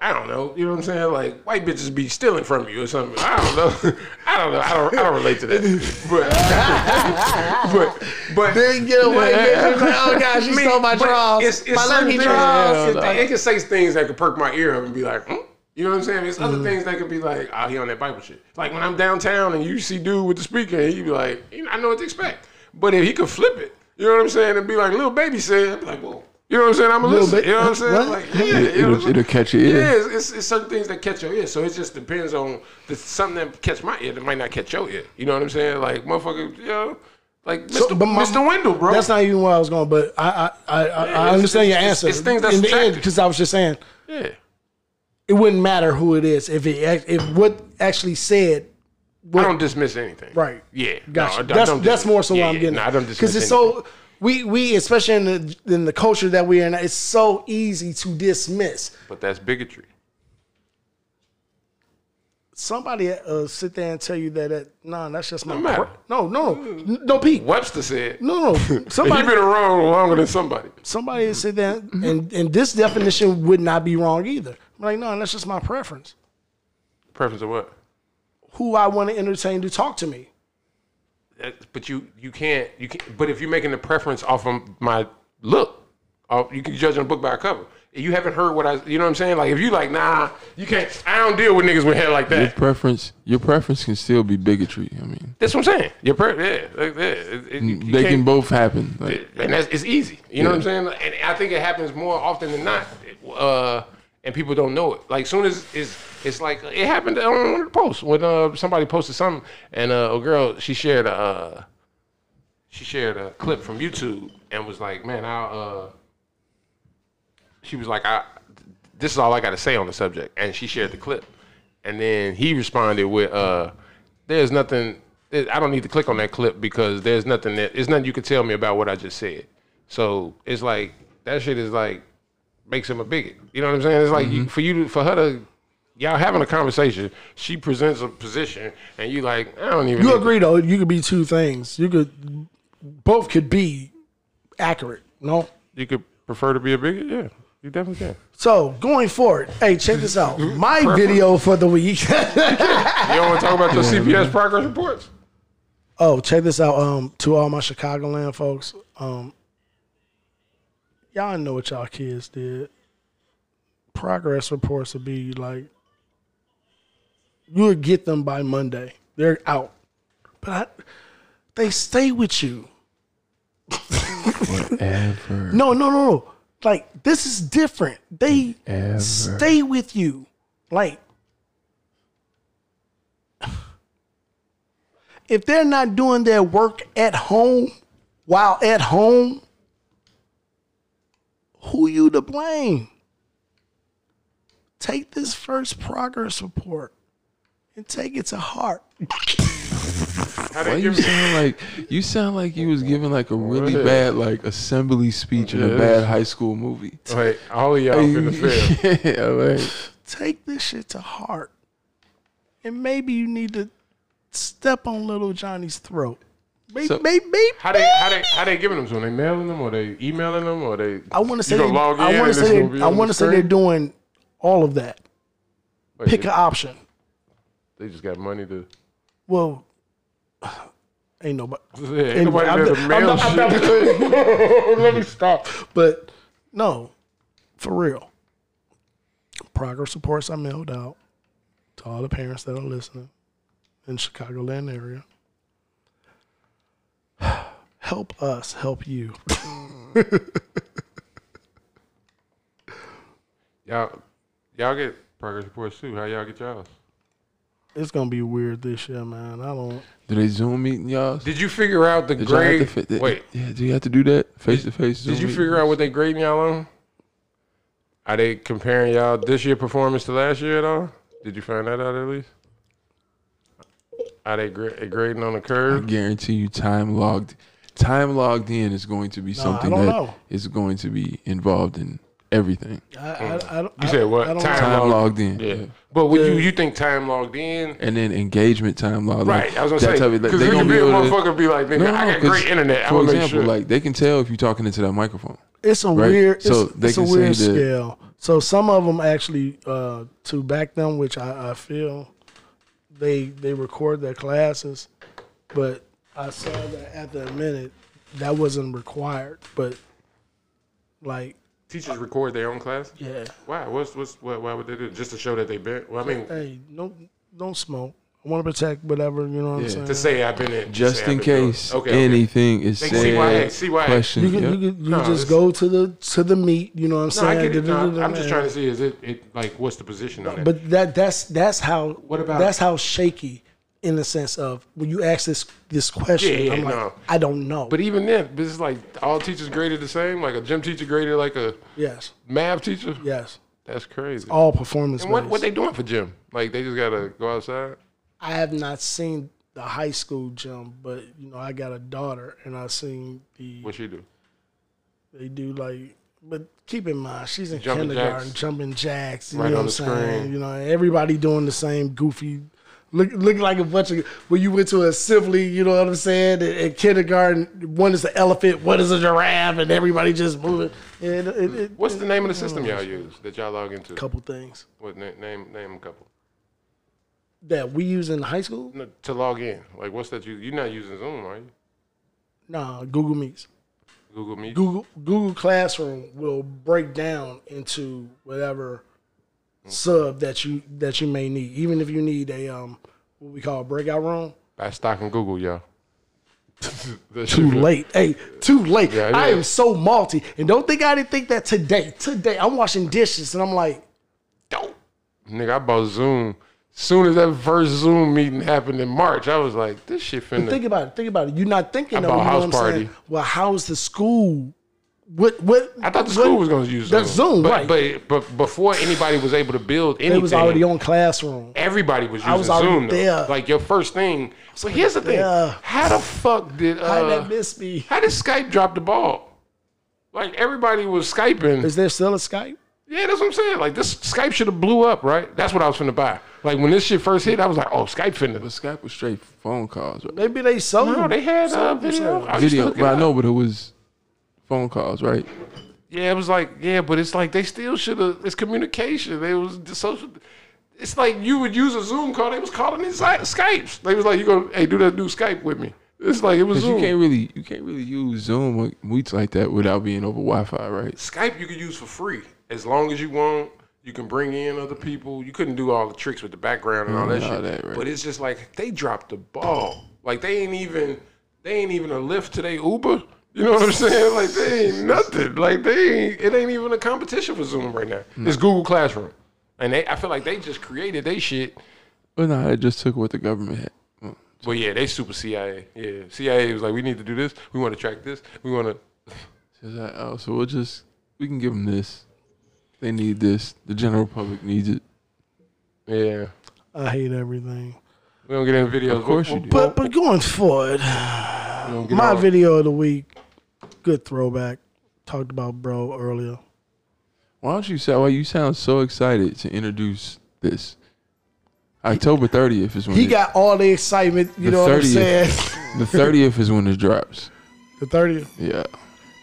I don't know. You know what I'm saying? Like white bitches be stealing from you or something. I don't know. I don't know. I don't. I don't relate to that. But but but
Then get away, bitch. It's like, oh, God, she
I mean,
stole my
but
drawers.
It's, it's
My
certain
lucky
things-
drawers.
It, it can say things that could perk my ear up and be like, hmm? you know what I'm saying? It's other things that could be like, oh, he on that Bible shit. Like when I'm downtown and you see dude with the speaker, and he be like, you know, I know what to expect. But if he could flip it, you know what I'm saying, and be like, little baby said, I'd be like, whoa. You know what I'm saying? I'm a
Lil
little bit.
Ba-
You know what I'm saying?
what?
Like,
It-
yeah, you know
it'll-
what I'm saying?
it'll catch your ear.
Yeah, it's, it's, it's certain things that catch your ear. So it just depends on the, something that catch my ear that might not catch your ear. You know what I'm saying? Like, motherfucker, you know, like Mr.
but my-
Mr. Wendell, bro.
That's not even where I was going, but I I I, I,
Yeah,
I
it's-
understand your
it's-
answer.
it's things that's
in the end
attractive.
because I was just saying
yeah.
it wouldn't matter who it is if it act- if what actually said
I don't dismiss anything.
Right.
Yeah. no, I
Gotcha.
don't- I
that's
don't
that's
dismiss-
more so
yeah,
what I'm
yeah,
getting.
No, I don't dismiss
because it's so we we especially in the in the culture that we're in, it's so easy to dismiss.
But that's bigotry.
Somebody uh, sit there and tell you that, that nah, that's just my
No matter.
pre- no no no no Pete
Webster said.
no no somebody
You've been around longer than somebody.
somebody sit there and and this definition would not be wrong either. I'm like no, that's just my preference.
Preference of what?
Who I want to entertain to talk to me.
That's, Uh, but you you can't you can't. But if you're making a preference off of my look, off, you can judge a book by a cover. You haven't heard what I. You know what I'm saying? Like if you like, nah, you can't. I don't deal with niggas with hair like
Your
that.
preference, your preference can still be bigotry. I mean,
That's what I'm saying. Your per- yeah, like, yeah. It- it- you- you
they
can't-
can both happen. Like,
and that's, it's easy. You know what I'm saying? And I think it happens more often than not, uh, and people don't know it. Like soon as it's, it's like it happened on one of the posts when uh, somebody posted something, and uh, a girl she shared a uh, she shared a clip from YouTube and was like, "Man, I." Uh, she was like, "I." This is all I got to say on the subject, and she shared the clip, and then he responded with, uh, "There's nothing. there- I don't need to click on that clip because there's nothing that there's nothing you can tell me about what I just said." So it's like that shit is like makes him a bigot. You know what I'm saying? It's like you, for you to, for her to. Y'all having a conversation. She presents a position, and you like, I don't even.
You
need to-
agree though, you could be two things. You could both could be accurate, no?
You could prefer to be a bigot. Yeah, you definitely can.
So going forward, hey, check this out. My video for the week.
You don't want to talk about your CPS progress reports?
oh, check this out. Um, to all my Chicagoland folks. Um, y'all know what y'all kids did. Progress reports would be like you would get them by Monday. They're out. But I, they stay with you.
Whatever.
No, no, no, no. Like this is different. They stay with you. Like if they're not doing their work at home while at home, who you to blame? Take this first progress report and take it to heart.
Why you sound like you sound like you was giving like a really
Right.
bad like assembly speech in a
Yeah.
bad high school movie.
Like, all of y'all finna fail.
Yeah, like
Take this shit to heart. And maybe you need to step on little Johnny's throat. Maybe,
So-
maybe,
How they how they how they giving them to them? They mailing them or they emailing them or they?
I want
you
to say, they,
gonna log in
I want
and
to
it's
say,
gonna be
they, I
on the
want to say they're
screen?
doing all of that.
Wait,
Pick
they-
an option.
They just got money to.
Well, ain't nobody.
Yeah, ain't nobody there to mail shit.
Let me stop. But no, for real. Progress reports I mailed out to all the parents that are listening in Chicagoland area. Help us help you.
Y'all y'all get progress reports too. How y'all get y'all?
it's gonna be weird this year, man. I don't.
do they zoom meeting y'all?
Did you figure out the
Did y'all have to
grade?
fit the-
Wait,
yeah, do you have to do that face to face?
did you figure out what they grading y'all on? Are they comparing y'all this year performance to last year at all? Did you find that out at least? Are they gra- grading on the
I
curve?
guarantee you, time logged, time logged in is going to be
Nah, I
something
don't
that is
know.
going to be involved in everything.
I, I, I don't
Mm. You said what?
I don't
time
Time
logged,
logged in,
Yeah.
yeah.
But would you you think time logged in?
And then engagement time logged. in.
Right, I was
That
gonna say,
type of-
'cause
they
it
gonna
could be a
able to-
motherfucker be like, nigga, I got
'cause
great internet,
For
I'ma make
example,
sure.
like they can tell if you're talking into that microphone.
It's a
right?
weird. It's,
So they
it's a
can say
weird
that-
scale. So some of them actually uh, to back them, which I, I feel they they record their classes, but I saw that at that minute that wasn't required. But like
Teachers record their own class.
Yeah.
Why? What's what's what, why would they do? it? Just to show that they been. Well, I mean,
hey, no, don't smoke. I want to protect whatever you know what I'm saying.
to say I've been in.
Just
say
in
I've been doing-
case
Okay, okay.
anything is
They
said,
can see why- see why-
question.
You can,
yeah.
you, can, you
No,
just
it's-
go to the to the meat. You know what I'm
No, I
saying?
get it. No,
Da-da-da-da-da.
I'm just trying to see is it, it like what's the position on it?
But that that's that's how what
about-
that's how shaky in the sense of when you ask this this question,
Yeah, yeah,
I'm like,
no.
I don't know.
But even then, this is like all teachers graded the same. Like a gym teacher graded like a
yes,
math teacher.
Yes,
that's crazy.
all performance.
And what
based.
what they doing for gym? Like they just gotta go outside.
I have not seen the high school gym, but you know I got a daughter, and I've seen the
What she do?
they do like. But keep in mind, she's in
Jumping
kindergarten,
jacks.
jumping jacks. You
Right
know
on
what
the
I'm saying?
screen.
You know, everybody doing the same goofy. Look, look like a bunch of when you went to a Sibley, you know what I'm saying? At, at kindergarten, one is an elephant, one is a giraffe, and everybody just moving. And it, it,
What's the name of the system y'all use that y'all log into?
Uh, Couple things
What na- name name a couple
that we use in high school?
no, to log in? Like what's that you you're not using Zoom, are you?
Nah, Google Meets.
Google Meet.
Google Google Classroom will break down into whatever sub that you that you may need. Even if you need a um what we call a breakout room.
Buy stock in Google, y'all.
Too late. Hey, too late.
Yeah,
I
yeah.
am so malty. And don't think I didn't think that today. Today I'm washing dishes and I'm like,
Nigga, I bought Zoom. Soon as that first Zoom meeting happened in March, I was like, this shit
but
finna.
think about it. Think about it. You're not thinking of
How
it,
about
you know
house
what I'm saying?
party?
Well, how's the school? What what
I thought the school was gonna use Zoom.
That's Zoom, right.
but, But but before anybody was able to build anything,
it was already on classroom.
Everybody was using
I was already
Zoom. though.
there.
Like your first thing. So here's the thing.
there.
How the fuck did uh,
How'd that miss me?
How did Skype drop the ball? Like everybody was Skyping.
Is there still a Skype?
Yeah, that's what I'm saying. Like this Skype should have blew up, right? That's what I was finna buy. Like when this shit first hit, I was like, oh, Skype finna. But
Skype was straight phone calls. Right?
Maybe they sold
No,
them.
they had uh,
Sold them,
video.
sold
I used to
Video,
look it
but I
up.
know, but it was phone calls, right?
Yeah, it was like yeah, but it's like they still should have. It's communication. They was the social. It's like you would use a Zoom call. They was calling in Sky- Skypes. They was like, you gonna hey do that new Skype with me. It's like it was
Because you
Zoom.
can't really, you can't really use Zoom or meets like that without being over Wi-Fi, right?
Skype you could use for free as long as you want. You can bring in other people. You couldn't do all the tricks with the background and all that
Mm, all
shit.
that, right.
But it's just like they dropped the ball. Like they ain't even they ain't even a lift to their Uber. You know what I'm saying? Like they ain't nothing. Like they ain't, it ain't even a competition for Zoom right now.
Mm.
It's Google Classroom, and they I feel like they just created they shit.
But no, it just took what the government had. Mm.
But yeah, they super CIA. Yeah, CIA was like, we need to do this. We want to track this. We want to.
Just like, oh, so we'll just we can give them this. They need this. The general public needs it.
Yeah.
I hate everything.
We don't get any videos.
Of course you do.
But but going forward,
get
my
all-
video of the week, good throwback. Talked about bro earlier.
Why don't you say? Why you sound so excited to introduce this? October thirtieth is when
He
it-
got all the excitement. You
the
know what I'm
30th
saying?
the thirtieth is when it drops.
the thirtieth,
Yeah.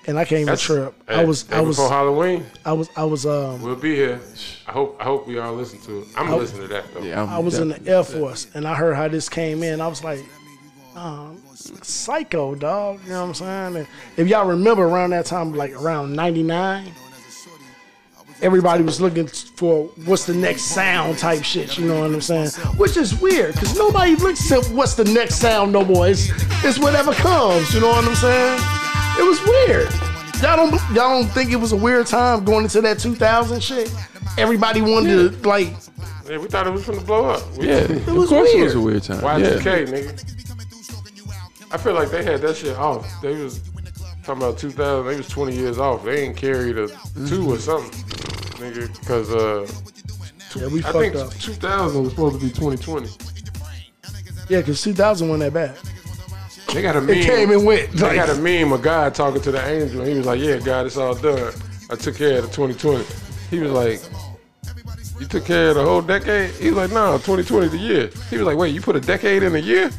and I can't even
That's-
trip. I
hey,
was
day
I was
before Halloween.
I was I was um
We'll be here. I hope I hope we all listen to it. I'm
I-
gonna listen to that though.
Yeah. I'm
I was in the
definitely-
Air Force and I heard how this came in. I was like, um, psycho, dog. You know what I'm saying? And if y'all remember around that time, like around 99, everybody was looking for what's the next sound type shit. You know what I'm saying? Which is weird because nobody looks at what's the next sound no more. It's, it's whatever comes. You know what I'm saying? It was weird. Y'all don't y'all don't think it was a weird time going into that 2000 shit? Everybody wanted to like
Yeah, we thought it was gonna blow up. We-
Yeah. Of
was
course it was a weird time.
Y2K,
Yeah.
nigga. I feel like they had that shit off. They was talking about 2000. They was 20 years off. They ain't carried a two
Mm-hmm.
or something, nigga. Because uh, two-
Yeah, we
I think
fucked up.
2000 was supposed to be 2020.
Yeah, because 2000 wasn't that bad.
They got a meme.
It came and went.
They
Like-
got a meme of God talking to the angel. And he was like, "Yeah, God, it's all done. I took care of the 2020." He was like, "You took care of the whole decade?" He was like, "No, 2020 the year." He was like, "Wait, you put a decade in a year?"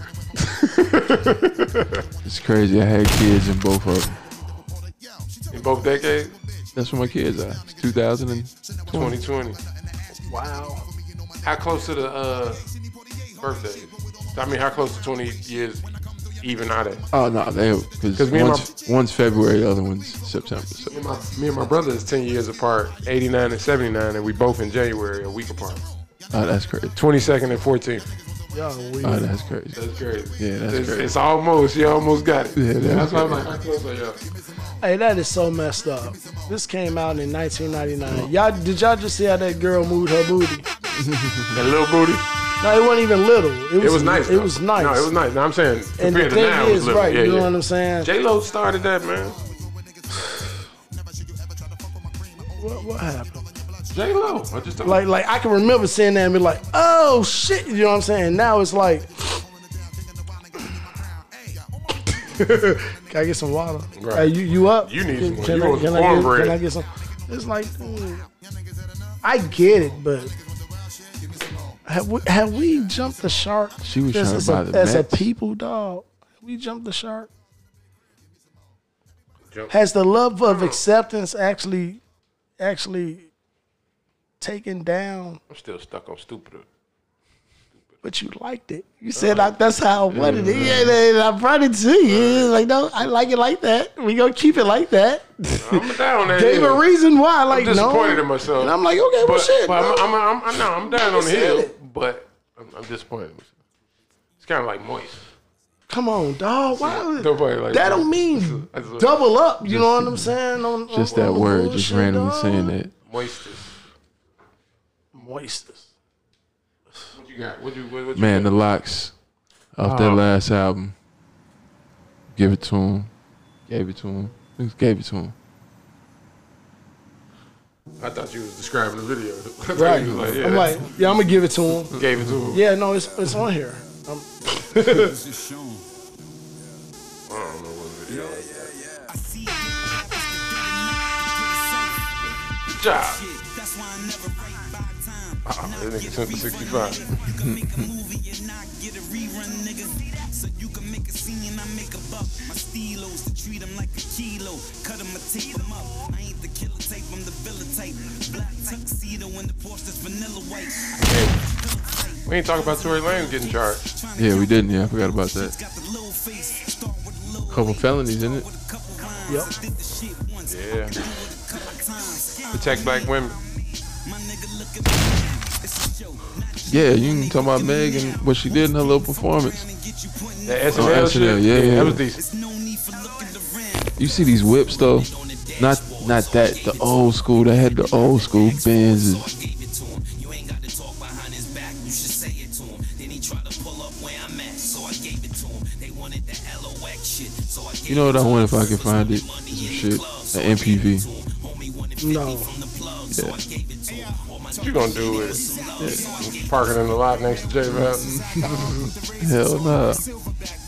It's crazy. I had kids in both of them.
In both decades,
That's where my kids are. It's 2020.
2020.
Wow.
How close to the uh, birthday? I mean, how close to 20 years even are they?
Oh no, they
'Cause
because
me and my-
one's, one's February, the other one's September. So
Me and, my, me and my brother is 10 years apart, 89 and 79, and we both in January, a week apart.
oh, that's crazy.
22nd and 14th.
Y'all weird.
Oh, that's crazy.
That's crazy.
Yeah, that's
it's,
crazy.
It's almost. You almost got it.
Yeah, that's
that's why I'm like, how close are y'all?
hey, that is so messed up. This came out in 1999. Y'all, did y'all just see how that girl moved her booty?
That little booty.
No, it wasn't even little. It
It
was,
was, nice.
It
though.
was nice.
No, it was nice. No, I'm saying
And the
compared to
thing
now, it was
is,
little.
right?
Yeah,
you know
yeah.
what I'm saying?
J Lo started that, man.
What, what happened?
J Lo. I just don't.
Like, like I can remember seeing that and be like, oh shit. You know what I'm saying? Now it's like, can I get some water?
Right.
Hey, you, you up?
You need
Can-
some water.
can
You
I- can I get-
want some cornbread.
Can I get some? It's like, mm, I get it, but have we, have we jumped the shark?
She was
as,
trying to
as
buy
a,
the
as a
Mets.
people, dog. We jumped the shark.
Jump.
Has the love of acceptance actually, actually taken down?
I'm still stuck on stupid.
But you liked it. You
Oh,
said I, that's how I wanted it. Yeah, and I brought it to you. Like no, I like it like that. We gonna keep it like that.
I'm down there.
Gave a reason why. Like
I'm disappointed
no.
in myself.
And I'm like, okay,
but,
well, shit.
But
no.
I'm, I'm, I'm, I'm, no, I'm down on the
said
hill,
it.
but I'm, I'm disappointed. in myself. It's kind of like moist.
Come on, dog. Why?
Nobody like
that
that.
don't mean
That's what-
double up. You know what I'm saying? On, on-
Just
on
that
the
word, just
bullshit,
randomly
dog.
saying that.
Moistus.
Moistest.
What you got? What you? What, what you
Man, the
got?
locks off that last album. Give it to him. Gave it to him. Just gave it to him.
I thought you was describing the video. I thought
Right.
you was like, yeah,
I'm like, yeah, I'm gonna give it to him.
gave it to him.
Yeah, no, it's it's on here. Um,
Good job. Uh-uh, that nigga sent the 65. We ain't talking about Tory Lane getting charged.
Yeah, we didn't. Yeah, I forgot about that. Couple felonies in it.
yep.
Yeah. Protect black women.
Yeah, you can talk about Meg and what she did in her little performance.
The SNL, shit.
SNL, yeah, yeah.
That was decent.
You see these whips though, not not that the old school. They had the old school Benzes. You know what I want if I can find it? Some shit, an MPV.
No.
What you gonna do is parking in the lot next to J Mm-hmm. Rap?
Hell no.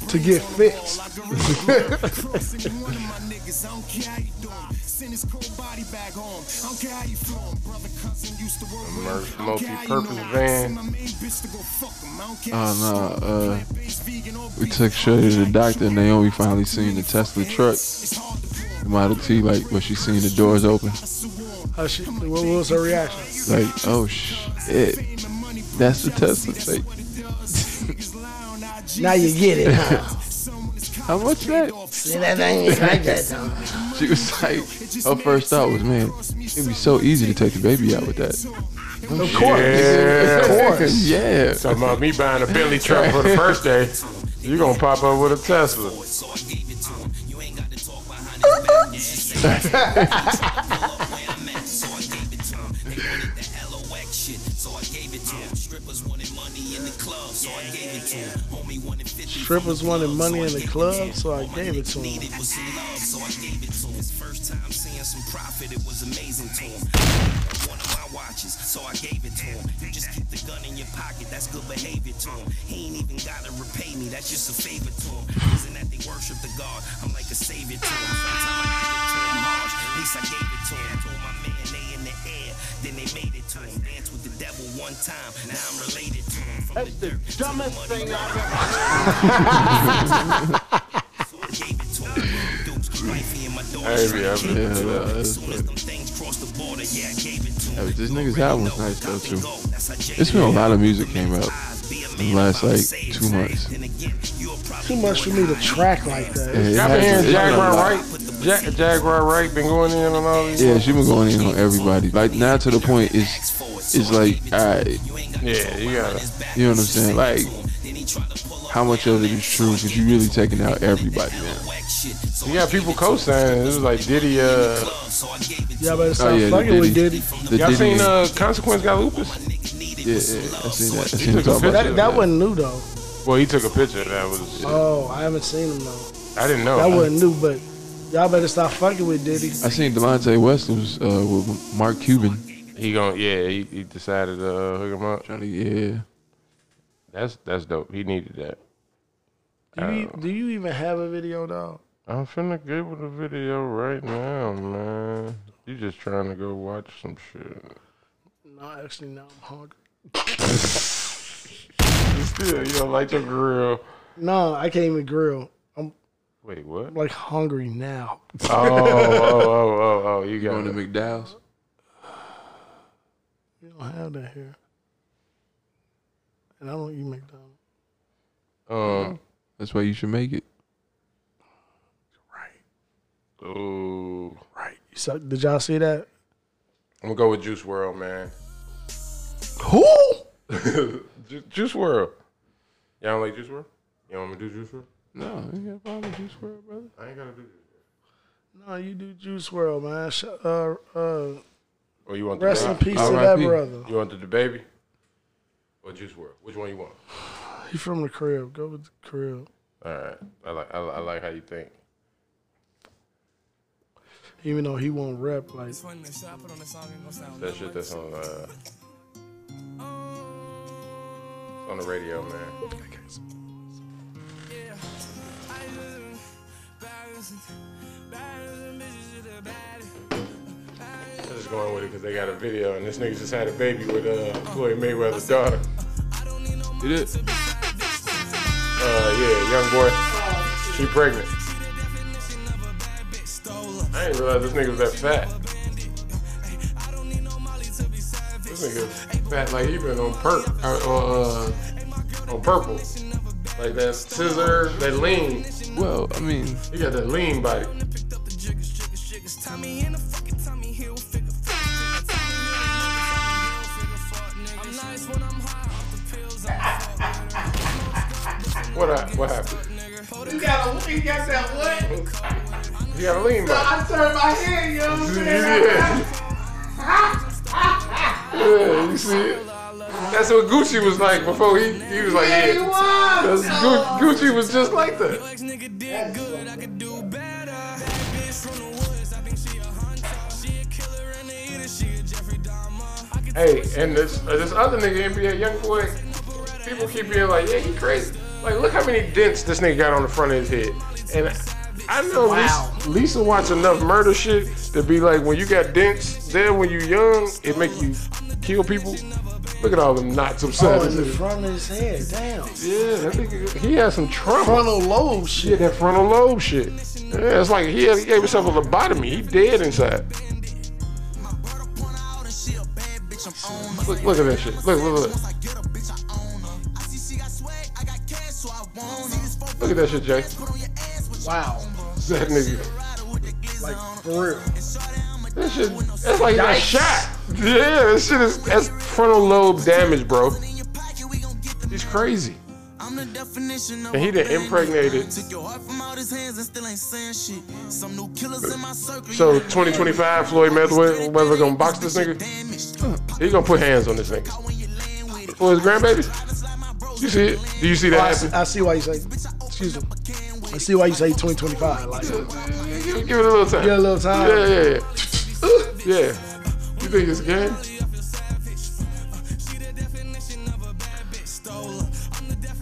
To get fixed.
Multi purpose van.
Oh no, uh, we took Shirley to the doctor and Naomi finally seen the Tesla truck. The Model T, like, when she seen the doors open.
How she, what was her reaction?
Like, oh shit, that's the Tesla. Like,
Now you get it. Huh?
How much that?
See, that thing is like that, though.
she was like, her first thought was, man, it'd be so easy to take the baby out with that.
Of course.
Yeah.
Of course.
Yeah.
Talking about me buying a Bentley truck for the first day. You gonna pop up with a Tesla?
Strippers wanted money in the club, so I gave it to him.
That's the dumbest thing I've ever
Hey,
Yeah,
yeah,
that- that's funny. Yeah, but this nigga's album was nice though too. It's been a lot of music came out in the last like two months.
Too much for me to track like that.
Yeah, it
Y'all been
has-
hearing
it's been a
Jaguar
lot.
Wright? Ja- Jaguar Wright been going in on all these.
Yeah, she been going in on everybody. Like now to the point it's it's like alright,
Yeah, you gotta.
you know what I'm saying? Like how much of it is true? Cause you really taking out everybody now.
You got people co-signing. It was like Diddy. Uh,
Y'all better stop fucking with Diddy.
The
y'all
Diddy
seen
and-
uh, Consequence got lupus?
yeah, yeah, I seen that. I
He
seen
took a
it talk about
picture
that.
That, that wasn't new though.
Well, he took a picture. That was.
Oh, I haven't seen him though.
I didn't know.
That wasn't new, but y'all better stop fucking with Diddy.
I seen Delonte West was uh, with Mark Cuban.
He going yeah. He, he decided to uh, hook him up.
Trying to, yeah.
That's that's dope. He needed that.
Do you, do you even have a video dog?
I'm finna get with the video right now, man. You just trying to go watch some shit.
No, actually, no. I'm hungry.
You still, you don't like your grill.
No, I can't even grill. I'm
Wait, what?
like hungry now.
Oh, oh, oh, oh, oh. You got
Going to
it.
McDowell's.
We don't have that here, and I don't eat McDonald's.
Um,
That's why you should make it.
ooh.
Right? You saw, did y'all see that?
I'm gonna go with Juice World, man.
Who?
Ju- Juice World. Y'all don't like Juice World? You want me to do Juice World?
No, you got a problem with Juice WRLD, brother.
I ain't gotta do Juice World.
No, you do Juice World, man. Sh- Uh, uh,
Or you want the
rest in
baby?
peace to that
R.I.P.
brother.
You want the baby? Or Juice World? Which one you want?
He from the crib. Go with the crib.
All right. I like I, li- I like how you think.
Even though he won't rap like
That shit that's on uh on the radio, man. I'm just going with it because they got a video, and this nigga just had a baby with uh Floyd Mayweather's daughter.
You did.
Uh, yeah, young boy. She pregnant. I didn't realize this nigga was that fat. This nigga fat like he been on perk uh, on, uh, on purple. Like that scissor, that lean.
Well, I mean,
He got that lean body. What hap- what happened?
You got a, you got that what?
He got a lean body.
I turned my head, you know what I'm saying?
yeah. yeah, you see it? That's what Gucci was like before he, he was like,
Yeah, he
yeah.
was.
That's Gu- Gucci was just like that.
That's funny.
Hey, and this uh, this other nigga NBA young boy, people keep being like, yeah, he crazy. Like, look how many dents this nigga got on the front of his head. And I know Lisa, Lisa watch enough murder shit to be like, when you got dents there when you young, it make you kill people. Look at all them knots upside
Oh, in
his
the
head.
front of his head. Damn.
Yeah, that nigga, he has some trauma.
Frontal lobe shit.
Yeah, that frontal lobe shit. Yeah, it's like he, he gave himself a lobotomy. He dead inside. Look, look at that shit. Look, look, look. Look at that shit, Jay.
Wow.
That nigga.
Like, for real.
That shit, that's like he got
Yikes.
shot. Yeah, that shit is, that's frontal lobe damage, bro. He's crazy.
I'm the definition of
And he done
a bad
impregnated.
nigga. Took your heart from out his hands and still ain't saying shit. Some new killers in my circle.
So 2025, Floyd Mayweather Mayweather gonna box this nigga? He gonna put hands on this nigga for his grandbaby. You see it? Do you see
Oh, I,
that
see,
happen?
I see why you say, excuse me. I see why you say 2025. Like,
Give, give it a little time.
Give it a little time.
Yeah, yeah, yeah. yeah. You think it's a game?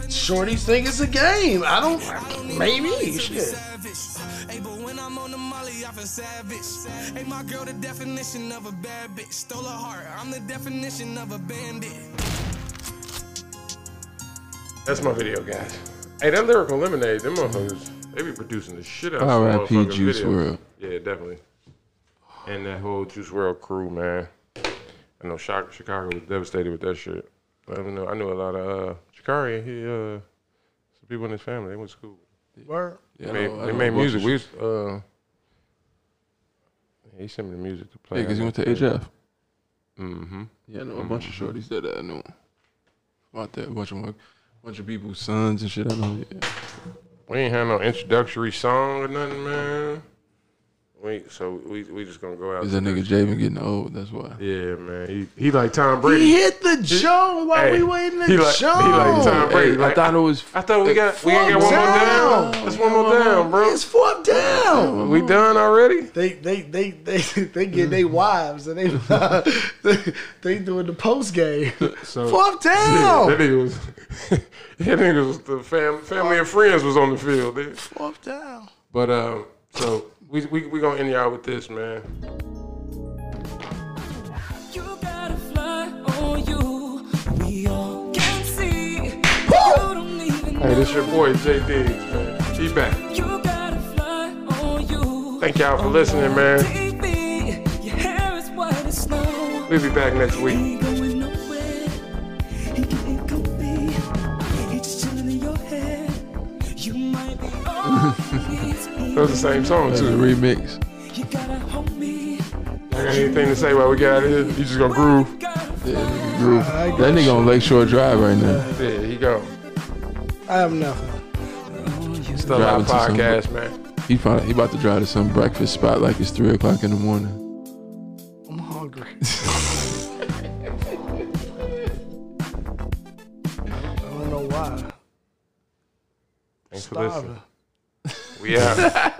shorties think it's a game. I don't, maybe. Shit.
Hey, but when I'm on the molly, I feel savage. Hey, my girl, the definition of a bad bitch. Stole her heart. I'm the definition of a bandit.
That's my video, guys. Hey, that lyrical lemonade, them motherfuckers, they be producing the shit out of
R.I.P.
motherfucking
Juice
videos.
WRLD.
Yeah, definitely. And that whole Juice World crew, man. I know Chi- Chicago was devastated with that shit. I don't know. I knew a lot of uh, Chikari. He uh, some people in his family. They went to school.
Word.
they made, they made music. We was, uh, he sent me the music to play.
Yeah, 'cause he went to HF.
Mm-hmm.
Yeah, I know a bunch of shorties that I know. About that, a bunch of, bunch of people's sons and shit. I know. Yeah.
We ain't had no introductory song or nothing, man. We so we we just gonna go out.
Is that nigga Javen getting old? That's why.
Yeah, man. He, he like Tom Brady.
He hit the Joan while
Hey,
we were in the
he like,
Joan.
He like Tom
Hey,
Brady.
I
like,
thought it was-
I thought we got. We ain't got one more down. That's one more down, bro.
It's fourth down.
We done already?
They they they they they get their wives and they they, they doing the post game.
So,
Fourth
Yeah,
down.
that nigga was. that nigga was the fam, family and friends was on the field. dude.
Fourth down.
But um, so we we we gonna end y'all with this, man.
You gotta fly on you. We all can see. You don't even
Hey,
know.
this your boy J Diggs, man. He back.
You gotta fly on you.
Thank y'all for listening, man.
TV, your hair is white as snow.
We'll be back next week.
He ain't going nowhere. He getting comfy. He just chilling in your head. You might be on his
That was the same song
That's
too.
a remix.
You gotta hold me.
I got anything to say while we get out of here? You just gonna groove?
Groove. That nigga on Lakeshore Drive right now.
Yeah, he go.
I have nothing.
Still our
Driving to some-
podcast, man.
He probably he about to drive to some breakfast spot like it's three o'clock in the morning.
I'm hungry. I don't know why.
Thanks for
Starving.
listening. We out.